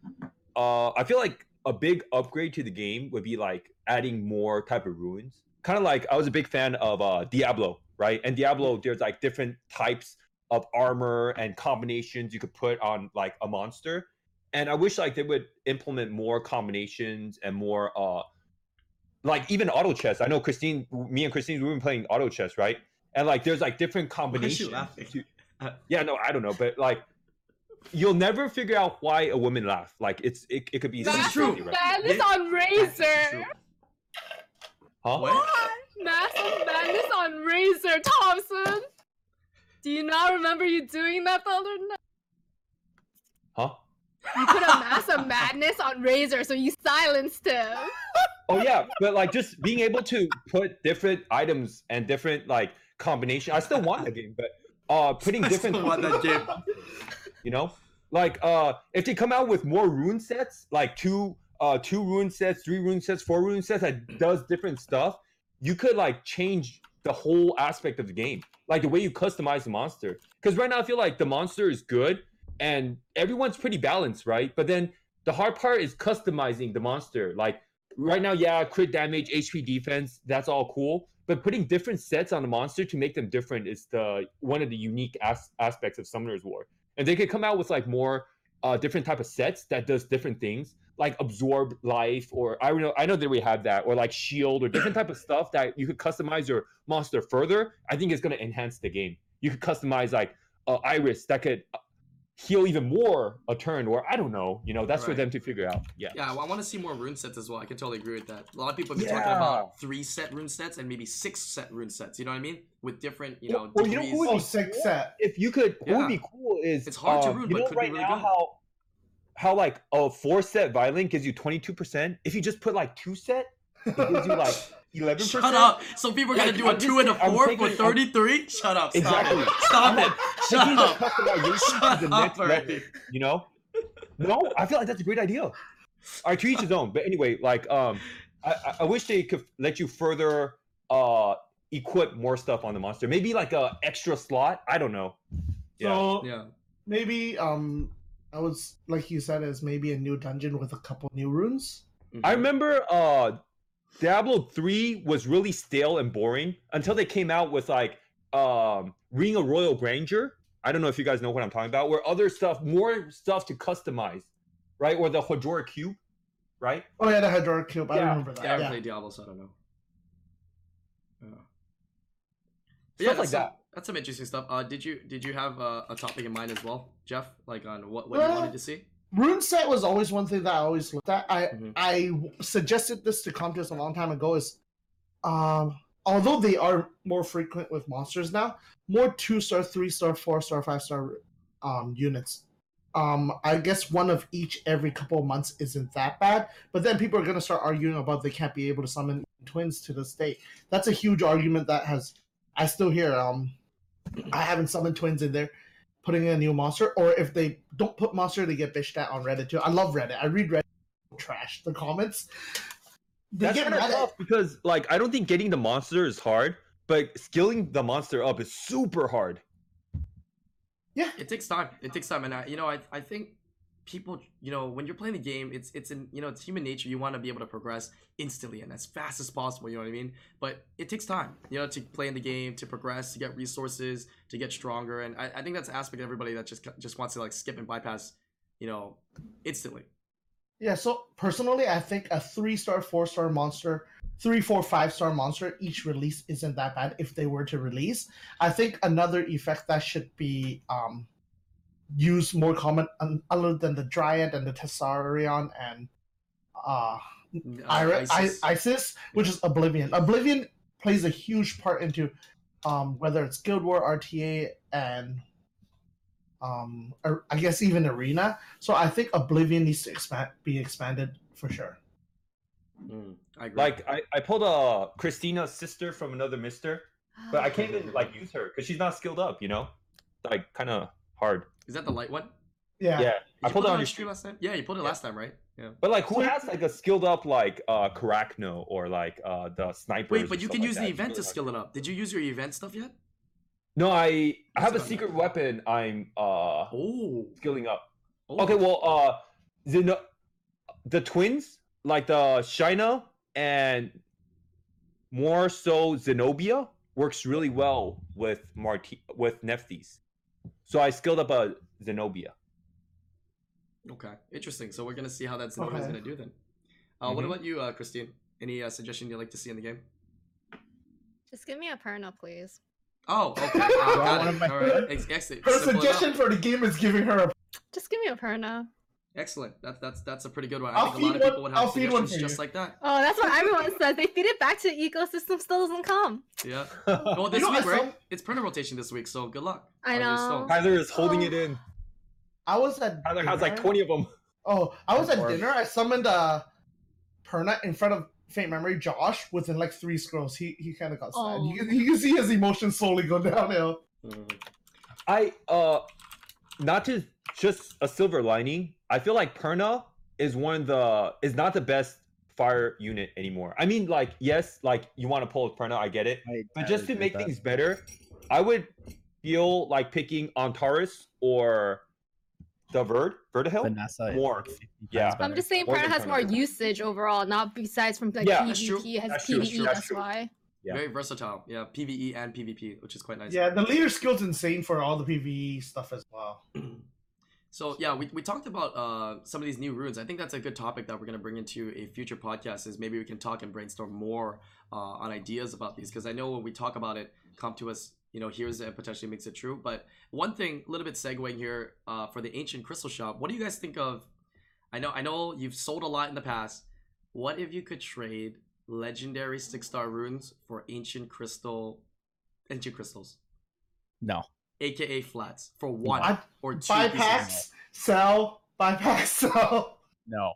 Speaker 7: uh, I feel like a big upgrade to the game would be like adding more type of ruins. Kind of like I was a big fan of uh, Diablo, right? And Diablo, there's like different types of armor and combinations you could put on like a monster. And I wish like they would implement more combinations and more uh, like even auto chess. I know Christine, me and Christine, we've been playing auto chess, right? And like there's like different
Speaker 1: Why is she
Speaker 7: combinations.
Speaker 1: laughing?
Speaker 7: to- yeah, no, I don't know, but like you'll never figure out why a woman laughs. Like it's it, it could be
Speaker 1: This is true.
Speaker 7: something silly, right?
Speaker 6: Madness on Razor.
Speaker 7: Huh?
Speaker 6: Oh,
Speaker 1: What?
Speaker 6: Massive madness on Razor Thompson. Do you not remember you doing that the other night?
Speaker 7: Huh?
Speaker 6: You put
Speaker 1: (laughs)
Speaker 6: a
Speaker 7: (laughs)
Speaker 6: massive madness on Razor, so you silenced him.
Speaker 7: Oh yeah, but like just being able to put different items and different like combination. I still want the game, but uh
Speaker 1: (laughs)
Speaker 7: putting
Speaker 1: I
Speaker 7: different
Speaker 1: still
Speaker 7: (laughs)
Speaker 1: want that game.
Speaker 7: you know like uh if they come out with more rune sets like two uh two rune sets three rune sets four rune sets that does different stuff you could like change the whole aspect of the game like the way you customize the monster because right now i feel like the monster is good and everyone's pretty balanced right but then the hard part is customizing the monster like right now yeah crit damage hp defense that's all cool but putting different sets on the monster to make them different is the one of the unique as- aspects of summoner's war and they could come out with like more uh different type of sets that does different things like absorb life or i don't know i know that we have that or like shield or different type of stuff that you could customize your monster further i think it's going to enhance the game you could customize like uh, iris that could heal even more a turn, or I don't know. You know, that's for
Speaker 1: Right.
Speaker 7: them to figure out. Yeah.
Speaker 1: Yeah, well, I want to see more rune sets as well. I can totally agree with that. A lot of people have been talking
Speaker 7: Yeah.
Speaker 1: about three set rune sets and maybe six set rune sets. You know what I mean? With different, you know,
Speaker 7: Well, well, you know
Speaker 1: degrees.
Speaker 7: who would
Speaker 3: Oh,
Speaker 7: be
Speaker 3: six
Speaker 7: cool?
Speaker 3: set.
Speaker 7: If you could, what would
Speaker 1: Yeah.
Speaker 7: be cool is
Speaker 1: It's hard to
Speaker 7: um,
Speaker 1: root,
Speaker 7: you
Speaker 1: but
Speaker 7: know
Speaker 1: could be
Speaker 7: right
Speaker 1: really
Speaker 7: now
Speaker 1: good.
Speaker 7: how how like a four set violin gives you twenty two percent. If you just put like two set, it gives you like
Speaker 3: (laughs)
Speaker 7: eleven percent.
Speaker 1: Shut up! So people are gonna
Speaker 7: Like,
Speaker 1: do a
Speaker 7: I'm just
Speaker 1: two and a
Speaker 7: saying- I'm
Speaker 1: four for
Speaker 7: taking- I'm-
Speaker 1: thirty-three. Shut up! Stop
Speaker 7: Exactly.
Speaker 1: it! Stop it! Shut
Speaker 7: Taking the
Speaker 1: up!
Speaker 7: customization
Speaker 1: (laughs) Shut
Speaker 7: to the
Speaker 1: up
Speaker 7: next
Speaker 1: already.
Speaker 7: level, you know? No, I feel like that's a great idea. All right, to each his own. But anyway, like um, I, I- I wish they could let you further uh equip more stuff on the monster. Maybe like a extra slot. I don't know. Yeah.
Speaker 3: So
Speaker 1: Yeah,
Speaker 3: maybe um, I was like you said, is maybe a new dungeon with a couple new runes.
Speaker 1: Mm-hmm.
Speaker 7: I remember uh Diablo 3 was really stale and boring until they came out with like um Ring of Royal Granger. I don't know if you guys know what I'm talking about, where other stuff, more stuff to customize, right? Or the Hedora Cube, right?
Speaker 3: Oh yeah, the hydraulic cube. I
Speaker 7: Yeah.
Speaker 3: remember that.
Speaker 1: Yeah, I haven't
Speaker 3: yeah.
Speaker 1: played Diablo, so I don't know. Yeah, But
Speaker 7: Stuff like
Speaker 1: that's some-
Speaker 7: that.
Speaker 1: that's some interesting stuff. Uh, did you did you have uh, a topic in mind as well, Jeff? Like on what what you
Speaker 3: Well,
Speaker 1: wanted to see?
Speaker 3: Rune set was always one thing that I always looked at. I
Speaker 1: Mhm.
Speaker 3: I w- suggested this to Comtest a long time ago. Is um, although they are more frequent with monsters now, more two star, three star, four star, five star um, units. Um, I guess one of each every couple of months isn't that bad. But then people are gonna start arguing about they can't be able to summon twins to this day. That's a huge argument that has I still hear. Um, I haven't summoned twins in there putting in a new monster, or if they don't put monster, they get bitched at on Reddit too. I love Reddit. I read Reddit trash the comments. They
Speaker 7: That's
Speaker 3: get
Speaker 7: kind of
Speaker 3: mad at
Speaker 7: tough because like I don't think getting the monster is hard, but skilling the monster up is super hard.
Speaker 1: it takes time it takes time and I, you know I, I think people you know when you're playing the game it's it's in you know it's human nature you want to be able to progress instantly and as fast as possible you know what i mean but it takes time you know to play in the game to progress to get resources to get stronger and i, I think that's an aspect of everybody that just just wants to like skip and bypass you know instantly
Speaker 3: Yeah, so personally, I think a three star, four star monster, three, four, five star monster each release isn't that bad if they were to release. I think another effect that should be um, used more common un- other than the Dryad and the Tessarion and uh,
Speaker 1: Uh,
Speaker 3: Ira- I-
Speaker 1: ISIS.
Speaker 3: ISIS. which is Oblivion. Oblivion plays a huge part into um, whether it's Guild War, RTA, and um, or I guess even Arena. So I think Oblivion needs to expand, be expanded for sure.
Speaker 1: Mm, I agree.
Speaker 7: Like I, I pulled uh Christina's sister from another mister, but I can't even like use her because she's not skilled up, you know? Like kinda hard.
Speaker 1: is that the light one Did
Speaker 3: Yeah.
Speaker 7: Yeah. I
Speaker 1: you
Speaker 7: pulled
Speaker 1: put
Speaker 7: it
Speaker 1: that
Speaker 7: on your
Speaker 1: stream last time yeah you pulled it last time right yeah
Speaker 7: But like, who
Speaker 3: So-
Speaker 7: has like a skilled up like uh Karakno or like uh the sniper?
Speaker 1: wait but you can use the event to skill it up did you use your event stuff yet
Speaker 7: No, I I have a
Speaker 1: That's not
Speaker 7: secret
Speaker 1: bad.
Speaker 7: weapon. I'm uh
Speaker 1: oh,
Speaker 7: skilling up.
Speaker 1: oh.
Speaker 7: Okay, well uh the no- the twins like the Shina and more so Zenobia works really well with Marti with Nephthys. So I skilled up a
Speaker 1: (laughs)
Speaker 7: Zenobia.
Speaker 1: Okay, interesting. So we're gonna see how that's what it's
Speaker 3: Okay.
Speaker 1: gonna do then. Uh, What
Speaker 7: Mhm.
Speaker 1: about you, uh, Christine? Any uh, suggestion you'd like to see in the game?
Speaker 6: Just give me a perna, please.
Speaker 1: Oh,
Speaker 3: (laughs)
Speaker 1: okay. Uh,
Speaker 3: Well,
Speaker 1: got
Speaker 3: one
Speaker 1: it.
Speaker 3: of my-
Speaker 1: All right. Ex- excellent.
Speaker 3: Her
Speaker 1: Simple enough.
Speaker 3: suggestion for the game is giving her a.
Speaker 6: Just give me a perna.
Speaker 1: Excellent. That's that's that's a pretty good one. I
Speaker 3: I'll
Speaker 1: think a lot
Speaker 3: feed
Speaker 1: of people
Speaker 3: one-
Speaker 1: would have
Speaker 3: I'll feed one
Speaker 1: suggestions
Speaker 3: for
Speaker 1: just
Speaker 3: you.
Speaker 1: like that.
Speaker 6: Oh, that's what everyone says. They feed it back to the ecosystem, still doesn't come.
Speaker 3: (laughs)
Speaker 1: Yeah. Well, this
Speaker 3: know, I
Speaker 1: week, right?
Speaker 3: saw-
Speaker 1: It's printer rotation this week, so good luck.
Speaker 6: I
Speaker 7: Oh,
Speaker 1: on your
Speaker 6: know.
Speaker 1: stones.
Speaker 7: Tyler is holding
Speaker 6: Oh.
Speaker 7: it in.
Speaker 3: I was at.
Speaker 7: Tyler has like
Speaker 3: dinner-
Speaker 7: twenty of them.
Speaker 3: Oh, I was at
Speaker 4: Or-
Speaker 3: dinner. I summoned uh, Perna in front of Faint Memory Josh within like three scrolls. He he kind of got sad.
Speaker 6: Oh.
Speaker 3: You, can- you can see his emotions slowly go downhill.
Speaker 1: Mhm.
Speaker 7: I uh not to just a silver lining. I feel like Perna is one of the is not the best fire unit anymore. I mean like yes, like you want to pull with Perna, I get it.
Speaker 4: I
Speaker 7: But just to
Speaker 4: agree with
Speaker 7: make
Speaker 4: that.
Speaker 7: things better, I would feel like picking Antares or the Verd, Verdahill.
Speaker 4: Vanessa is
Speaker 7: more.
Speaker 4: 50 times
Speaker 7: Yeah. I'm
Speaker 6: I'm
Speaker 4: better.
Speaker 6: just saying
Speaker 7: More
Speaker 6: perna
Speaker 7: than
Speaker 6: has more
Speaker 7: perna.
Speaker 6: usage overall, not besides from like
Speaker 7: Yeah,
Speaker 1: that's true.
Speaker 6: PvP, it has
Speaker 7: That's true,
Speaker 6: PvE,
Speaker 7: that's true,
Speaker 6: that's,
Speaker 7: that's true.
Speaker 6: why.
Speaker 7: Yeah.
Speaker 1: Very versatile. Yeah, PVE and PvP, which is quite nice.
Speaker 3: Yeah, the leader skill's insane for all the PVE stuff as well.
Speaker 1: So yeah, we, we talked about uh, some of these new runes. I think that's a good topic that we're gonna bring into a future podcast. Is maybe we can talk and brainstorm more uh, on ideas about these because I know when we talk about it, Comp to us you know, here's that potentially makes it true. But one thing, a little bit segueing here uh, for the ancient crystal shop. What do you guys think of? I know, I know, you've sold a lot in the past. What if you could trade legendary six star runes for ancient crystal, ancient crystals,
Speaker 4: No.
Speaker 1: aka flats, for one
Speaker 3: I'd
Speaker 1: or two
Speaker 3: buy
Speaker 1: pieces?
Speaker 3: packs, sell, buy packs, (laughs) sell.
Speaker 4: No.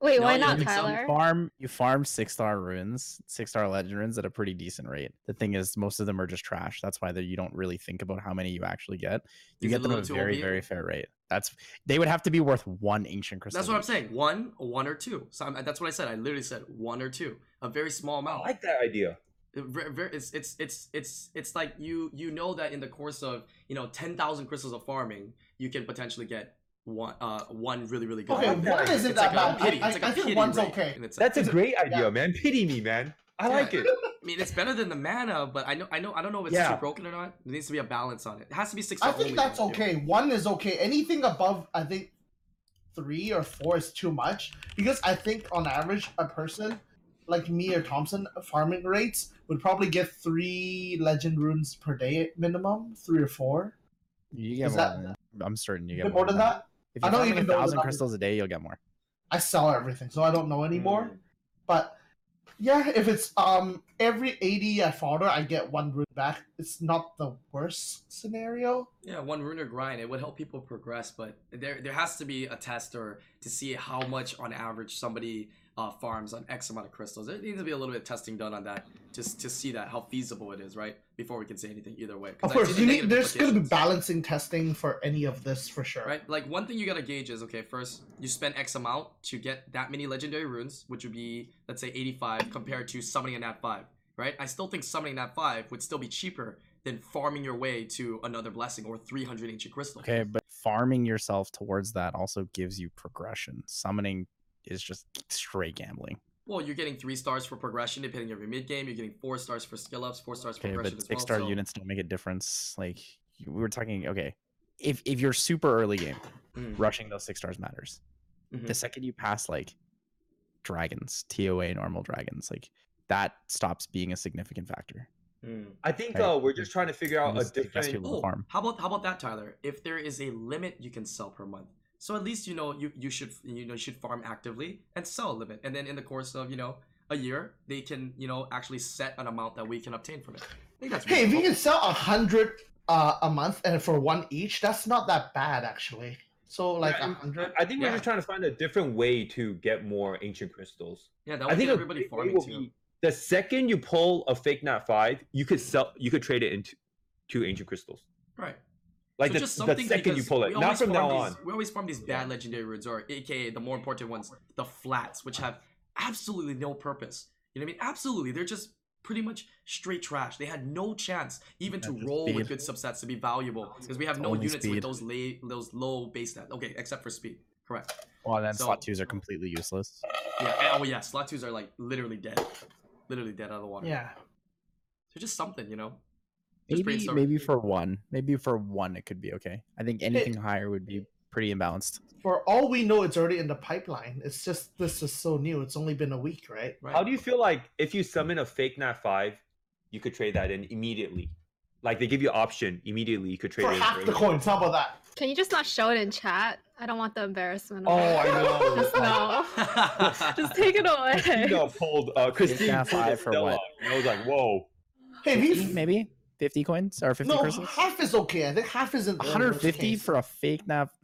Speaker 6: Wait,
Speaker 1: No,
Speaker 6: why
Speaker 1: you
Speaker 6: not,
Speaker 1: think so?
Speaker 6: Tyler?
Speaker 4: Farm you farm six star runes, six star legend runes at a pretty decent rate. The thing is, most of them are just trash. That's why that you don't really think about how many you actually get. You
Speaker 1: Is it a
Speaker 4: get them at
Speaker 1: little
Speaker 4: a
Speaker 1: too
Speaker 4: very,
Speaker 1: OP?
Speaker 4: very fair rate. That's they would have to be worth one ancient crystal.
Speaker 1: That's what I'm
Speaker 4: each.
Speaker 1: saying. One, one or two. So I'm, that's what I said. I literally said one or two. A very small
Speaker 7: I
Speaker 1: amount.
Speaker 7: like that idea.
Speaker 1: It ver- ver- it's it's it's it's it's like you you know that in the course of you know ten thousand crystals of farming, you can potentially get one uh one really really good.
Speaker 3: Okay,
Speaker 1: one.
Speaker 7: one
Speaker 1: It's
Speaker 3: isn't
Speaker 1: like a
Speaker 3: that bad. I-
Speaker 1: pity-
Speaker 3: I-
Speaker 1: it's like a
Speaker 3: I think
Speaker 1: pity
Speaker 3: one's
Speaker 1: rate
Speaker 3: okay.
Speaker 1: in itself.
Speaker 7: That's a great idea, man. Pity me, man. I
Speaker 1: Yeah.
Speaker 7: like it.
Speaker 1: I mean, it's better than the mana, but I know I know I don't know if it's
Speaker 7: Yeah.
Speaker 1: too broken or not. There needs to be a balance on it. It has to be six.
Speaker 3: I
Speaker 1: star
Speaker 3: think
Speaker 1: only,
Speaker 3: that's
Speaker 1: though, too.
Speaker 3: okay. One is okay. Anything above, I think, three or four is too much because I think on average, a person like me or Thompson farming rates would probably get three legend runes per day minimum, three or four.
Speaker 4: You get
Speaker 3: Is
Speaker 4: more
Speaker 3: that-
Speaker 4: than that. I'm certain you
Speaker 3: A
Speaker 4: get
Speaker 3: bit more than that.
Speaker 4: If
Speaker 3: I
Speaker 4: you're
Speaker 3: don't
Speaker 4: farming
Speaker 3: even
Speaker 4: a
Speaker 3: know the
Speaker 4: thousand
Speaker 3: number.
Speaker 4: crystals a day, you'll get more.
Speaker 3: I sell everything, so I don't know anymore.
Speaker 1: Mm.
Speaker 3: But yeah, if it's um every eighty I fodder, I get one rune back. It's not the worst scenario.
Speaker 1: Yeah, one runer grind. It would help people progress, but there there has to be a test or to see how much on average somebody uh, farms on X amount of crystals. There needs to be a little bit of testing done on that just to see that how feasible it is, right? Before we can say anything either way. 'Cause
Speaker 3: Of
Speaker 1: I see
Speaker 3: course,
Speaker 1: the
Speaker 3: you need.
Speaker 1: negative
Speaker 3: There's gonna be
Speaker 1: implications,
Speaker 3: balancing testing for any of this for sure.
Speaker 1: Right, like one thing you gotta gauge is okay. First, you spend X amount to get that many legendary runes, which would be let's say 85 compared to summoning a nat five. Right, I still think summoning nat five would still be cheaper than farming your way to another blessing or 300 ancient crystals.
Speaker 4: Okay, but farming yourself towards that also gives you progression. Summoning is just straight gambling.
Speaker 1: Well, you're getting three stars for progression depending on your mid game. You're getting four stars for skill ups, four stars for
Speaker 4: Okay,
Speaker 1: progression
Speaker 4: but
Speaker 1: as well.
Speaker 4: six star
Speaker 1: so-
Speaker 4: units don't make a difference. Like you- we were talking, okay, if if you're super early game,
Speaker 1: Mm.
Speaker 4: rushing those six stars matters. The
Speaker 1: Mhm.
Speaker 4: second you pass like dragons, TOA normal dragons, like that stops being a significant factor.
Speaker 1: Mm.
Speaker 7: I think
Speaker 4: Right.
Speaker 7: uh, we're just trying to figure out a
Speaker 4: Just the best
Speaker 7: different.
Speaker 4: people.
Speaker 1: Oh,
Speaker 4: farm.
Speaker 1: how about how about that, Tyler? If there is a limit you can sell per month, so at least you know you you should you know you should farm actively and sell a limit, and then in the course of you know a year they can you know actually set an amount that we can obtain from it. I think that's
Speaker 3: Hey, if you
Speaker 1: reasonable.
Speaker 3: can sell a hundred uh, a month and for one each, that's not that bad actually. So like a
Speaker 7: Yeah,
Speaker 3: hundred.
Speaker 7: I think
Speaker 1: Yeah.
Speaker 7: we're just trying to find a different way to get more ancient crystals.
Speaker 1: yeah, that
Speaker 7: I
Speaker 1: would
Speaker 7: think
Speaker 1: get
Speaker 7: a
Speaker 1: everybody
Speaker 7: great way
Speaker 1: farming
Speaker 7: will
Speaker 1: too.
Speaker 7: be the second you pull a fake nat five, you could sell, you could trade it into two ancient crystals.
Speaker 1: Right.
Speaker 7: Like
Speaker 1: So
Speaker 7: the,
Speaker 1: just
Speaker 7: the
Speaker 1: something
Speaker 7: second you
Speaker 1: because
Speaker 7: pull
Speaker 1: we
Speaker 7: it, not
Speaker 1: always
Speaker 7: from now
Speaker 1: farm
Speaker 7: on.
Speaker 1: these- We always farm these bad legendary runes, or aka the more important ones, the flats, which have absolutely no purpose. You know what I mean? Absolutely, they're just pretty much straight trash. They had no chance even
Speaker 4: Yeah,
Speaker 1: to
Speaker 4: just
Speaker 1: roll with
Speaker 4: speed.
Speaker 1: good subsets to be valuable because we have no
Speaker 4: Only
Speaker 1: units with
Speaker 4: speed.
Speaker 1: those lay, those low base stats. Okay, except for speed. Correct.
Speaker 4: Well, and then
Speaker 1: So-
Speaker 4: slot twos are completely useless.
Speaker 1: Yeah. and- Oh yeah, slot twos are like literally dead, literally dead out of the water.
Speaker 3: Yeah.
Speaker 1: So just something, you know. Just
Speaker 4: Maybe
Speaker 1: brainstorm.
Speaker 4: maybe for one, maybe for one it could be okay. I think anything higher would be pretty imbalanced.
Speaker 3: For all we know, it's already in the pipeline. It's just this is so new. It's only been a week, right?
Speaker 1: Right.
Speaker 4: (laughs)
Speaker 7: How do you feel like if you summon a fake nat five, you could trade that in immediately? Like they give you option immediately, you could trade
Speaker 3: For
Speaker 7: it. in
Speaker 3: half the
Speaker 7: ancient-
Speaker 3: coins. How about that?
Speaker 6: Can you just not show it in chat? I don't want the embarrassment. of
Speaker 7: Oh,
Speaker 6: it.
Speaker 7: I know.
Speaker 6: (laughs) just
Speaker 1: (laughs)
Speaker 6: no. Just take
Speaker 4: (laughs)
Speaker 6: it
Speaker 3: (laughs)
Speaker 6: away.
Speaker 7: Christina pulled uh, Christine
Speaker 4: nat
Speaker 7: pulled a
Speaker 4: five for
Speaker 7: Stella,
Speaker 4: what?
Speaker 7: And I was like, whoa.
Speaker 3: Hey,
Speaker 4: Fifty,
Speaker 3: we
Speaker 4: maybe fifty coins or fifty
Speaker 3: no
Speaker 4: crystals.
Speaker 3: half is okay. I think half is in the
Speaker 4: One hundred fifty
Speaker 3: worst
Speaker 4: for a fake nav.
Speaker 1: (laughs)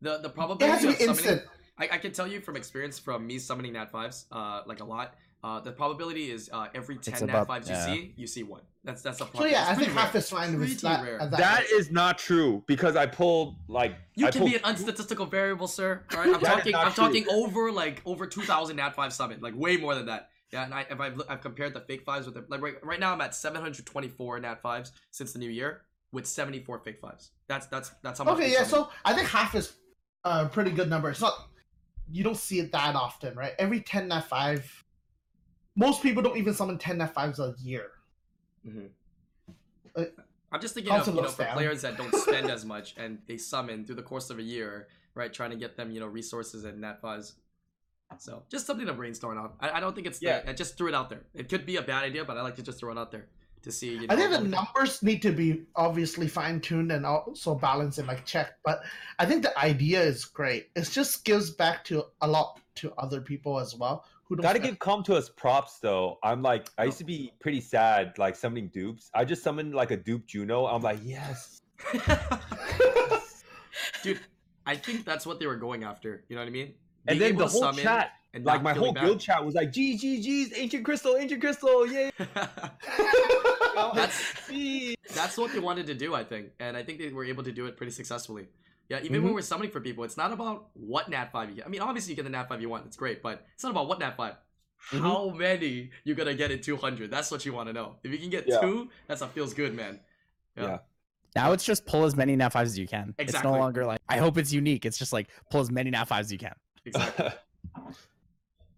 Speaker 1: The the
Speaker 3: case. It
Speaker 1: probability
Speaker 3: has to
Speaker 1: of
Speaker 3: be
Speaker 1: summoning
Speaker 3: instant.
Speaker 1: I, I can tell you from experience from me summoning nat fives, uh, like a lot. Uh, the probability is uh, every ten nat
Speaker 4: about-
Speaker 1: fives
Speaker 4: yeah.
Speaker 1: you see, you see one. That's that's a
Speaker 3: So
Speaker 1: probability.
Speaker 3: yeah, I think half is fine. If
Speaker 1: Pretty
Speaker 3: it's that,
Speaker 1: rare.
Speaker 3: at
Speaker 7: That
Speaker 3: rate.
Speaker 7: is not true because I pulled like
Speaker 1: You
Speaker 7: I
Speaker 1: can
Speaker 7: pulled,
Speaker 1: be an unstatistical variable,
Speaker 3: (laughs)
Speaker 1: sir. All right, I'm
Speaker 7: That is
Speaker 1: talking.
Speaker 7: not
Speaker 1: I'm
Speaker 7: true.
Speaker 1: talking over like over two thousand nat five summon, like way more than that. Yeah, and I, if I've, look- I've compared the fake fives with the, like right, right now I'm at 724 nat fives since the new year with 74 fake fives. That's that's that's how much.
Speaker 3: Okay,
Speaker 1: we
Speaker 3: yeah.
Speaker 1: summoned.
Speaker 3: So I think half is a pretty good number. It's not you don't see it that often, right? Every ten nat five, most people don't even summon ten nat fives a year.
Speaker 1: I'm just thinking of
Speaker 3: Also
Speaker 1: you know
Speaker 3: looks
Speaker 1: for
Speaker 3: down.
Speaker 1: players that don't spend
Speaker 3: (laughs)
Speaker 1: as much and they summon through the course of a year, right? Trying to get them you know resources and net fuzz. So just something to brainstorm on. I, I don't think it's yeah.
Speaker 7: Yeah.
Speaker 1: I just threw it out there. It could be a bad idea, but I like to just throw it out there to see. You know,
Speaker 3: I think the
Speaker 1: what-
Speaker 3: numbers need to be obviously fine tuned and also balanced and like checked. But I think the idea is great. It just gives back to a lot to other people as well who don't
Speaker 7: Gotta
Speaker 3: get-
Speaker 7: give come to us props though. I'm like, I used to be pretty sad like summoning dupes. I just summoned like a dupe Juno. I'm like, yes.
Speaker 3: (laughs)
Speaker 1: dude. I think that's what they were going after. You know what I mean?
Speaker 7: And
Speaker 1: Being
Speaker 7: then
Speaker 1: able to
Speaker 7: the whole
Speaker 1: summon
Speaker 7: chat,
Speaker 1: and
Speaker 7: like
Speaker 1: not
Speaker 7: my
Speaker 1: feeling
Speaker 7: whole
Speaker 1: bad. (laughs)
Speaker 7: guild chat was like, GGG's, ancient crystal, ancient crystal, yay.
Speaker 1: that's
Speaker 4: (laughs)
Speaker 7: Gee.
Speaker 1: that's what they wanted to do, I think, and I think they were able to do it pretty successfully. Yeah, even when we're summoning for people, it's not about what nat five you get. I mean, obviously you get the nat five you want, it's great, but it's not about what nat 5
Speaker 7: Mhm.
Speaker 1: How many you're gonna get in two hundred? That's what you want to know. If you can get
Speaker 7: Yeah.
Speaker 1: two, that's what feels good, man.
Speaker 7: Yeah.
Speaker 4: Now it's just pull as many nat fives as you can. It's no
Speaker 1: Exactly.
Speaker 4: longer like I hope it's unique. It's just like pull as many nat fives as you can.
Speaker 1: exactly.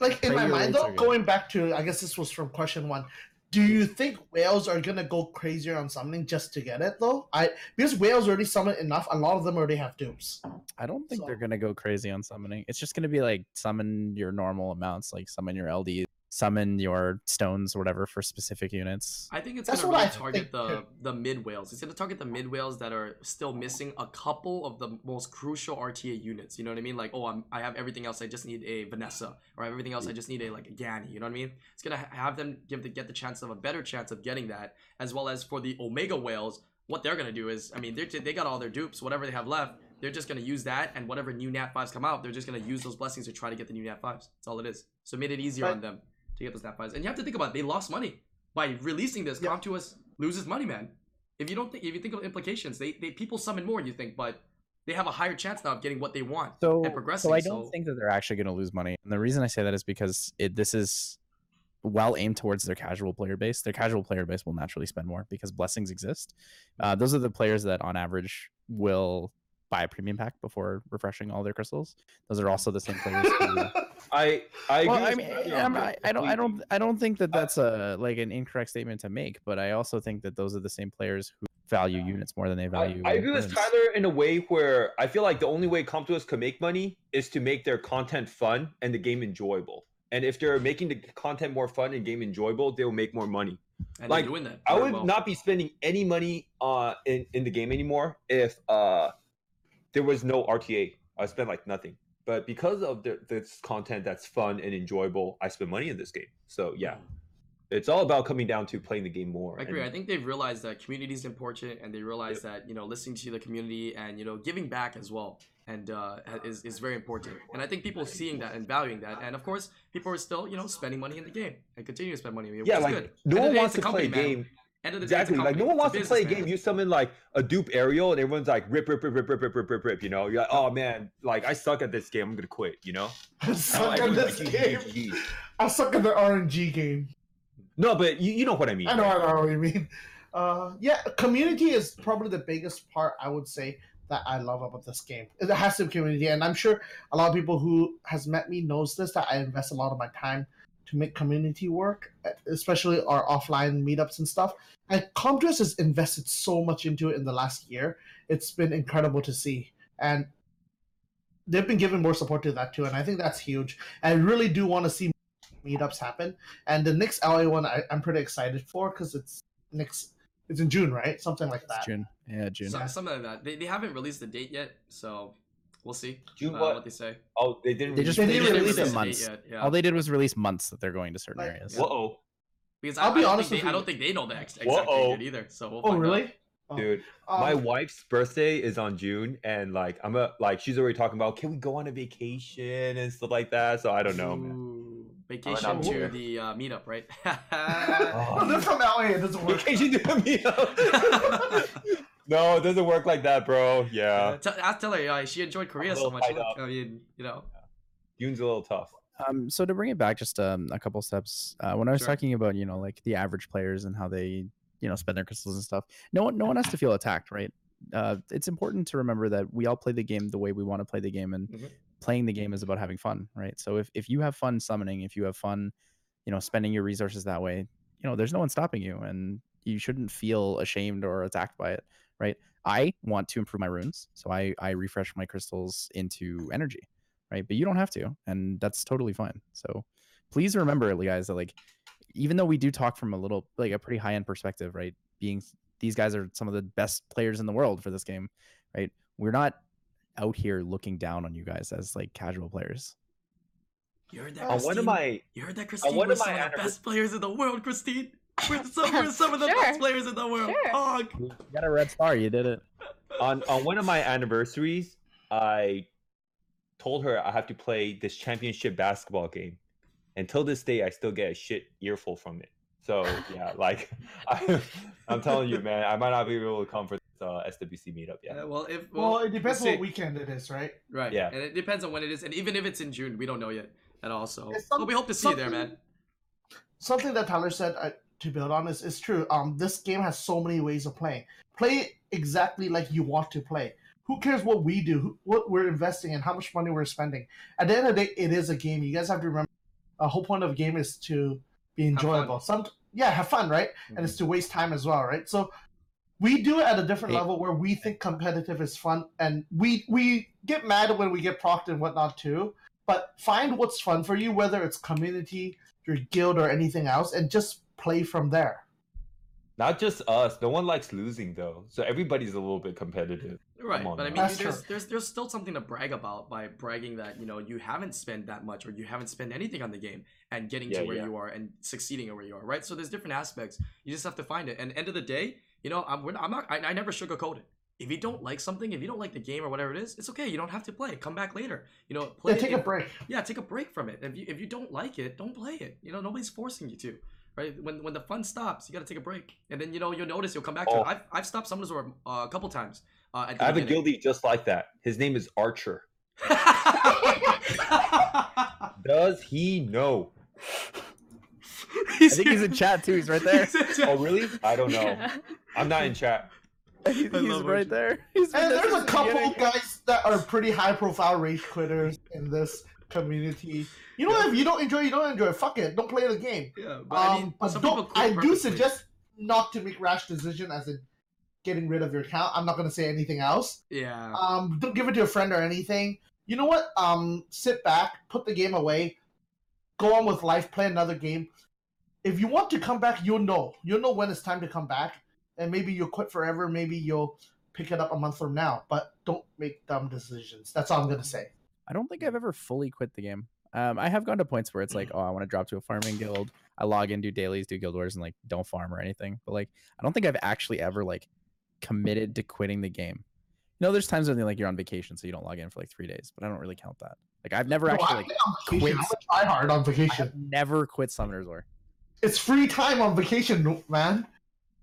Speaker 3: like in my
Speaker 4: Failure
Speaker 3: mind
Speaker 4: rates
Speaker 3: though
Speaker 4: are good.
Speaker 3: going back to i guess this was from question one do you think whales are gonna go crazier on summoning just to get it though i because whales already summoned enough a lot of them already have dupes
Speaker 4: I don't think they're
Speaker 3: So-
Speaker 4: gonna go crazy on summoning. It's just gonna be like summon your normal amounts, like summon your LD, summon your stones, or whatever for specific units.
Speaker 1: I think it's
Speaker 3: That's
Speaker 1: gonna
Speaker 3: what
Speaker 1: really
Speaker 3: I
Speaker 1: target
Speaker 3: think,
Speaker 1: the the mid whales. It's gonna target the mid whales that are still missing a couple of the most crucial RTA units. You know what I mean? Like, oh, I'm I have everything else. I just need a Vanessa, or I have everything else. I just need a like a Ganny. You know what I mean? It's gonna ha- have them give the get the chance of a better chance of getting that, as well as for the Omega whales. What they're gonna do is, I mean, they they got all their dupes. Whatever they have left, they're just gonna use that, and whatever new Nat fives come out, they're just gonna use those blessings to try to get the new Nat fives. That's all it is. So it made it easier
Speaker 3: Right.
Speaker 1: on them to get those Nat fives. And you have to think about it, they lost money by releasing this,
Speaker 3: Yeah.
Speaker 1: Comptuus loses money, man. If you don't think, if you think of implications, they, they people summon more. You think, but they have a higher chance now of getting what they want.
Speaker 4: So,
Speaker 1: and progressing,
Speaker 4: so I don't
Speaker 1: so-
Speaker 4: think that they're actually gonna lose money. And the reason I say that is because it this is well aimed towards their casual player base. Their casual player base will naturally spend more because blessings exist. Uh, those are the players that on average will buy a premium pack before refreshing all their crystals. Those are also the same players who
Speaker 7: (laughs)
Speaker 1: (laughs)
Speaker 7: I I agree.
Speaker 4: Well, I
Speaker 7: with
Speaker 4: mean,
Speaker 7: Matthew on uh,
Speaker 4: I'm,
Speaker 7: this
Speaker 4: I, I don't, I
Speaker 7: completely.
Speaker 4: don't, I don't think that that's a like an incorrect statement to make, but I also think that those are the same players who value units more than they
Speaker 7: I,
Speaker 4: value.
Speaker 7: I agree with
Speaker 4: opponents.
Speaker 7: Tyler in a way where I feel like the only way Comptos can make money is to make their content fun and the game enjoyable. And if they're making the content more fun and game enjoyable, they'll make more money.
Speaker 1: And
Speaker 7: Like,
Speaker 1: they're doing that.
Speaker 7: I
Speaker 1: very
Speaker 7: would
Speaker 1: well.
Speaker 7: not be spending any money uh in, in the game anymore if uh there was no RTA. I spend like nothing. But because of the, this content that's fun and enjoyable, I spend money in this game. So yeah, it's all about coming down to playing the game more.
Speaker 1: Hmm. I agree.
Speaker 7: and-
Speaker 1: I think they've realized that community is important, and they realize that you know listening to the community and you know giving back as well, and uh, ha- is is very important. And I think people seeing that and valuing that, and of course, people are still you know spending money in the game and continue to spend money. Which
Speaker 7: yeah,
Speaker 1: is
Speaker 7: like
Speaker 1: good. End of the
Speaker 7: no one
Speaker 1: day,
Speaker 7: wants
Speaker 1: it's
Speaker 7: to play a
Speaker 1: company, man.
Speaker 7: game.
Speaker 1: End of the day, it's a
Speaker 7: Exactly. Like no
Speaker 1: company.
Speaker 7: one
Speaker 1: It's
Speaker 7: wants to play a
Speaker 1: business,
Speaker 7: game.
Speaker 1: man.
Speaker 7: You summon like a dupe aerial, and everyone's like rip, rip, rip, rip, rip, rip, rip, rip, rip. You know, you're like, oh man, like I suck at this game. I'm gonna quit. You know. Oh,
Speaker 3: i suck
Speaker 7: Like,
Speaker 3: at
Speaker 7: like, E
Speaker 3: this
Speaker 7: GG,
Speaker 3: game
Speaker 7: GG.
Speaker 3: i suck at the rng game
Speaker 7: No, but you, you know what I mean.
Speaker 3: i know i know what you mean uh yeah community is probably the biggest part i would say that i love about this game it has to be community and i'm sure a lot of people who has met me knows this that i invest a lot of my time to make community work especially our offline meetups and stuff and Comdress has invested so much into it in the last year it's been incredible to see and they've been giving more support to that too and i think that's huge i really do want to see meetups happen and the next la one I, i'm pretty excited for because it's next it's in june right something like
Speaker 4: It's
Speaker 3: that
Speaker 4: June, yeah, June.
Speaker 1: So,
Speaker 3: Yeah.
Speaker 1: something like that. uh, They, they haven't released the date yet, so we'll see uh,
Speaker 7: June
Speaker 1: what?
Speaker 7: what?
Speaker 1: they say.
Speaker 7: Oh, they didn't.
Speaker 4: They just
Speaker 3: They
Speaker 4: they
Speaker 3: didn't
Speaker 4: didn't
Speaker 3: release
Speaker 4: release
Speaker 3: the
Speaker 4: the
Speaker 1: date
Speaker 4: months.
Speaker 1: yet, yeah.
Speaker 4: All they did was release months that they're going to certain
Speaker 3: Like,
Speaker 4: areas.
Speaker 7: Whoa, oh,
Speaker 1: because
Speaker 3: I'll
Speaker 1: I,
Speaker 3: be
Speaker 1: I don't
Speaker 3: honest
Speaker 1: think they,
Speaker 3: with
Speaker 1: I
Speaker 3: you.
Speaker 1: don't think they know the ex- exact date
Speaker 7: Whoa.
Speaker 1: yet either. So we'll
Speaker 3: oh
Speaker 1: find out.
Speaker 3: really Oh.
Speaker 7: dude.
Speaker 3: Um, (laughs)
Speaker 7: my wife's birthday is on June, and like I'm a like she's already talking about can we go on a vacation and stuff like that. So I don't know, man.
Speaker 1: Ooh, Vacation
Speaker 7: not
Speaker 1: to
Speaker 7: aware.
Speaker 1: the uh, meetup, right? (laughs)
Speaker 3: oh, (laughs) they're from LA. It doesn't
Speaker 7: (laughs)
Speaker 3: work.
Speaker 7: Vacation to me. (laughs) no, it doesn't work like that, bro. Yeah,
Speaker 1: Uh, tell, ask- tell her uh, she enjoyed Korea so
Speaker 7: little
Speaker 1: much.
Speaker 7: tied
Speaker 1: Look,
Speaker 7: up.
Speaker 1: I mean, you know,
Speaker 7: June's a little tough.
Speaker 4: Um, so to bring it back just um, a couple steps, uh, when I was
Speaker 1: Sure.
Speaker 4: talking about you know like the average players and how they you know spend their crystals and stuff, no one no one has to feel attacked, right? Uh, it's important to remember that we all play the game the way we want to play the game, and
Speaker 1: Mhm.
Speaker 4: playing the game is about having fun, right? So if if you have fun summoning, if you have fun, you know, spending your resources that way, you know, there's no one stopping you, and you shouldn't feel ashamed or attacked by it, right? I want to improve my runes, so I I refresh my crystals into energy right? But you don't have to, and that's totally fine. So please remember, guys, that like even though we do talk from a little like a pretty high end perspective, right? Being s- these guys are some of the best players in the world for this game, right? We're not out here looking down on you guys as like casual players.
Speaker 1: You heard that,
Speaker 3: Uh,
Speaker 2: On one
Speaker 1: Christine?
Speaker 2: of my
Speaker 1: You heard that, Christine?
Speaker 2: one
Speaker 1: We're
Speaker 2: of
Speaker 1: some of
Speaker 2: my
Speaker 1: the
Speaker 2: anniver-
Speaker 1: best players in the world, Christine. We're some,
Speaker 6: (laughs)
Speaker 1: we're some of the best
Speaker 6: Sure.
Speaker 1: players in the world.
Speaker 6: Sure.
Speaker 1: Hog.
Speaker 4: You got a red star, you did it.
Speaker 7: on on one of my anniversaries, I told her I have to play this championship basketball game. Until this day, I still get a shit earful from it. So yeah, like (laughs) I, I'm telling you, man, I might not be able to come for this uh, SWC meetup. Yeah,
Speaker 1: Yeah, well, if
Speaker 3: Well, it depends
Speaker 1: we'll
Speaker 3: what
Speaker 1: see.
Speaker 3: weekend it is, right?
Speaker 1: Right.
Speaker 7: Yeah.
Speaker 1: And it depends on when it is, and even if it's in June, we don't know yet at all. So,
Speaker 3: It's
Speaker 1: but
Speaker 3: some-
Speaker 1: we hope to see you there,
Speaker 3: something-
Speaker 1: man.
Speaker 3: Something that Tyler said uh, to build on is is true. Um, this game has so many ways of playing. Play it exactly like you want to play. Who cares what we do, who- what we're investing in, how much money we're spending? At the end of the day, it is a game. You guys have to remember. The whole point of a game is to be
Speaker 1: fun.
Speaker 3: enjoyable. Some yeah, have fun, right?
Speaker 7: Mm-hmm.
Speaker 3: and it's to waste time as well, right? So we do it at a different
Speaker 4: Mm-hmm. Hey.
Speaker 3: level where we think competitive is fun, and we we get mad when we get procked and whatnot too. But find what's fun for you, whether it's community, your guild, or anything else, and just play from there.
Speaker 7: not just us. No one likes losing though, so everybody's a little bit competitive.
Speaker 1: Right.
Speaker 7: Come on,
Speaker 1: but I mean,
Speaker 7: man.
Speaker 3: That's
Speaker 1: there's,
Speaker 3: true.
Speaker 1: there's there's still something to brag about by bragging that you know you haven't spent that much or you haven't spent anything on the game and getting
Speaker 7: Yeah,
Speaker 1: to where
Speaker 7: yeah.
Speaker 1: you are and succeeding at where you are. Right. So there's different aspects. You just have to find it. And end of the day, you know, I'm we're not, I'm not I, I never sugarcoat it. If you don't like something, if you don't like the game or whatever it is, it's okay. You don't have to play. it. Come back later. You know, play.
Speaker 3: Yeah, take a
Speaker 1: if-
Speaker 3: break.
Speaker 1: yeah take a break from it if you if you don't like it don't play it you know nobody's forcing you to right when when the fun stops you got to take a break and then you know you'll notice you'll come back to
Speaker 7: Oh.
Speaker 1: it i've, I've stopped summoners War uh, a couple times uh, at the
Speaker 7: I have
Speaker 1: (laughs)
Speaker 7: a
Speaker 1: beginning.
Speaker 7: guilty just like that. His name is Archer. Does he know?
Speaker 4: I think he's in chat too. He's
Speaker 1: (laughs)
Speaker 4: right there.
Speaker 7: Oh really? I don't know.
Speaker 6: Yeah.
Speaker 7: I'm not in chat.
Speaker 4: (laughs) he's
Speaker 1: love Archie.
Speaker 4: right there. He's been
Speaker 3: And
Speaker 4: there
Speaker 3: there's
Speaker 4: since
Speaker 3: a
Speaker 4: the
Speaker 3: couple
Speaker 4: beginning.
Speaker 3: guys that are pretty high profile rage quitters in this community. You know, what? if you don't enjoy, you don't enjoy. Fuck it, don't play the game.
Speaker 1: yeah but i mean
Speaker 3: Um, but
Speaker 1: some people
Speaker 3: don't,
Speaker 1: quit
Speaker 3: I do
Speaker 1: purposely.
Speaker 3: suggest not to make rash decision as in getting rid of your account. I'm not going to say anything else. (laughs)
Speaker 1: yeah
Speaker 3: Um, don't give it to a friend or anything. You know what? Um, sit back, put the game away, go on with life, play another game. If you want to come back, you'll know. You'll know when it's time to come back, and maybe you'll quit forever. Maybe you'll pick it up a month from now. But don't make dumb decisions. That's all I'm going to say.
Speaker 4: I don't think I've ever fully quit the game. Um, I have gone to points where it's like, oh, I want to drop to a farming guild. I log in, do dailies, do guild wars, and like don't farm or anything. But like, I don't think I've actually ever like committed to quitting the game. You know, there's times when like you're on vacation, so you don't log in for like three days, but I don't really count that. Like, I've never
Speaker 3: No,
Speaker 4: actually
Speaker 3: I'm
Speaker 4: like,
Speaker 3: on vacation. I'm
Speaker 4: quit.
Speaker 3: a try hard on
Speaker 4: I
Speaker 3: vacation.
Speaker 4: have never quit Summoners War.
Speaker 3: It's free time on vacation, man.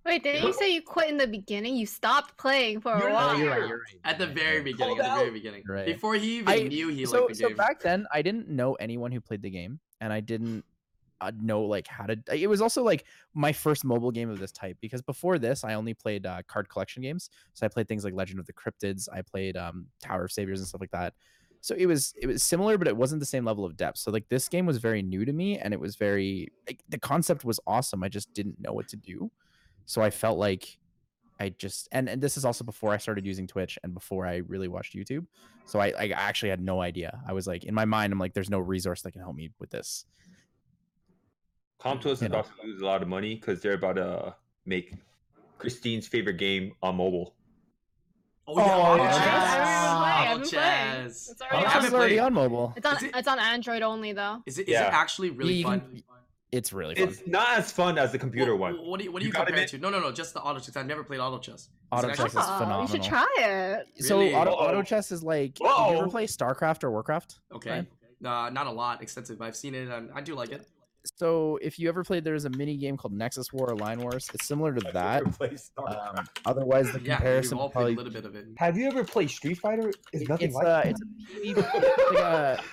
Speaker 6: Wait, didn't you say you quit in the beginning? You stopped playing for
Speaker 3: You're
Speaker 6: a
Speaker 3: not-
Speaker 6: while.
Speaker 3: Oh, you're right,
Speaker 4: right.
Speaker 1: at the very beginning at the very beginning
Speaker 4: Right.
Speaker 1: before he even
Speaker 4: I-
Speaker 1: knew he
Speaker 4: so,
Speaker 1: liked the
Speaker 4: so
Speaker 1: game
Speaker 4: back then i didn't know anyone who played the game and i didn't uh, know like how to it was also like my first mobile game of this type because before this i only played uh, card collection games so i played things like legend of the cryptids i played um, tower of saviors and stuff like that so it was it was similar but it wasn't the same level of depth so like this game was very new to me and it was very like the concept was awesome i just didn't know what to do so i felt like i just and, and this is also before i started using twitch and before i really watched youtube so I, I actually had no idea. I was like, in my mind, I'm like, there's no resource that can help me with this.
Speaker 7: Comptos is
Speaker 4: You know.
Speaker 7: about to lose a lot of money because they're about to make Christine's favorite game on mobile.
Speaker 1: oh yeah, oh,
Speaker 3: yeah.
Speaker 1: chess.
Speaker 6: I
Speaker 1: Oh,
Speaker 6: haven't played, I haven't
Speaker 1: chess.
Speaker 6: It's already
Speaker 1: I
Speaker 4: This
Speaker 1: haven't
Speaker 4: is already
Speaker 1: played.
Speaker 4: on mobile.
Speaker 6: It's on
Speaker 1: Is it-
Speaker 6: it's on Android only though.
Speaker 1: is it is
Speaker 7: Yeah.
Speaker 1: it actually really
Speaker 4: You
Speaker 1: fun
Speaker 4: can- It's really fun.
Speaker 7: It's not as fun as the computer
Speaker 1: Well,
Speaker 7: one.
Speaker 1: well, What do you, what do
Speaker 7: You
Speaker 1: you
Speaker 7: gotta
Speaker 1: compare it
Speaker 7: admit-
Speaker 1: to? No, no, no, just the auto chess. I've never played auto chess. Is
Speaker 4: Auto
Speaker 1: it
Speaker 4: chess is
Speaker 1: actually-
Speaker 6: Oh, you should
Speaker 4: phenomenal.
Speaker 6: try it.
Speaker 4: so
Speaker 1: really-
Speaker 4: auto, auto
Speaker 7: Whoa.
Speaker 4: chess is like. Did you ever
Speaker 7: Whoa.
Speaker 4: play StarCraft or Warcraft?
Speaker 1: Okay. Uh, not a lot extensive. but I've seen it. And I do like it.
Speaker 4: So if you ever played, there's a mini game called Nexus War or Line Wars. It's similar to that. Um, otherwise, the
Speaker 1: yeah,
Speaker 4: comparison
Speaker 1: we've all played
Speaker 4: would probably
Speaker 1: a little bit of
Speaker 4: (laughs)
Speaker 1: it.
Speaker 2: uh,
Speaker 1: (laughs)
Speaker 2: Have you ever played Street Fighter? It's nothing
Speaker 4: it's uh,
Speaker 2: like
Speaker 4: a, it's a PvP it's like a-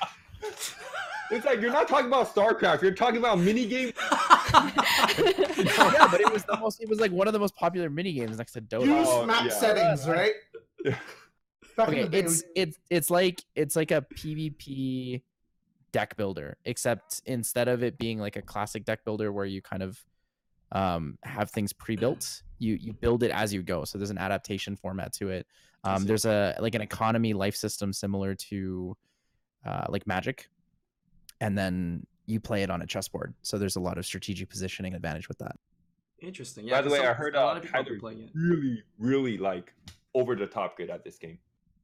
Speaker 7: (laughs) It's like you're not talking about StarCraft. You're talking about mini game.
Speaker 4: yeah, but it was the most. It was like one of the most popular mini games next to Dota.
Speaker 3: Use
Speaker 7: Oh,
Speaker 3: map
Speaker 7: yeah.
Speaker 3: settings, right?
Speaker 7: Yeah.
Speaker 3: Back
Speaker 4: okay,
Speaker 3: in the day,
Speaker 4: it's it's it's like it's like a PvP deck builder, except instead of it being like a classic deck builder where you kind of um, have things pre-built, you you build it as you go. So there's an adaptation format to it.
Speaker 1: I
Speaker 4: Um,
Speaker 1: see.
Speaker 4: there's a like an economy life system similar to uh, like Magic, and then you play it on a chessboard. So there's a lot of strategic positioning advantage with that.
Speaker 1: Interesting. Yeah,
Speaker 7: By the
Speaker 1: 'cause
Speaker 7: way,
Speaker 1: some-
Speaker 7: I heard
Speaker 1: a
Speaker 7: uh,
Speaker 1: lot of people have been
Speaker 7: Tyler
Speaker 1: playing it.
Speaker 7: really, really like over the top good at this game.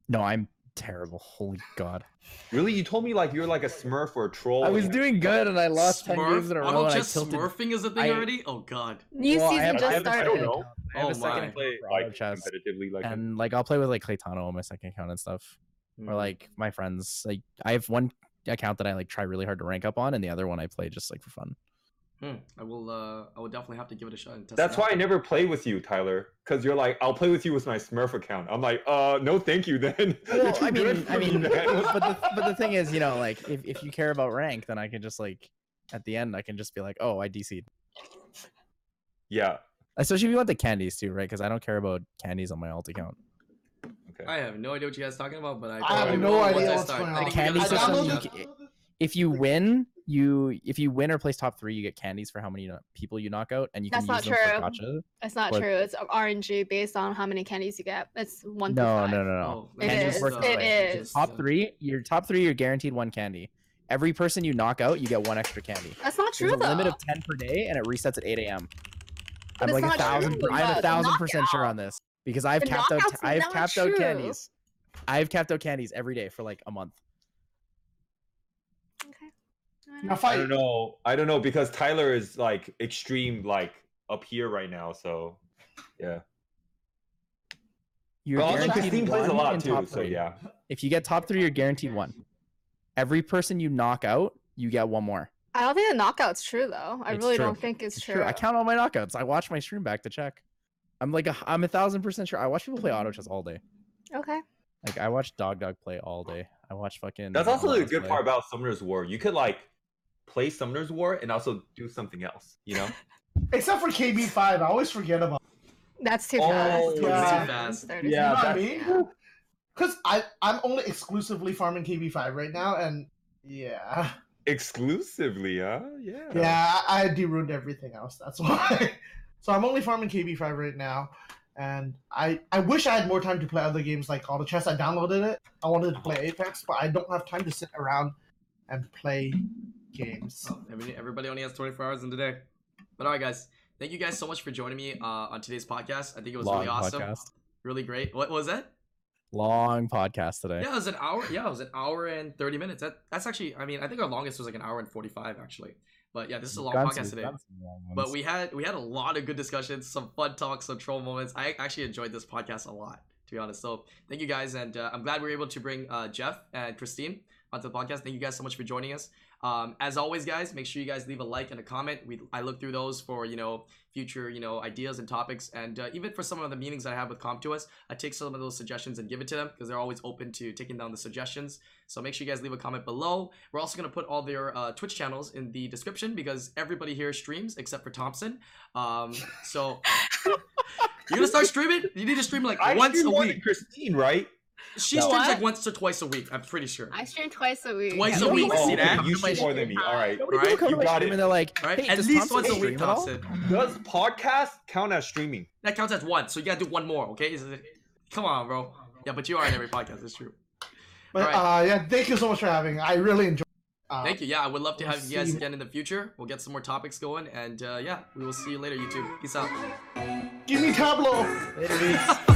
Speaker 4: No, I'm terrible. Holy god.
Speaker 7: Really, you told me like you're like a Smurf or a troll.
Speaker 4: I was doing good and I lost 10
Speaker 1: Smurf?
Speaker 4: games in a
Speaker 1: Auto
Speaker 4: row and I
Speaker 1: chess
Speaker 4: tilted.
Speaker 1: smurfing is a thing
Speaker 4: I-
Speaker 1: already? Oh god.
Speaker 6: New
Speaker 4: Well, I
Speaker 6: season
Speaker 4: have-
Speaker 7: I
Speaker 6: just
Speaker 7: haven't- I
Speaker 6: started.
Speaker 7: don't know.
Speaker 4: I have
Speaker 1: Oh
Speaker 4: a second
Speaker 1: my.
Speaker 4: account
Speaker 7: play
Speaker 4: for auto
Speaker 7: like
Speaker 4: chess.
Speaker 7: competitively like and,
Speaker 4: And like I'll play with like Claytano on my second account and stuff.
Speaker 7: hmm.
Speaker 4: Or like my friends. Like I have one account that I like try really hard to rank up on and the other one I play just like for fun.
Speaker 1: Hmm, I will. Uh, I will definitely have to give it a shot. And test
Speaker 7: that's
Speaker 1: it out.
Speaker 7: why I never play with you, Tyler. Because you're like, I'll play with you with my Smurf account. I'm like, uh, no, thank you. Then (laughs)
Speaker 4: (laughs)
Speaker 7: You're
Speaker 4: Well,
Speaker 7: too
Speaker 4: I (laughs)
Speaker 7: good
Speaker 4: mean,
Speaker 7: for
Speaker 4: I
Speaker 7: me,
Speaker 4: mean, but
Speaker 7: man.
Speaker 4: (laughs) the, but the thing is, you know, like if, if you care about rank, then I can just like at the end I can just be like, oh, I DC'd.
Speaker 7: (laughs) yeah.
Speaker 4: Especially if you want the candies too, right? Because I don't care about candies on my alt account.
Speaker 7: Okay.
Speaker 1: I have no idea what you guys are talking about, but I.
Speaker 3: I
Speaker 1: probably
Speaker 3: have no
Speaker 1: will once I
Speaker 3: idea what's
Speaker 1: start.
Speaker 3: going
Speaker 1: I
Speaker 3: on.
Speaker 1: think you
Speaker 4: Candy
Speaker 1: guys are
Speaker 4: system,
Speaker 1: talking
Speaker 4: you
Speaker 1: about- Oh,
Speaker 4: ca- If you win, you if you win or place top three, you get candies for how many kno- people you knock out, and you can
Speaker 6: That's
Speaker 4: use
Speaker 6: not
Speaker 4: them for
Speaker 6: true.
Speaker 4: gotcha.
Speaker 6: It's not
Speaker 4: What?
Speaker 6: true. It's RNG based on how many candies you get. It's one. through
Speaker 4: No,
Speaker 6: five.
Speaker 4: no, no, no.
Speaker 1: Oh,
Speaker 6: It
Speaker 1: that's
Speaker 6: is,
Speaker 1: just, uh,
Speaker 6: it is.
Speaker 1: just, uh,
Speaker 4: Top three, your top three, you're guaranteed one candy. Every person you knock out, you get one extra candy.
Speaker 6: That's not true
Speaker 4: There's a
Speaker 6: though.
Speaker 4: limit of ten per day, and it resets at eight a.m. I'm
Speaker 6: But it's
Speaker 4: like a
Speaker 6: not
Speaker 4: thousand.
Speaker 6: true,
Speaker 4: per- I'm
Speaker 6: but
Speaker 4: a
Speaker 6: the
Speaker 4: thousand percent sure
Speaker 6: knockout-
Speaker 4: on this because I've
Speaker 6: the
Speaker 4: capped out.
Speaker 6: knockout's
Speaker 4: I've
Speaker 6: not
Speaker 4: capped out
Speaker 6: true.
Speaker 4: candies. I've capped out candies every day for like a month.
Speaker 6: Okay.
Speaker 3: Now
Speaker 7: I
Speaker 3: fight.
Speaker 7: don't know. I don't know because Tyler is like extreme, like up here right now. So yeah.
Speaker 4: You're
Speaker 7: But also,
Speaker 4: guaranteed
Speaker 7: Christine
Speaker 4: one
Speaker 7: plays a lot
Speaker 4: in
Speaker 7: too.
Speaker 4: top
Speaker 7: So
Speaker 4: three. Hmm.
Speaker 7: yeah.
Speaker 4: If you get top three, you're guaranteed one. Every person you knock out, you get one more.
Speaker 6: I don't think the knockout's true though. I
Speaker 4: It's
Speaker 6: really
Speaker 4: true.
Speaker 6: don't think it's, true.
Speaker 4: I count all my knockouts. I watch my stream back to check. I'm like a, I'm a thousand percent sure. I watch people play auto chess all day.
Speaker 6: Okay.
Speaker 4: Like I watch Dog Dog play all day. I watch fucking.
Speaker 7: Oh, That's
Speaker 4: uh,
Speaker 7: also the
Speaker 4: Lance
Speaker 7: good
Speaker 4: play.
Speaker 7: part about Summoner's War. You could like play Summoner's War and also do something else.
Speaker 4: (laughs)
Speaker 7: You know.
Speaker 3: Except for KB5, I always forget about.
Speaker 6: That's too
Speaker 7: Oh,
Speaker 6: fast. That's
Speaker 7: yeah.
Speaker 3: Too
Speaker 1: fast.
Speaker 6: 30
Speaker 7: Yeah,
Speaker 6: seconds.
Speaker 3: you know what I mean? Because I I'm only exclusively farming KB5 right now, and yeah,
Speaker 7: Exclusively, huh? Yeah.
Speaker 3: yeah, I, I deruined everything else. That's (laughs) why. so I'm only farming KB5 right now, and I I wish I had more time to play other games like Auto Chess. I downloaded it. I wanted to play Apex, but I don't have time to sit around and play games.
Speaker 1: Oh, every- everybody only has 24 hours in the day. But all right, guys, thank you guys so much for joining me uh, on today's podcast. I think it was
Speaker 4: Long
Speaker 1: really awesome,
Speaker 4: podcast.
Speaker 1: really great. What what was that?
Speaker 4: Long podcast today.
Speaker 1: Yeah, it was an hour. Yeah, it was an hour and 30 minutes. That that's actually. I mean, I think our longest was like an hour and 45 actually. But yeah, this is a
Speaker 4: We've
Speaker 1: long
Speaker 4: gone
Speaker 1: podcast
Speaker 4: some-
Speaker 1: today.
Speaker 4: we've gone some long
Speaker 1: But
Speaker 4: ones.
Speaker 1: we had we had a lot of good discussions, some fun talks, some troll moments. I actually enjoyed this podcast a lot, to be honest. So thank you guys, and uh, I'm glad we were able to bring uh, Jeff and Christine onto the podcast. Thank you guys so much for joining us. Um, as always, guys, make sure you guys leave a like and a comment. We I look through those for you know future you know ideas and topics, and uh, even for some of the meetings I have with Comp2us, I take some of those suggestions and give it to them because they're always open to taking down the suggestions. So make sure you guys leave a comment below. We're also going to put all their uh, Twitch channels in the description because everybody here streams except for Thompson. Um, so you're going to start streaming? You need to stream like
Speaker 7: I
Speaker 1: once
Speaker 7: once
Speaker 1: a
Speaker 7: more than
Speaker 1: week.
Speaker 7: Christine, right?
Speaker 1: She
Speaker 7: No.
Speaker 1: streams
Speaker 6: What?
Speaker 1: like once or twice a week, I'm pretty sure.
Speaker 6: I stream twice a week.
Speaker 1: Twice
Speaker 6: at
Speaker 1: a week,
Speaker 6: least.
Speaker 1: see that?
Speaker 7: you shoot more than me. All right.
Speaker 4: Nobody people
Speaker 1: Right?
Speaker 4: come to
Speaker 7: You
Speaker 4: my
Speaker 7: got
Speaker 4: stream
Speaker 7: it.
Speaker 4: and they're like,
Speaker 1: All right?
Speaker 4: "Hey,
Speaker 1: At
Speaker 4: does
Speaker 1: least
Speaker 4: Thompson
Speaker 1: once a
Speaker 4: stream
Speaker 1: week,
Speaker 4: at all?"
Speaker 1: Thompson.
Speaker 7: Does podcast count as streaming?
Speaker 1: That counts as one. So you got to do one more, okay? Is it- Come on, bro. Yeah, but you are in every podcast. It's true.
Speaker 3: But
Speaker 1: Alright.
Speaker 3: uh, yeah, thank you so much for having. me. I really enjoyed. Uh,
Speaker 1: Thank you. Yeah, I would love to
Speaker 3: we'll
Speaker 1: have you guys
Speaker 3: see.
Speaker 1: again in the future. We'll get some more topics going. And uh, yeah, we will see you later, YouTube. Peace out.
Speaker 3: Give me Tableau.
Speaker 1: Later, peace.